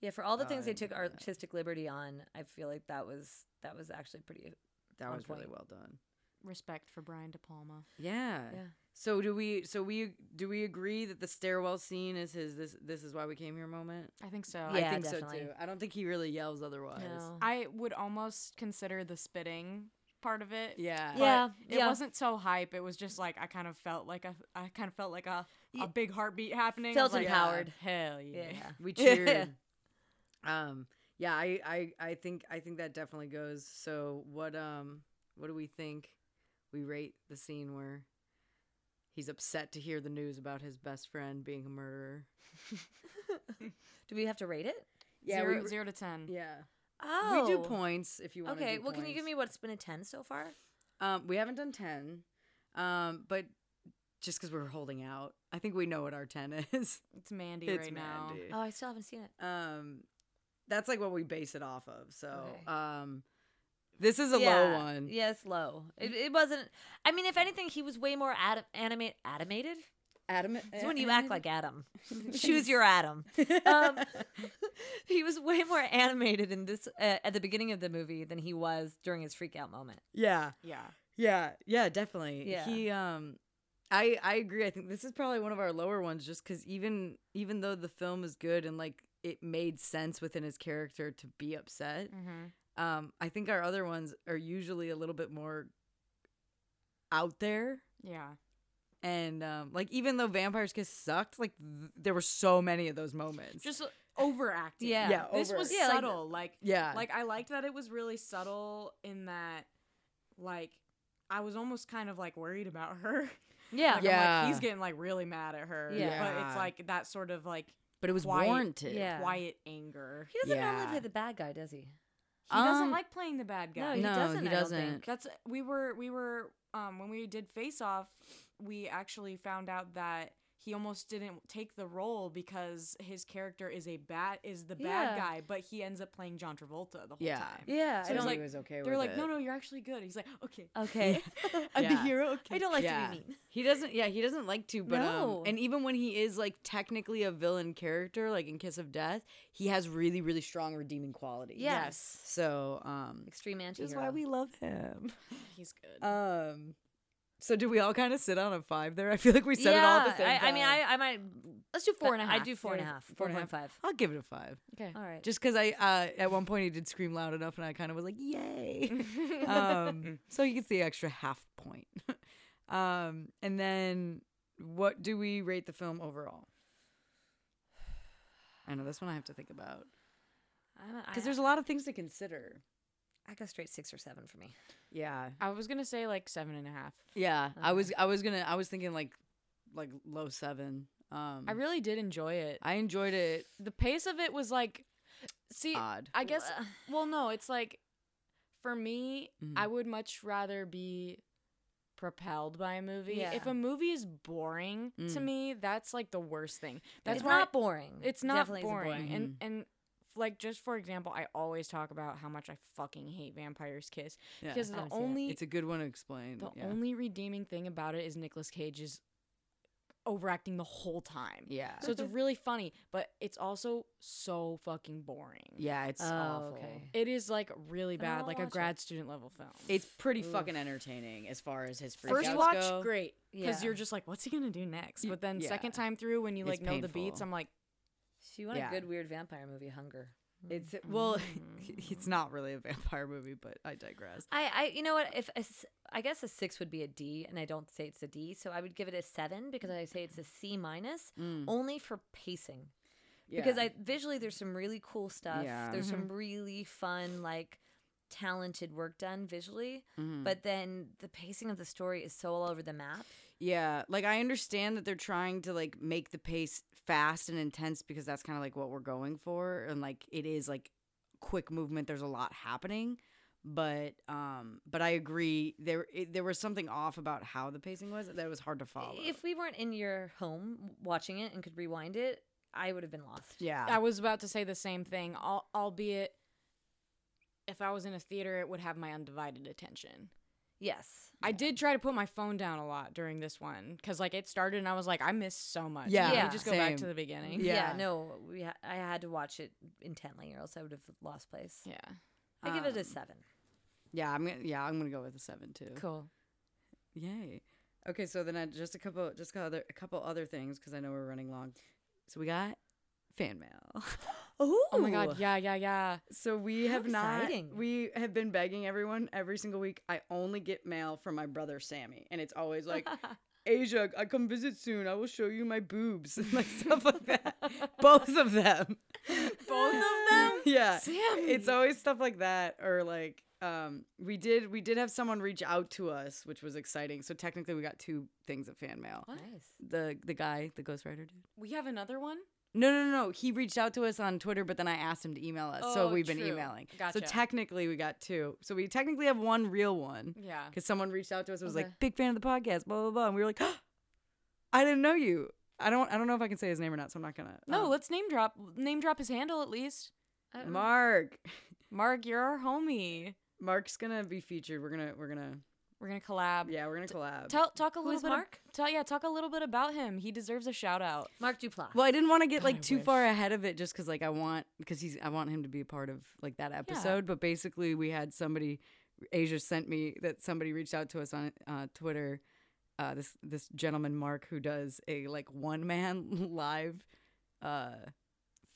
Speaker 6: Yeah, for all the
Speaker 8: Oh,
Speaker 6: things
Speaker 8: I
Speaker 6: they
Speaker 8: didn't
Speaker 6: took artistic liberty on, I feel like that was that was actually pretty.
Speaker 8: That
Speaker 6: on
Speaker 8: was really
Speaker 6: point.
Speaker 8: well done.
Speaker 7: Respect for Brian De Palma.
Speaker 8: Yeah.
Speaker 6: Yeah.
Speaker 8: So do we? So we do we agree that the stairwell scene is his? This this is why we came here moment.
Speaker 7: I think so.
Speaker 8: I
Speaker 6: Yeah,
Speaker 8: think
Speaker 6: definitely.
Speaker 8: so too. I don't think he really yells otherwise.
Speaker 6: No.
Speaker 7: I would almost consider the spitting part of it.
Speaker 8: Yeah.
Speaker 7: but
Speaker 6: Yeah,
Speaker 7: It
Speaker 6: yeah.
Speaker 7: wasn't so hype. It was just like I kind of felt like a I kind of felt like a, a big heartbeat happening. I was
Speaker 6: Felt
Speaker 7: like,
Speaker 6: empowered.
Speaker 7: Hell yeah.
Speaker 6: Yeah.
Speaker 8: We cheered. um. Yeah. I, I I think I think that definitely goes. So what um what do we think? We rate the scene where he's upset to hear the news about his best friend being a murderer.
Speaker 6: Do we have to rate it?
Speaker 8: Yeah.
Speaker 7: zero, zero to ten.
Speaker 8: yeah.
Speaker 6: Oh,
Speaker 8: We do points if you want.
Speaker 6: Okay, well, can you give me what's been a ten so far?
Speaker 8: Um, we haven't done 10, um, but just because we're holding out, I think we know what our 10 is.
Speaker 7: It's Mandy
Speaker 8: it's
Speaker 7: right
Speaker 8: Mandy.
Speaker 6: Oh, I still haven't seen it.
Speaker 8: Um, that's like what we base it off of. So
Speaker 6: Okay.
Speaker 8: um, this is a
Speaker 6: yeah.
Speaker 8: low one.
Speaker 6: Yeah, it's low. It, it wasn't. I mean, if anything, he was way more ad- animate animated.
Speaker 8: Adam,
Speaker 6: It's when you act like Adam. Choose your Adam. Um, he was way more animated in this uh, at the beginning of the movie than he was during his freak out moment.
Speaker 8: yeah,
Speaker 7: now. Yeah.
Speaker 8: yeah, yeah, definitely.
Speaker 6: Yeah.
Speaker 8: He, um, I, I agree. I think this is probably one of our lower ones, just because even, even though the film is good and like it made sense within his character to be upset,
Speaker 7: Mm-hmm.
Speaker 8: Um, I think our other ones are usually a little bit more out there.
Speaker 7: Yeah.
Speaker 8: And um, like, even though Vampire's Kiss sucked, like th- there were so many of those moments.
Speaker 7: Just uh, overacting.
Speaker 6: Yeah.
Speaker 8: Yeah,
Speaker 7: This was
Speaker 6: over- Yeah, like-
Speaker 7: subtle. Like,
Speaker 8: Yeah.
Speaker 7: Like I liked that it was really subtle in that, like, I was almost kind of like worried about her.
Speaker 6: Yeah.
Speaker 7: Like, I'm
Speaker 8: Yeah.
Speaker 7: like, he's getting like really mad at her.
Speaker 6: Yeah.
Speaker 7: But
Speaker 8: Yeah.
Speaker 7: it's like that sort of like
Speaker 8: but it was
Speaker 7: quiet-
Speaker 8: warranted.
Speaker 6: Yeah.
Speaker 7: quiet anger.
Speaker 6: He doesn't normally
Speaker 8: Yeah.
Speaker 6: play the bad guy, does he?
Speaker 7: He doesn't
Speaker 8: Um,
Speaker 7: like playing the bad guy.
Speaker 6: he
Speaker 8: No,
Speaker 6: doesn't.
Speaker 8: he
Speaker 6: I don't
Speaker 8: doesn't.
Speaker 6: think.
Speaker 7: That's we were we were um when we did face off, we actually found out that he almost didn't take the role because his character is a bad is the bad
Speaker 6: Yeah.
Speaker 7: guy, but he ends up playing John Travolta the whole
Speaker 8: Yeah.
Speaker 7: time.
Speaker 6: Yeah,
Speaker 7: So
Speaker 6: I
Speaker 7: it's
Speaker 6: don't
Speaker 7: like
Speaker 8: was okay
Speaker 7: they're like, no, no, you're actually good. He's like, okay,
Speaker 6: Okay.
Speaker 8: I'm the Yeah. hero,
Speaker 6: I don't like
Speaker 8: Yeah.
Speaker 6: to be mean.
Speaker 8: He doesn't. Yeah, he doesn't like to. But
Speaker 6: No.
Speaker 8: um, and even when he is like technically a villain character, like in Kiss of Death, he has really, really strong redeeming qualities.
Speaker 6: Yes.
Speaker 8: So um,
Speaker 6: Extreme anti
Speaker 8: which is why
Speaker 6: hero.
Speaker 8: we love him.
Speaker 7: he's good.
Speaker 8: Um, So do we all kind of sit on a five there? I feel like we said it all at the same
Speaker 6: I,
Speaker 8: time.
Speaker 6: I mean, I, I might. Let's do four and a half.
Speaker 8: I do four and a half.
Speaker 6: Four point five.
Speaker 8: I'll give it a five.
Speaker 6: Okay. All right.
Speaker 8: Just because I uh, at one point he did scream loud enough, and I kind of was like, "Yay!" um, so he gets the extra half point. um, and then, what do we rate the film overall? I know this one I have to think about because there's a lot of things to consider.
Speaker 6: I go straight six or seven for me.
Speaker 8: Yeah,
Speaker 7: I was gonna say like seven and a half.
Speaker 8: yeah. I was I was gonna I was thinking like like low seven. Um,
Speaker 7: I really did enjoy it.
Speaker 8: I enjoyed it.
Speaker 7: The pace of it was like, see,
Speaker 8: Odd.
Speaker 7: I guess.
Speaker 8: Wha-
Speaker 7: Well, no, it's like, for me,
Speaker 6: Mm-hmm.
Speaker 8: Mhm.
Speaker 7: I would much rather be propelled by a movie.
Speaker 6: Yeah.
Speaker 7: If a movie is boring to
Speaker 6: Mm.
Speaker 7: me, that's like the worst thing. That's
Speaker 6: It's
Speaker 7: why-
Speaker 6: not boring.
Speaker 7: It's not
Speaker 6: Definitely isn't
Speaker 7: boring.
Speaker 6: boring.
Speaker 7: And and like just for example, I always talk about how much I fucking hate Vampire's Kiss
Speaker 8: Yeah.
Speaker 7: because the only
Speaker 8: it's a good one to explain.
Speaker 7: the
Speaker 8: yeah.
Speaker 7: only redeeming thing about it is Nicolas Cage's overacting the whole time.
Speaker 8: Yeah.
Speaker 7: So it's really funny, but it's also so fucking boring.
Speaker 8: Yeah, it's Oh, awful. okay.
Speaker 7: It is like really
Speaker 8: Then I
Speaker 7: bad,
Speaker 8: won't
Speaker 7: like a
Speaker 8: watch it.
Speaker 7: grad student level film.
Speaker 20: It's pretty
Speaker 7: Oof.
Speaker 20: fucking entertaining as far as his freakouts
Speaker 7: First watch,
Speaker 20: go.
Speaker 7: great, because
Speaker 20: Yeah.
Speaker 7: you're just like, what's he gonna do next?
Speaker 20: Y-
Speaker 7: But then
Speaker 20: yeah.
Speaker 7: second time through, when you like
Speaker 20: It's
Speaker 7: know the beats,
Speaker 20: painful.
Speaker 7: I'm like,
Speaker 6: So you want
Speaker 7: Yeah.
Speaker 6: a good weird vampire movie? Hunger.
Speaker 8: It's well,
Speaker 7: Mm-hmm.
Speaker 8: it's not really a vampire movie, but I digress.
Speaker 6: I, I, you know what? If a s I guess a six would be a D, and I don't say it's a D, so I would give it a seven because I say it's a C minus,
Speaker 8: Mm.
Speaker 6: only for pacing. Because
Speaker 8: Yeah.
Speaker 6: I visually there's some really cool stuff.
Speaker 8: Yeah.
Speaker 6: There's some
Speaker 8: Mhm.
Speaker 6: really fun like talented work done visually,
Speaker 8: Mhm.
Speaker 6: but then the pacing of the story is so all over the map.
Speaker 8: Yeah, like I understand that they're trying to like make the pace fast and intense because that's kind of like what we're going for and like it is like quick movement, there's a lot happening, but um but I agree there it, there was something off about how the pacing was that it was hard to follow.
Speaker 6: If we weren't in your home w- watching it and could rewind it, I would have been lost.
Speaker 8: Yeah.
Speaker 7: I was about to say the same thing, al- albeit if I was in a theater, it would have my undivided attention.
Speaker 6: Yes.
Speaker 7: I did try to put my phone down a lot during this one because, like, it started and I was like, I missed so much.
Speaker 8: Yeah,
Speaker 7: Can we just go back
Speaker 8: same.
Speaker 7: to the beginning.
Speaker 6: Yeah,
Speaker 8: Yeah.
Speaker 6: no, we ha- I had to watch it intently, or else I would have lost place.
Speaker 7: Yeah,
Speaker 6: I give it a
Speaker 8: Um,
Speaker 6: seven.
Speaker 8: Yeah, I'm gonna yeah, I'm gonna go with a seven too.
Speaker 7: Cool.
Speaker 8: Yay. Okay, so then I, just a couple just a couple other a couple other things because I know we're running long. So we got fan mail.
Speaker 7: Oh my god.
Speaker 8: Ooh.
Speaker 7: Yeah, yeah, yeah.
Speaker 8: So we have
Speaker 7: exciting.
Speaker 8: not we have been begging everyone every single week. I only get mail from my brother Sammy and it's always like Asia, I come visit soon. I will show you my boobs and like stuff like that. Both of them.
Speaker 7: Both of them?
Speaker 8: yeah.
Speaker 7: Sammy.
Speaker 8: It's always stuff like that or like um we did we did have someone reach out to us, which was exciting. So technically we got two things of fan mail.
Speaker 7: Nice.
Speaker 8: The the guy, the ghostwriter dude.
Speaker 7: We have another one?
Speaker 8: No, no, no. no. He reached out to us on Twitter, but then I asked him to email us. so
Speaker 7: Oh,
Speaker 8: we've been
Speaker 7: true.
Speaker 8: emailing.
Speaker 7: Gotcha.
Speaker 8: So technically, we got two. So we technically have one real one.
Speaker 7: Yeah.
Speaker 8: Because someone reached out to us and was
Speaker 7: Okay.
Speaker 8: like, big fan of the podcast, blah, blah, blah. And we were like, I didn't know you. I don't, I don't know if I can say his name or not, so I'm not going to.
Speaker 7: No, let's name drop name drop his handle at least.
Speaker 8: Mark.
Speaker 7: Mark, you're our homie.
Speaker 8: Mark's going to be featured. We're going to, we're going to.
Speaker 7: We're gonna collab.
Speaker 8: Yeah, we're going to collab.
Speaker 7: Tell talk a
Speaker 8: Who
Speaker 7: little
Speaker 8: is
Speaker 7: bit. ab-
Speaker 8: Mark?
Speaker 7: tell yeah, talk a little bit about him. He deserves a shout out.
Speaker 6: Mark Duplass.
Speaker 8: well, I didn't want to get
Speaker 7: God,
Speaker 8: like
Speaker 7: I
Speaker 8: too
Speaker 7: wish.
Speaker 8: far ahead of it just because like I want because he's I want him to be a part of like that episode. But basically, we had somebody Asia sent me that somebody reached out to us on uh, Twitter. Uh, this this gentleman Mark who does a like one man live uh,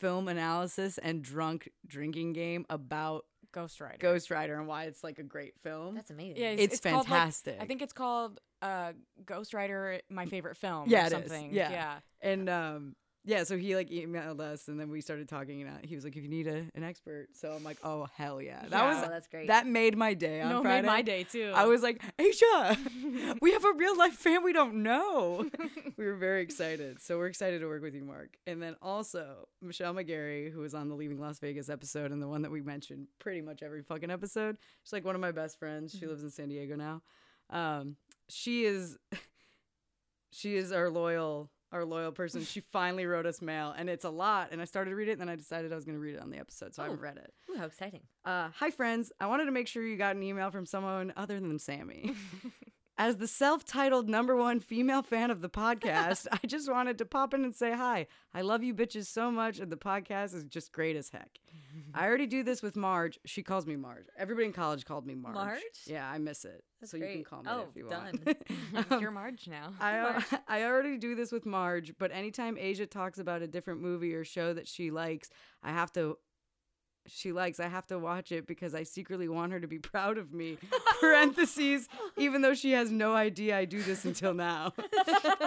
Speaker 8: film analysis and drunk drinking game about
Speaker 7: Ghost Rider.
Speaker 8: Ghost Rider and why it's like a great film.
Speaker 6: That's amazing.
Speaker 7: Yeah,
Speaker 8: it's,
Speaker 7: called, like-
Speaker 8: fantastic.
Speaker 7: I think it's called uh, Ghost Rider, my favorite film.
Speaker 8: yeah,
Speaker 7: or
Speaker 8: it is.
Speaker 7: something.
Speaker 8: Yeah,
Speaker 7: yeah.
Speaker 8: And um, yeah, so he like emailed us, and then we started talking, and uh, he was like, "If you need a, an expert," so I'm like, "Oh hell yeah, that
Speaker 7: Yeah.
Speaker 8: was
Speaker 7: Oh, that's great.
Speaker 8: That made my day on
Speaker 7: No, it
Speaker 8: Friday.
Speaker 7: made my day, too.
Speaker 8: I was like, Asia, we have a real life fan we don't know. we were very excited, so we're excited to work with you, Mark. And then also Michelle McGarry, who was on the Leaving Las Vegas episode and the one that we mentioned pretty much every fucking episode. She's like one of my best friends. She lives in San Diego now. Um, she is she is our loyal our loyal person. She finally wrote us mail, and it's a lot. And I started to read it, and then I decided I was going to read it on the episode, so I haven't
Speaker 6: Oh.
Speaker 8: read it.
Speaker 6: Ooh, how exciting.
Speaker 8: Uh, hi, friends. I wanted to make sure you got an email from someone other than Sammy. As the self titled number one female fan of the podcast, I just wanted to pop in and say hi. I love you bitches so much, and the podcast is just great as heck. I already do this with Marge. She calls me Marge. Everybody in college called me Marge.
Speaker 7: Marge?
Speaker 8: Yeah, I miss it.
Speaker 7: That's
Speaker 8: so you can
Speaker 7: great.
Speaker 8: call me
Speaker 7: Oh,
Speaker 8: if you
Speaker 7: done.
Speaker 8: want. Um,
Speaker 7: You're Marge now.
Speaker 8: I,
Speaker 7: Marge.
Speaker 8: I already do this with Marge, but anytime Asia talks about a different movie or show that she likes, I have to. She likes. I have to watch it because I secretly want her to be proud of me. Parentheses, even though she has no idea I do this until now.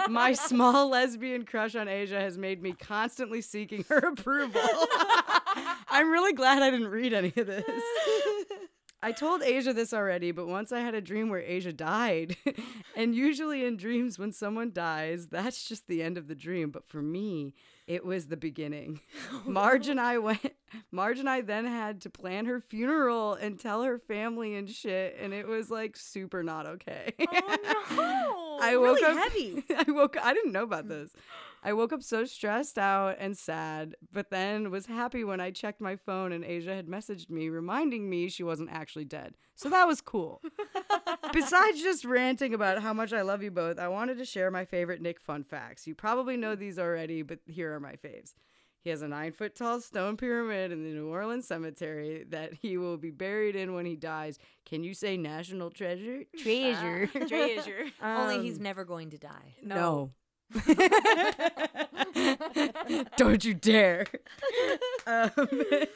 Speaker 8: My small lesbian crush on Asia has made me constantly seeking her approval. I'm really glad I didn't read any of this. I told Asia this already, but once I had a dream where Asia died. and usually in dreams, when someone dies, that's just the end of the dream. But for me, it was the beginning. Marge and I went, Marge and I then had to plan her funeral and tell her family and shit. And it was like super not okay.
Speaker 3: Oh,
Speaker 8: I woke
Speaker 3: really
Speaker 8: up
Speaker 3: heavy.
Speaker 8: I woke I didn't know about this. I woke up so stressed out and sad, but then was happy when I checked my phone and Asia had messaged me reminding me she wasn't actually dead. So that was cool. Besides just ranting about how much I love you both, I wanted to share my favorite Nick fun facts. You probably know these already, but here are my faves. He has a nine foot tall stone pyramid in the New Orleans cemetery that he will be buried in when he dies. Can you say national treasure? Treasure.
Speaker 6: Treasure. Only he's
Speaker 8: Um,
Speaker 6: never going to die.
Speaker 8: No. Don't you dare. Um,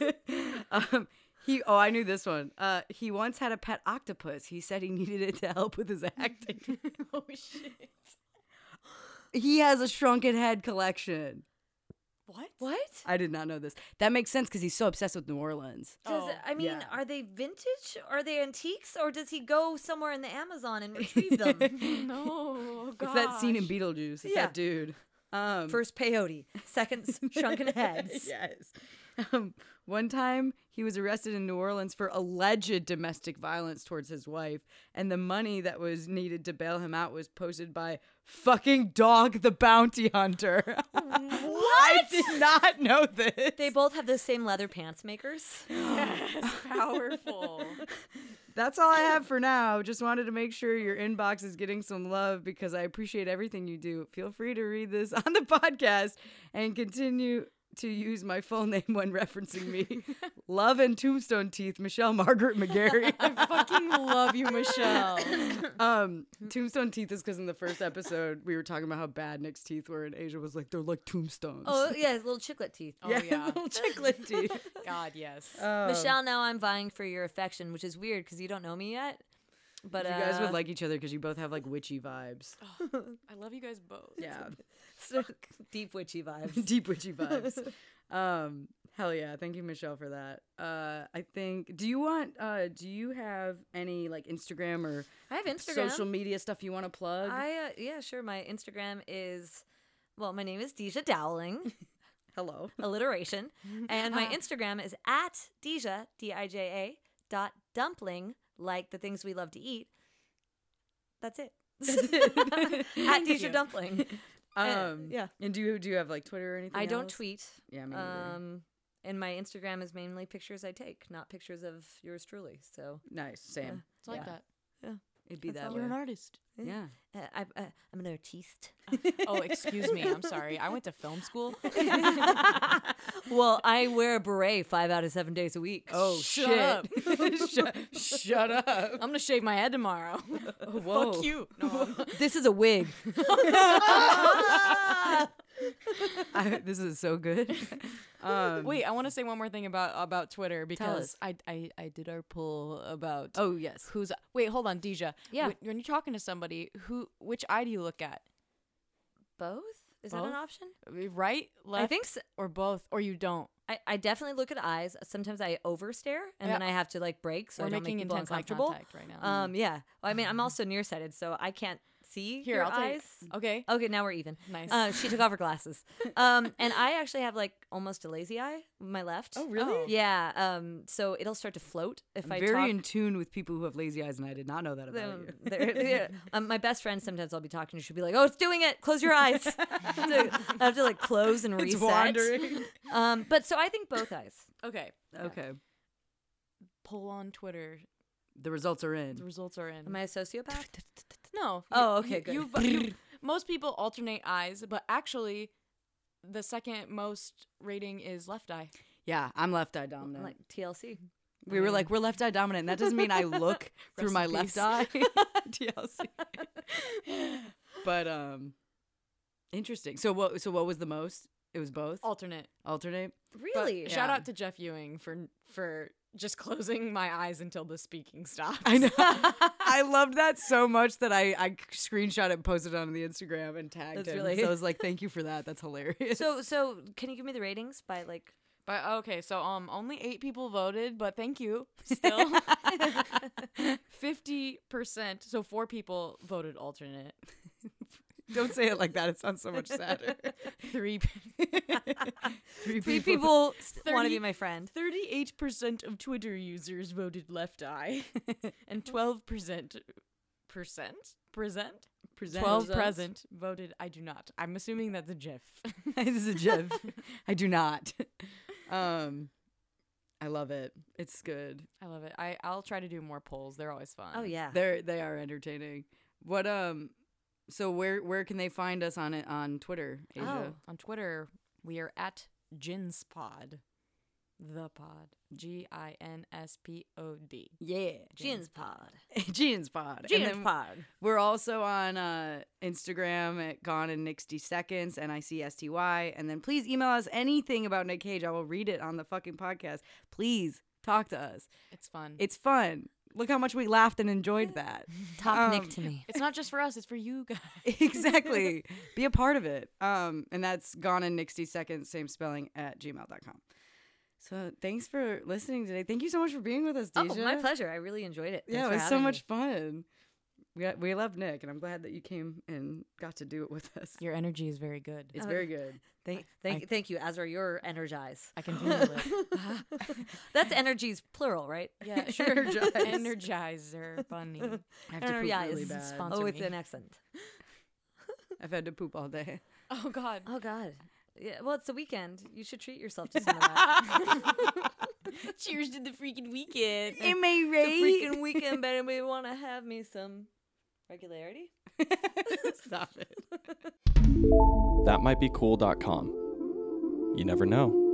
Speaker 8: um, he oh I knew this one. Uh, he once had a pet octopus. He said he needed it to help with his acting.
Speaker 3: oh shit.
Speaker 8: he has a shrunken head collection.
Speaker 7: What?
Speaker 6: What?
Speaker 8: I did not know this. That makes sense because he's so obsessed with New Orleans.
Speaker 6: Does I mean, are they vintage? Are they antiques? Or does he go somewhere in the Amazon and retrieve them?
Speaker 7: no,
Speaker 8: It's that scene in Beetlejuice. It's
Speaker 6: Yeah.
Speaker 8: that dude. Um,
Speaker 6: First peyote, second s- shrunken heads.
Speaker 8: yes. Um, one time he was arrested in New Orleans for alleged domestic violence towards his wife, and the money that was needed to bail him out was posted by fucking dog the bounty hunter.
Speaker 6: What?
Speaker 8: I did not know this.
Speaker 6: They both have the same leather pants makers.
Speaker 7: powerful.
Speaker 8: That's all I have for now. Just wanted to make sure your inbox is getting some love because I appreciate everything you do. Feel free to read this on the podcast and continue to use my full name when referencing me. love and tombstone teeth, Michelle Margaret McGarry. I fucking love you, Michelle. um, tombstone teeth is because in the first episode we were talking about how bad Nick's teeth were, and Asia was like, "They're like tombstones."
Speaker 6: Oh yeah, his little chiclet teeth.
Speaker 8: Yeah, little chiclet teeth.
Speaker 7: God, yes.
Speaker 8: Uh,
Speaker 6: Michelle, now I'm vying for your affection, which is weird because you don't know me yet. But
Speaker 8: you guys
Speaker 6: uh,
Speaker 8: would like each other because you both have like witchy vibes.
Speaker 7: I love you guys both.
Speaker 8: Yeah.
Speaker 6: deep witchy vibes.
Speaker 8: deep witchy vibes. um, hell yeah! Thank you, Michelle, for that. Uh, I think. Do you want? Uh, do you have any like Instagram or
Speaker 6: I have Instagram.
Speaker 8: social media stuff you want to plug?
Speaker 6: I uh, yeah, sure. My Instagram is well, my name is Deja Dowling.
Speaker 8: Hello.
Speaker 6: Alliteration. And my Instagram is at Deja D I J A dot dumpling, like the things we love to eat. That's it. at
Speaker 8: Thank
Speaker 6: Deja
Speaker 8: you.
Speaker 6: Dumpling. And-
Speaker 8: um, yeah. And do you do you have like Twitter or anything?
Speaker 6: Eh. I don't
Speaker 8: else?
Speaker 6: tweet.
Speaker 8: Yeah, me neither.
Speaker 6: um, and my Instagram is mainly pictures I take, not pictures of yours truly. So
Speaker 8: Nice, same.
Speaker 7: It's like that.
Speaker 6: Yeah,
Speaker 8: It'd be
Speaker 6: That's
Speaker 8: that
Speaker 6: all.
Speaker 8: way.
Speaker 7: artist.
Speaker 8: Yeah.
Speaker 6: Uh, I, uh, I'm an artiste.
Speaker 7: Oh, excuse me. I'm sorry. I went to film school.
Speaker 6: well, I wear a beret five out of seven days a week.
Speaker 8: Oh shit! shut, shut up.
Speaker 7: I'm gonna shave my head tomorrow.
Speaker 8: whoa.
Speaker 7: Fuck you. No, I'm-
Speaker 6: This is a wig.
Speaker 8: I, this is so good. Um,
Speaker 7: Wait, I want to say one more thing about about Twitter
Speaker 8: us.
Speaker 7: because I, I I did our poll about
Speaker 8: Oh yes.
Speaker 7: who's wait hold on Deja
Speaker 6: Yeah.
Speaker 7: when, when you're talking to somebody who which eye do you look at
Speaker 6: Both? Is that an
Speaker 7: Both?
Speaker 6: option?
Speaker 7: right left
Speaker 6: think so.
Speaker 7: or both or you don't
Speaker 6: I, I definitely look at eyes. Sometimes I overstare and
Speaker 7: Yeah.
Speaker 6: then I have to like break so
Speaker 7: We're
Speaker 6: I don't
Speaker 7: making
Speaker 6: make people
Speaker 7: intense eye
Speaker 6: uncomfortable.
Speaker 7: contact right now. Mm-hmm.
Speaker 6: Um, yeah. Well, I mean, I'm also nearsighted, so I can't see
Speaker 7: Here,
Speaker 6: your
Speaker 7: I'll take-
Speaker 6: eyes.
Speaker 7: okay.
Speaker 6: Okay, now we're even.
Speaker 7: Nice.
Speaker 6: Uh, she took off her glasses. Um, and I actually have like almost a lazy eye, my left.
Speaker 8: Oh, really? Oh.
Speaker 6: Yeah. Um, so it'll start to float if
Speaker 8: I'm
Speaker 6: I
Speaker 8: very
Speaker 6: talk.
Speaker 8: in tune with people who have lazy eyes, and I did not know that about
Speaker 7: Oh,
Speaker 6: Um,
Speaker 8: you.
Speaker 6: they're- they're- um, my best friend sometimes I'll be talking to she'll be like, "Oh, it's doing it. Close your eyes." So I have to like close and reset.
Speaker 8: It's wandering.
Speaker 6: Um, but so I think both eyes.
Speaker 7: okay
Speaker 8: okay,
Speaker 7: poll on Twitter
Speaker 8: the results are in.
Speaker 7: the results are in
Speaker 6: Am I a sociopath?
Speaker 7: no
Speaker 6: Oh,
Speaker 7: you-
Speaker 6: okay, good.
Speaker 7: you- you- you- most people alternate eyes but actually the second most rating is left eye
Speaker 8: Yeah, I'm left eye dominant.
Speaker 6: Like TLC.
Speaker 8: we were like, we're left eye dominant. and That doesn't mean I look through
Speaker 6: Rest
Speaker 8: my
Speaker 6: in
Speaker 8: left
Speaker 6: peace.
Speaker 8: eye. TLC. but um, interesting. So what? So what was the most? It was both
Speaker 7: alternate.
Speaker 8: Alternate.
Speaker 7: But
Speaker 6: Really?
Speaker 7: shout
Speaker 8: Yeah.
Speaker 7: out to Jeff Ewing for for just closing my eyes until the speaking stops.
Speaker 8: I know. I loved that so much that I I screenshot it, and posted it on the Instagram, and tagged
Speaker 6: That's
Speaker 8: him.
Speaker 6: really-
Speaker 8: So I was like, thank you for that. That's hilarious.
Speaker 6: So so can you give me the ratings by like
Speaker 7: But okay, so um, only eight people voted, but thank you. Still, fifty percent. So four people voted alternate.
Speaker 8: Don't say it like that. It sounds so much sadder.
Speaker 7: Three, pe-
Speaker 8: three,
Speaker 6: Three people want to be my friend.
Speaker 7: Thirty-eight percent of Twitter users voted left eye, and twelve percent percent present
Speaker 8: Present.
Speaker 7: twelve
Speaker 8: Present.
Speaker 7: present voted. I do not. I'm assuming that's a GIF.
Speaker 8: this is a gif. I do not. Um, I love it. It's good.
Speaker 7: I love it. I I'll try to do more polls. They're always
Speaker 6: Oh,
Speaker 7: fun.
Speaker 8: they're they are entertaining. What um, so where where can they find us on it on Twitter? Asia
Speaker 7: Oh, on Twitter, we are at Jinspod. The pod. G I N S P O D.
Speaker 8: Yeah.
Speaker 6: Jinspod.
Speaker 8: Jeans Pod.
Speaker 6: Jeans
Speaker 8: And then
Speaker 6: Pod.
Speaker 8: We're also on uh, Instagram at Gone in 60 Seconds, N I C S T Y. And then please email us anything about Nick Cage. I will read it on the fucking podcast. Please talk to us.
Speaker 7: It's fun.
Speaker 8: It's fun. Look how much we laughed and enjoyed that.
Speaker 6: Talk Nick
Speaker 8: Um,
Speaker 6: to me.
Speaker 7: It's not just for us, it's for you guys.
Speaker 8: exactly. Be a part of it. Um, and that's gone in 60 seconds, same spelling at gmail.com. So thanks for listening today. Thank you so much for being with us,
Speaker 6: Oh,
Speaker 8: Deja.
Speaker 6: my pleasure. I really enjoyed it. Thanks
Speaker 8: Yeah, it
Speaker 6: for
Speaker 8: was so
Speaker 6: having me.
Speaker 8: much fun. We got, we love Nick, and I'm glad that you came and got to do it with us.
Speaker 7: Your energy is very good.
Speaker 8: It's
Speaker 6: Oh,
Speaker 8: very good.
Speaker 6: Thank, thank,
Speaker 7: I-
Speaker 6: thank you, Azra. You're energized. I
Speaker 7: can feel it.
Speaker 6: That's energies plural, right?
Speaker 7: Yeah, sure. Energizer bunny.
Speaker 8: I have to poop really
Speaker 6: Energize.
Speaker 8: bad.
Speaker 6: Oh,
Speaker 7: Sponsor
Speaker 6: it's
Speaker 7: me.
Speaker 6: an accent.
Speaker 8: I've had to poop all day.
Speaker 7: Oh God.
Speaker 6: Oh God. Yeah. Well, it's the weekend. You should treat yourself to some of that. Cheers to the freaking weekend.
Speaker 8: Am I
Speaker 6: The
Speaker 8: right?
Speaker 6: freaking weekend better we want to have me some regularity.
Speaker 8: Stop it.
Speaker 11: That might be cool.com. You never know.